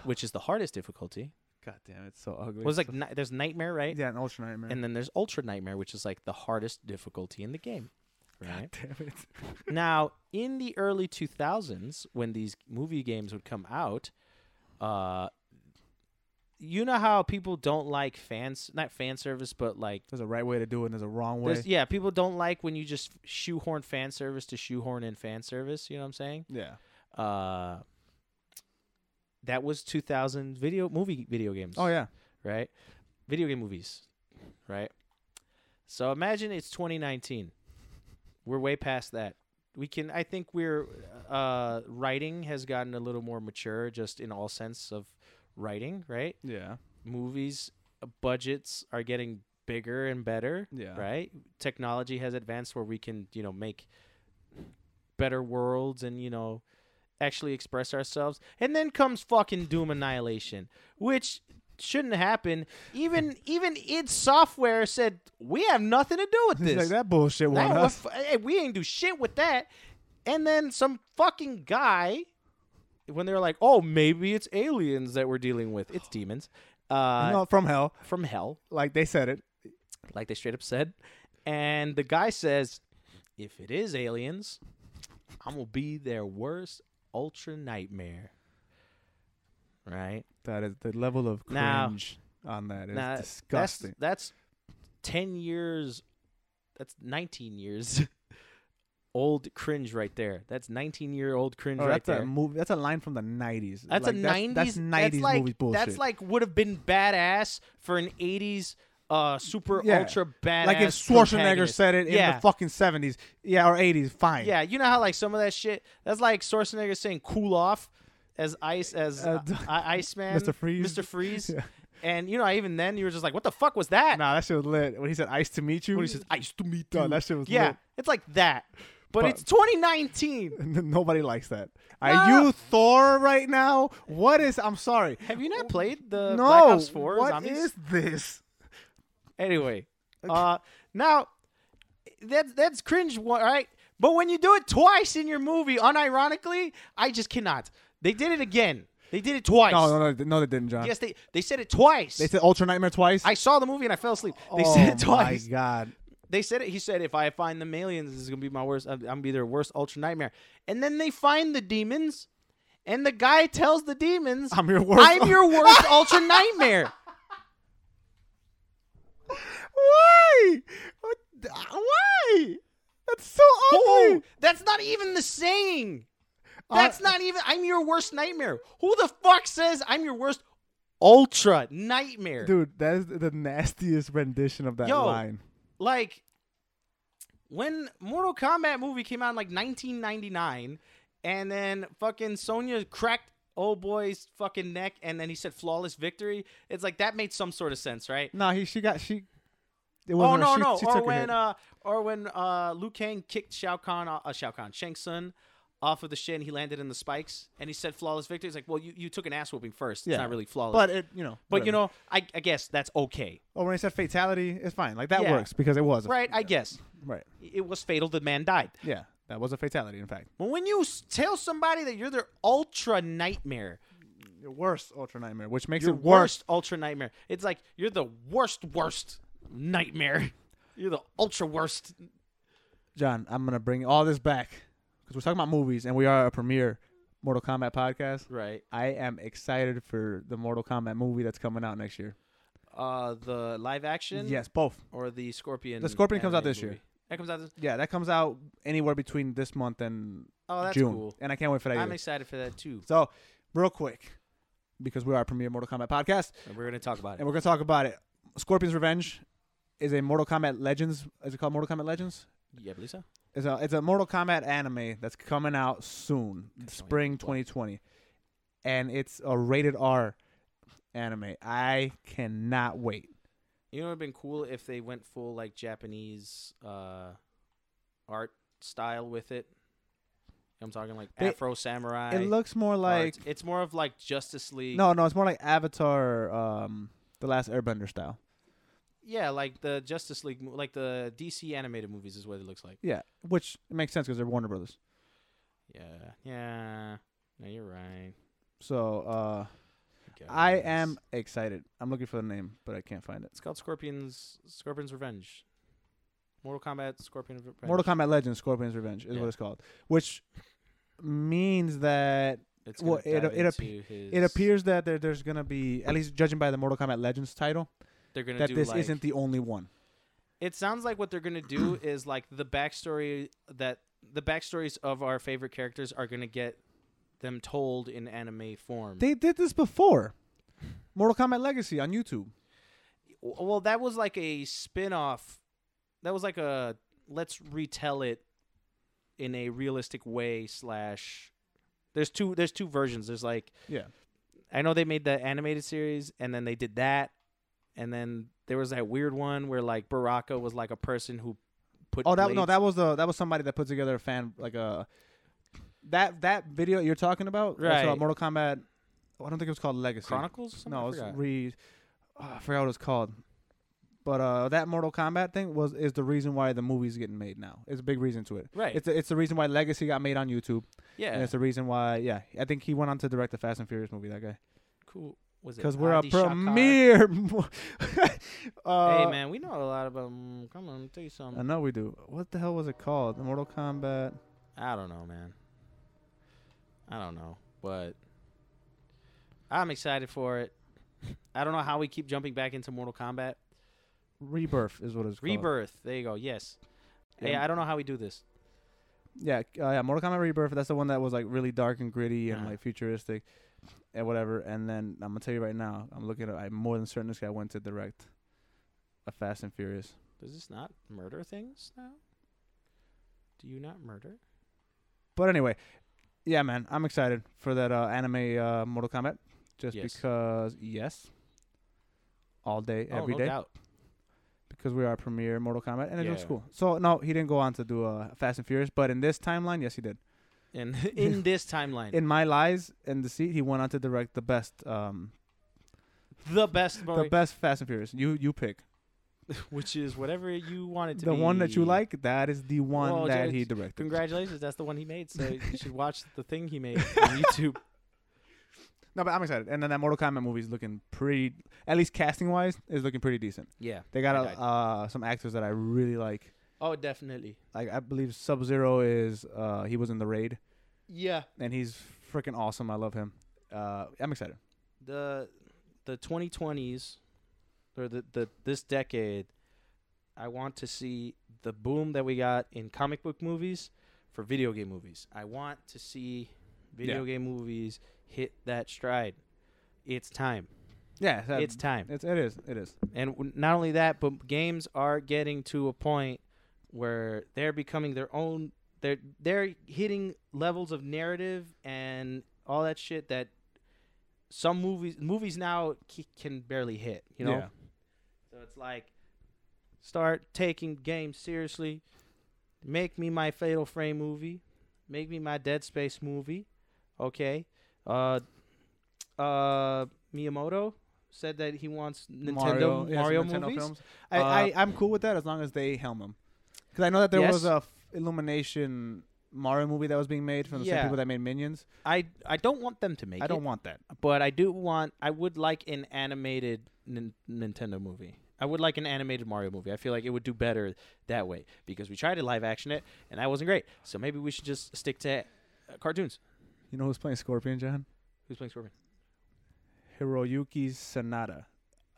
which is the hardest difficulty.
god damn, it's so ugly.
Was like ni- there's nightmare, right?
yeah, an ultra nightmare.
And then there's ultra nightmare, which is like the hardest difficulty in the game, right?
damn it.
now in the early 2000s when these movie games would come out uh you know how people don't like fans not fan service but like
There's a right way to do it. and There's a wrong way.
there's- yeah people don't like when you just shoehorn fan service to shoehorn in fan service you know what i'm saying
yeah,
uh that was 2000 video movie video games
Oh yeah.
right? Video game movies, right? So imagine it's 2019. We're way past that. We can, I think, we're uh, writing has gotten a little more mature, just in all sense of writing, right?
Yeah.
Movies uh, budgets are getting bigger and better,
Yeah.
right? Technology has advanced where we can, you know, make better worlds and you know actually express ourselves. And then comes fucking Doom Annihilation, which shouldn't happen. Even even id Software said we have nothing to do with
It's
this.
like that bullshit
That
won
wa-
us.
f- hey, we ain't do shit with that. And then some fucking guy, when they're like, oh, maybe it's aliens that we're dealing with. It's demons. Uh,
Not from hell.
From hell
Like they said it.
like they straight up said. And the guy says, if it is aliens, I'm going to be their worst ultra nightmare. Right?
That is the level of
Now-
cringe on that is
Now, that's-
disgusting.
That's, 10 years, that's 19 years old cringe right there. That's 19 year old cringe
Oh,
right
that's
there.
a movie. That's a line from the nineties.
That's a nineties.
That's nineties
like,
movie bullshit.
That's like would have been badass for an eighties uh super
Yeah.
ultra badass.
like if Schwarzenegger
protagonist.
said it in
Yeah.
the fucking seventies, yeah, or eighties. Fine.
Yeah, you know how like some of that shit. That's like Schwarzenegger saying "cool off" as ice as
Uh,
uh,
d-
I- Iceman,
Mr. Freeze.
Mr. Freeze.
Yeah.
And you know, even then you were just like, "What the fuck was that?"
Nah, that shit was lit. When he said "ice to meet you," when he says "ice to meet you," that shit was
yeah,
lit.
it's like that. But,
But-
it's 2019.
Nobody likes that. Are you Thor right now? What is? I'm sorry.
Have you not played the
no.
Black Ops 4
what
zombies?
is this?
Anyway, uh, now that's that's cringe, wa- right? But when you do it twice in your movie, unironically, I just cannot. They did it again. They did it twice.
No, no, no, no. They didn't, John.
Yes, they they said it twice.
They said "Ultra Nightmare" twice.
I saw the movie and I fell asleep. They
oh
said it twice.
my god.
They said it. He said, if I find them aliens, this is gonna be my worst. I'm I'm gonna be their worst ultra nightmare. And then they find the demons, and the guy tells the demons,
I'm your worst
I'm your worst ultra nightmare."
Why? What- Why? That's so ugly.
Who? That's not even the saying.
Uh,
That's not even. I'm your worst nightmare. Who the fuck says I'm your worst ultra nightmare?
Dude, that is the nastiest rendition of that
Yo.
line.
like when Mortal Kombat movie came out in like 1999, and then fucking Sonya cracked old boy's fucking neck, and then he said flawless victory. It's like that made some sort of sense, right?
No, he she got she. It
Oh
wasn't her,
no
she-
no!
she
or
took a
when
hit.
uh, or when uh, Liu Kang kicked Shao Kahn, o- uh, Shao Kahn, Shang Tsung, off of the shin, he landed in the spikes, and he said flawless victory. It's like, well, you, you took an ass whooping first. It's
Yeah.
not really flawless.
but it you know,
But you
whatever.
know, I, I guess that's okay,
or when he said fatality, it's fine. Like that
Yeah.
works because it was a-
right? I guess
right.
it was fatal. The man died.
Yeah, that was a fatality. In fact,
But when you s- tell somebody that you're their ultra nightmare,
your worst ultra nightmare, which makes
Your
it worse.
worst ultra nightmare. It's like you're the worst worst nightmare. You're the ultra worst.
John, I'm gonna bring all this back because we're talking about movies and we are a premiere Mortal Kombat podcast.
Right.
I am excited for the Mortal Kombat movie that's coming out next year.
Uh, the live action.
Yes, both.
Or the Scorpion.
The Scorpion comes out
anime
this year.
movie. That comes out this.
Yeah, that comes out anywhere between this month and
Oh, that's
June,
cool.
and I can't wait for that.
I'm
either.
excited for that too.
so, real quick, because we are a premiere Mortal Kombat podcast,
And we're gonna talk about
and
it.
we're gonna talk about it. Scorpion's Revenge is a Mortal Kombat Legends. Is it called Mortal Kombat Legends?
Yeah, I believe so.
It's a it's a Mortal Kombat anime that's coming out soon, spring 2020, and it's a rated R anime. I cannot wait.
You know, it'd been cool if they went full like Japanese uh, art style with it. I'm talking like
They-
Afro samurai.
it looks more like
art. it's more of like Justice League.
no, no, it's more like Avatar, um, the Last Airbender style.
yeah, like the Justice League, mo- like the DC animated movies is what it looks like.
Yeah, which makes sense because they're Warner Brothers.
Yeah, yeah. No, you're right.
So uh,
guess.
I am excited. I'm looking for the name, but I can't find it.
It's called Scorpion's Scorpion's Revenge. Mortal Kombat Scorpion Revenge.
Mortal Kombat Legends: Scorpion's Revenge is
Yeah.
what it's called, which means that
It's
well,
gonna
it-
dive
it ap-
into his,
It appears that there, there's gonna be, at least judging by the Mortal Kombat Legends title,
they're gonna
that
do Mm-hmm.
this
like,
isn't the only one.
It sounds like what they're gonna do is like the backstory that the backstories of our favorite characters are gonna get them told in anime form.
They did this before. Mortal Kombat Legacy on YouTube.
W- well, that was like a spin-off. That was like a let's retell it in a realistic way slash. There's two. There's two versions. There's like
Yeah.
I know they made the animated series and then they did that and then there was that weird one where like Baraka was like a person who put
Oh, that no,
blades-
that was the that was somebody that put together a fan like a that that video you're talking about. that's, uh,
Right.
Mortal Kombat. I don't think it was called Legacy.
Chronicles? or something? I
No, it was
forgot.
re. ah, I forgot what it was called. But uh, that Mortal Kombat thing was is the reason why the movie's getting made now. It's a big reason to it.
Right.
It's a, it's the reason why Legacy got made on YouTube.
yeah.
And it's the reason why, yeah, I think he went on to direct the Fast and Furious movie. That guy,
cool. Was it?
because we're a
Adi Shakar?
premiere. uh,
Hey man, we know a lot about. mm, Come on, let me tell you
I
something.
know we do. What the hell was it called? The Mortal Kombat.
I don't know, man. I don't know, but I'm excited for it. I don't know how we keep jumping back into Mortal Kombat
Rebirth is what it's called.
Rebirth. There you go. Yes. Hey,
Yeah.
I don't know how we do this.
Yeah, uh, yeah. Mortal Kombat Rebirth. That's the one that was like really dark and gritty and
Uh-huh.
like futuristic, and whatever. And then I'm gonna tell you right now, I'm looking at. I'm more than certain this guy went to direct a Fast and Furious.
Does this not murder things now? Do you not murder?
But anyway, yeah, man, I'm excited for that uh, anime uh, Mortal Kombat, just
Yes.
because yes, all day, every day,
oh, no doubt.
because we are premier Mortal Kombat, and it looks
Yeah.
cool. So no, he didn't go on to do uh, Fast and Furious, but in this timeline, yes, he did.
In in this timeline,
In My Lies and Deceit, he went on to direct the best, um,
the best
the
movie,
best Fast and Furious. You you pick
which is whatever you want it to
the
be.
one that you like. That is the one
Well,
that
dude,
he directed.
Congratulations, that's the one he made. So you should watch the thing he made on YouTube.
No, but I'm excited. And then that Mortal Kombat movie is looking pretty, at least casting wise, is looking pretty decent.
Yeah,
They got
I
a,
died.
uh, some actors that I really like.
Oh, definitely.
Like I believe Sub Zero is uh, he was in the raid
Yeah.
and he's freaking awesome. I love him. Uh, I'm excited.
The the 2020s or the, the this decade, I want to see the boom that we got in comic book movies for video game movies. I want to see video game movies hit that stride. It's time.
Yeah, that-
it's time.
It's it is it is.
And w- not only that, but games are getting to a point where they're becoming their own. They're they're hitting levels of narrative and all that shit that some movies movies now c- can barely hit. You know,
Yeah.
so it's like start taking games seriously. Make me my Fatal Frame movie. Make me my Dead Space movie. Okay. Uh, uh, Miyamoto said that he wants Nintendo Mario,
yeah, some Nintendo
movies.
films. I,
Uh,
I I'm cool with that as long as they helm them. Because I know that there was
Yes.
a f- Illumination Mario movie that was being made from the
Yeah.
same people that made Minions.
I I don't want them to make
I don't
it,
want that.
but I do want. I would like an animated nin- Nintendo movie. I would like an animated Mario movie. I feel like it would do better that way because we tried to live action it and that wasn't great. So maybe we should just stick to uh, cartoons.
You know who's playing Scorpion, John?
Who's playing Scorpion?
Hiroyuki Sanada.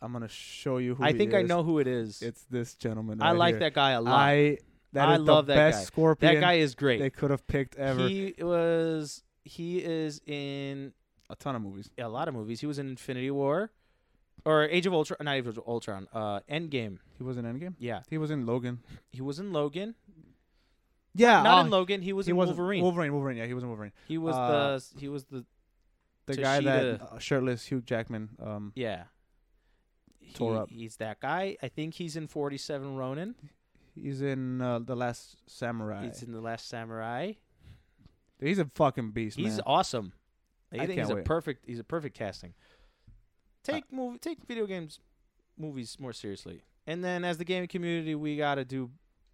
I'm gonna show you who
I
he
think I
is.
know who it is.
It's this gentleman.
I
right
like
here.
that guy a lot.
I that
I
is
love
the
that
best
guy.
Scorpion
that guy is great.
they could have picked ever.
He was he is in
a ton of movies.
a lot of movies. He was in Infinity War or Age of Ultron, not Age of Ultron, uh Endgame.
He was in Endgame.
Yeah.
He was in Logan.
He was in Logan.
Yeah,
not
oh,
in Logan, he was
he
in
was
Wolverine.
Wolverine, Wolverine. Yeah, he was in Wolverine.
he was
uh,
the he was the
The guy that
Toshida.
uh, shirtless Hugh Jackman. Um,
yeah. He-
Tore up.
He's that guy. I think he's in 47 Ronin.
he's in uh, the Last Samurai.
He's in The Last Samurai.
He's a fucking beast,
He's
man.
awesome. I,
I
think
can't
he's a
wait. Uh,
perfect. He's a perfect casting. Take movie, take video games, movies more seriously, and then as the gaming community, we gotta do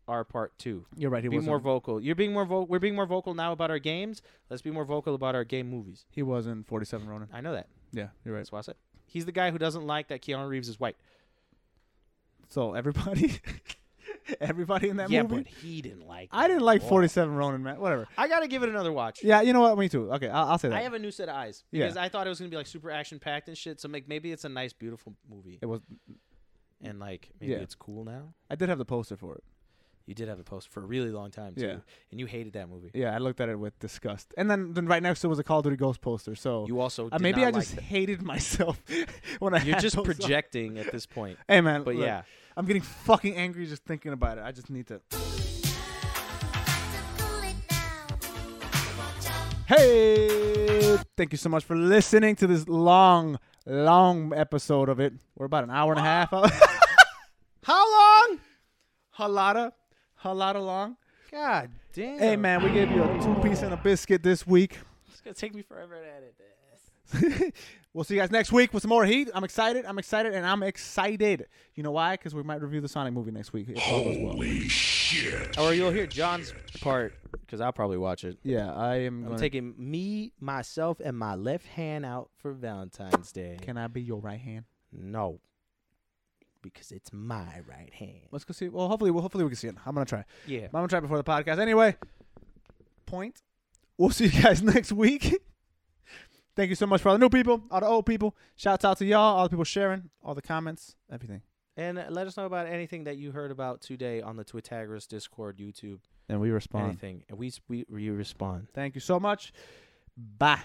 our part too.
You're right. He
be
wasn't.
more vocal. You're being more vocal. We're being more vocal now about our games. Let's be more vocal about our game movies.
he was in 47 Ronin.
I know that.
Yeah, you're right.
That's why I said he's the guy who doesn't like that Keanu Reeves is white.
So everybody, everybody in that
yeah,
movie.
but he didn't like.
I
that
didn't like
at all.
47 Ronin, man. Whatever.
I gotta give it another watch.
Yeah, you know what? Me too. Okay, I'll, I'll say that.
I have a new set of eyes
Yeah.
because I thought it was gonna be like super action packed and shit. So like maybe it's a nice, beautiful movie,
it was.
and like maybe
Yeah.
it's cool now.
I did have the poster for it.
You did have the post for a really long time too,
Yeah.
and you hated that movie.
Yeah, I looked at it with disgust. And then, then right next to it was a Call of Duty Ghost poster. So
You also
Uh,
did
maybe
not
I just
Like
hated myself when I.
that. You're
had
just
those on.
projecting at this point.
Hey man,
But
look,
yeah,
I'm getting fucking angry just thinking about it. I just need to. Hey, thank you so much for listening to this long, long episode of it. We're about an hour and a half. out.
how long?
Halada, halada long.
God damn!
Hey man, we gave you a two piece and a biscuit this week.
it's gonna take me forever to edit this.
we'll see you guys next week with some more heat. I'm excited. I'm excited, and I'm excited. You know why? Because we might review the Sonic movie next week. If all goes well.
Or you'll hear John's part because I'll probably watch it.
Yeah, I am.
I'm
Gonna,
taking me, myself, and my left hand out for Valentine's Day.
can I be your right hand?
no, because it's my right hand.
Let's go see. Well, hopefully, well, hopefully we can see it. I'm gonna try.
Yeah.
I'm gonna try before the podcast. Anyway, point. We'll see you guys next week. Thank you so much for all the new people, all the old people. Shouts out to y'all, all the people sharing, all the comments, everything.
And let us know about anything that you heard about today on the Twittagoras Discord, YouTube,
And we respond.
anything. And we we we respond.
Thank you so much. Bye.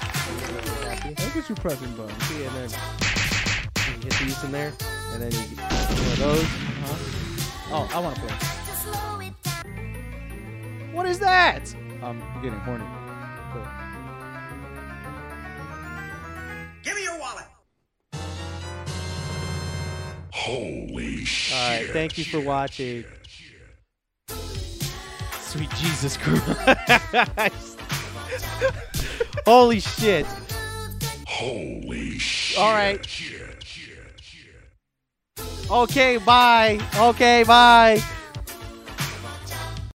Look at you pressing buttons.
Yeah, and then you hit these in there, and then you get one of those.
Oh, I want to play.
What is that?
I'm getting horny.
Holy shit.
All right, thank you for watching. Sweet Jesus Christ. Holy shit.
Holy shit.
All right.
shit, shit, shit.
Okay, bye. Okay, bye.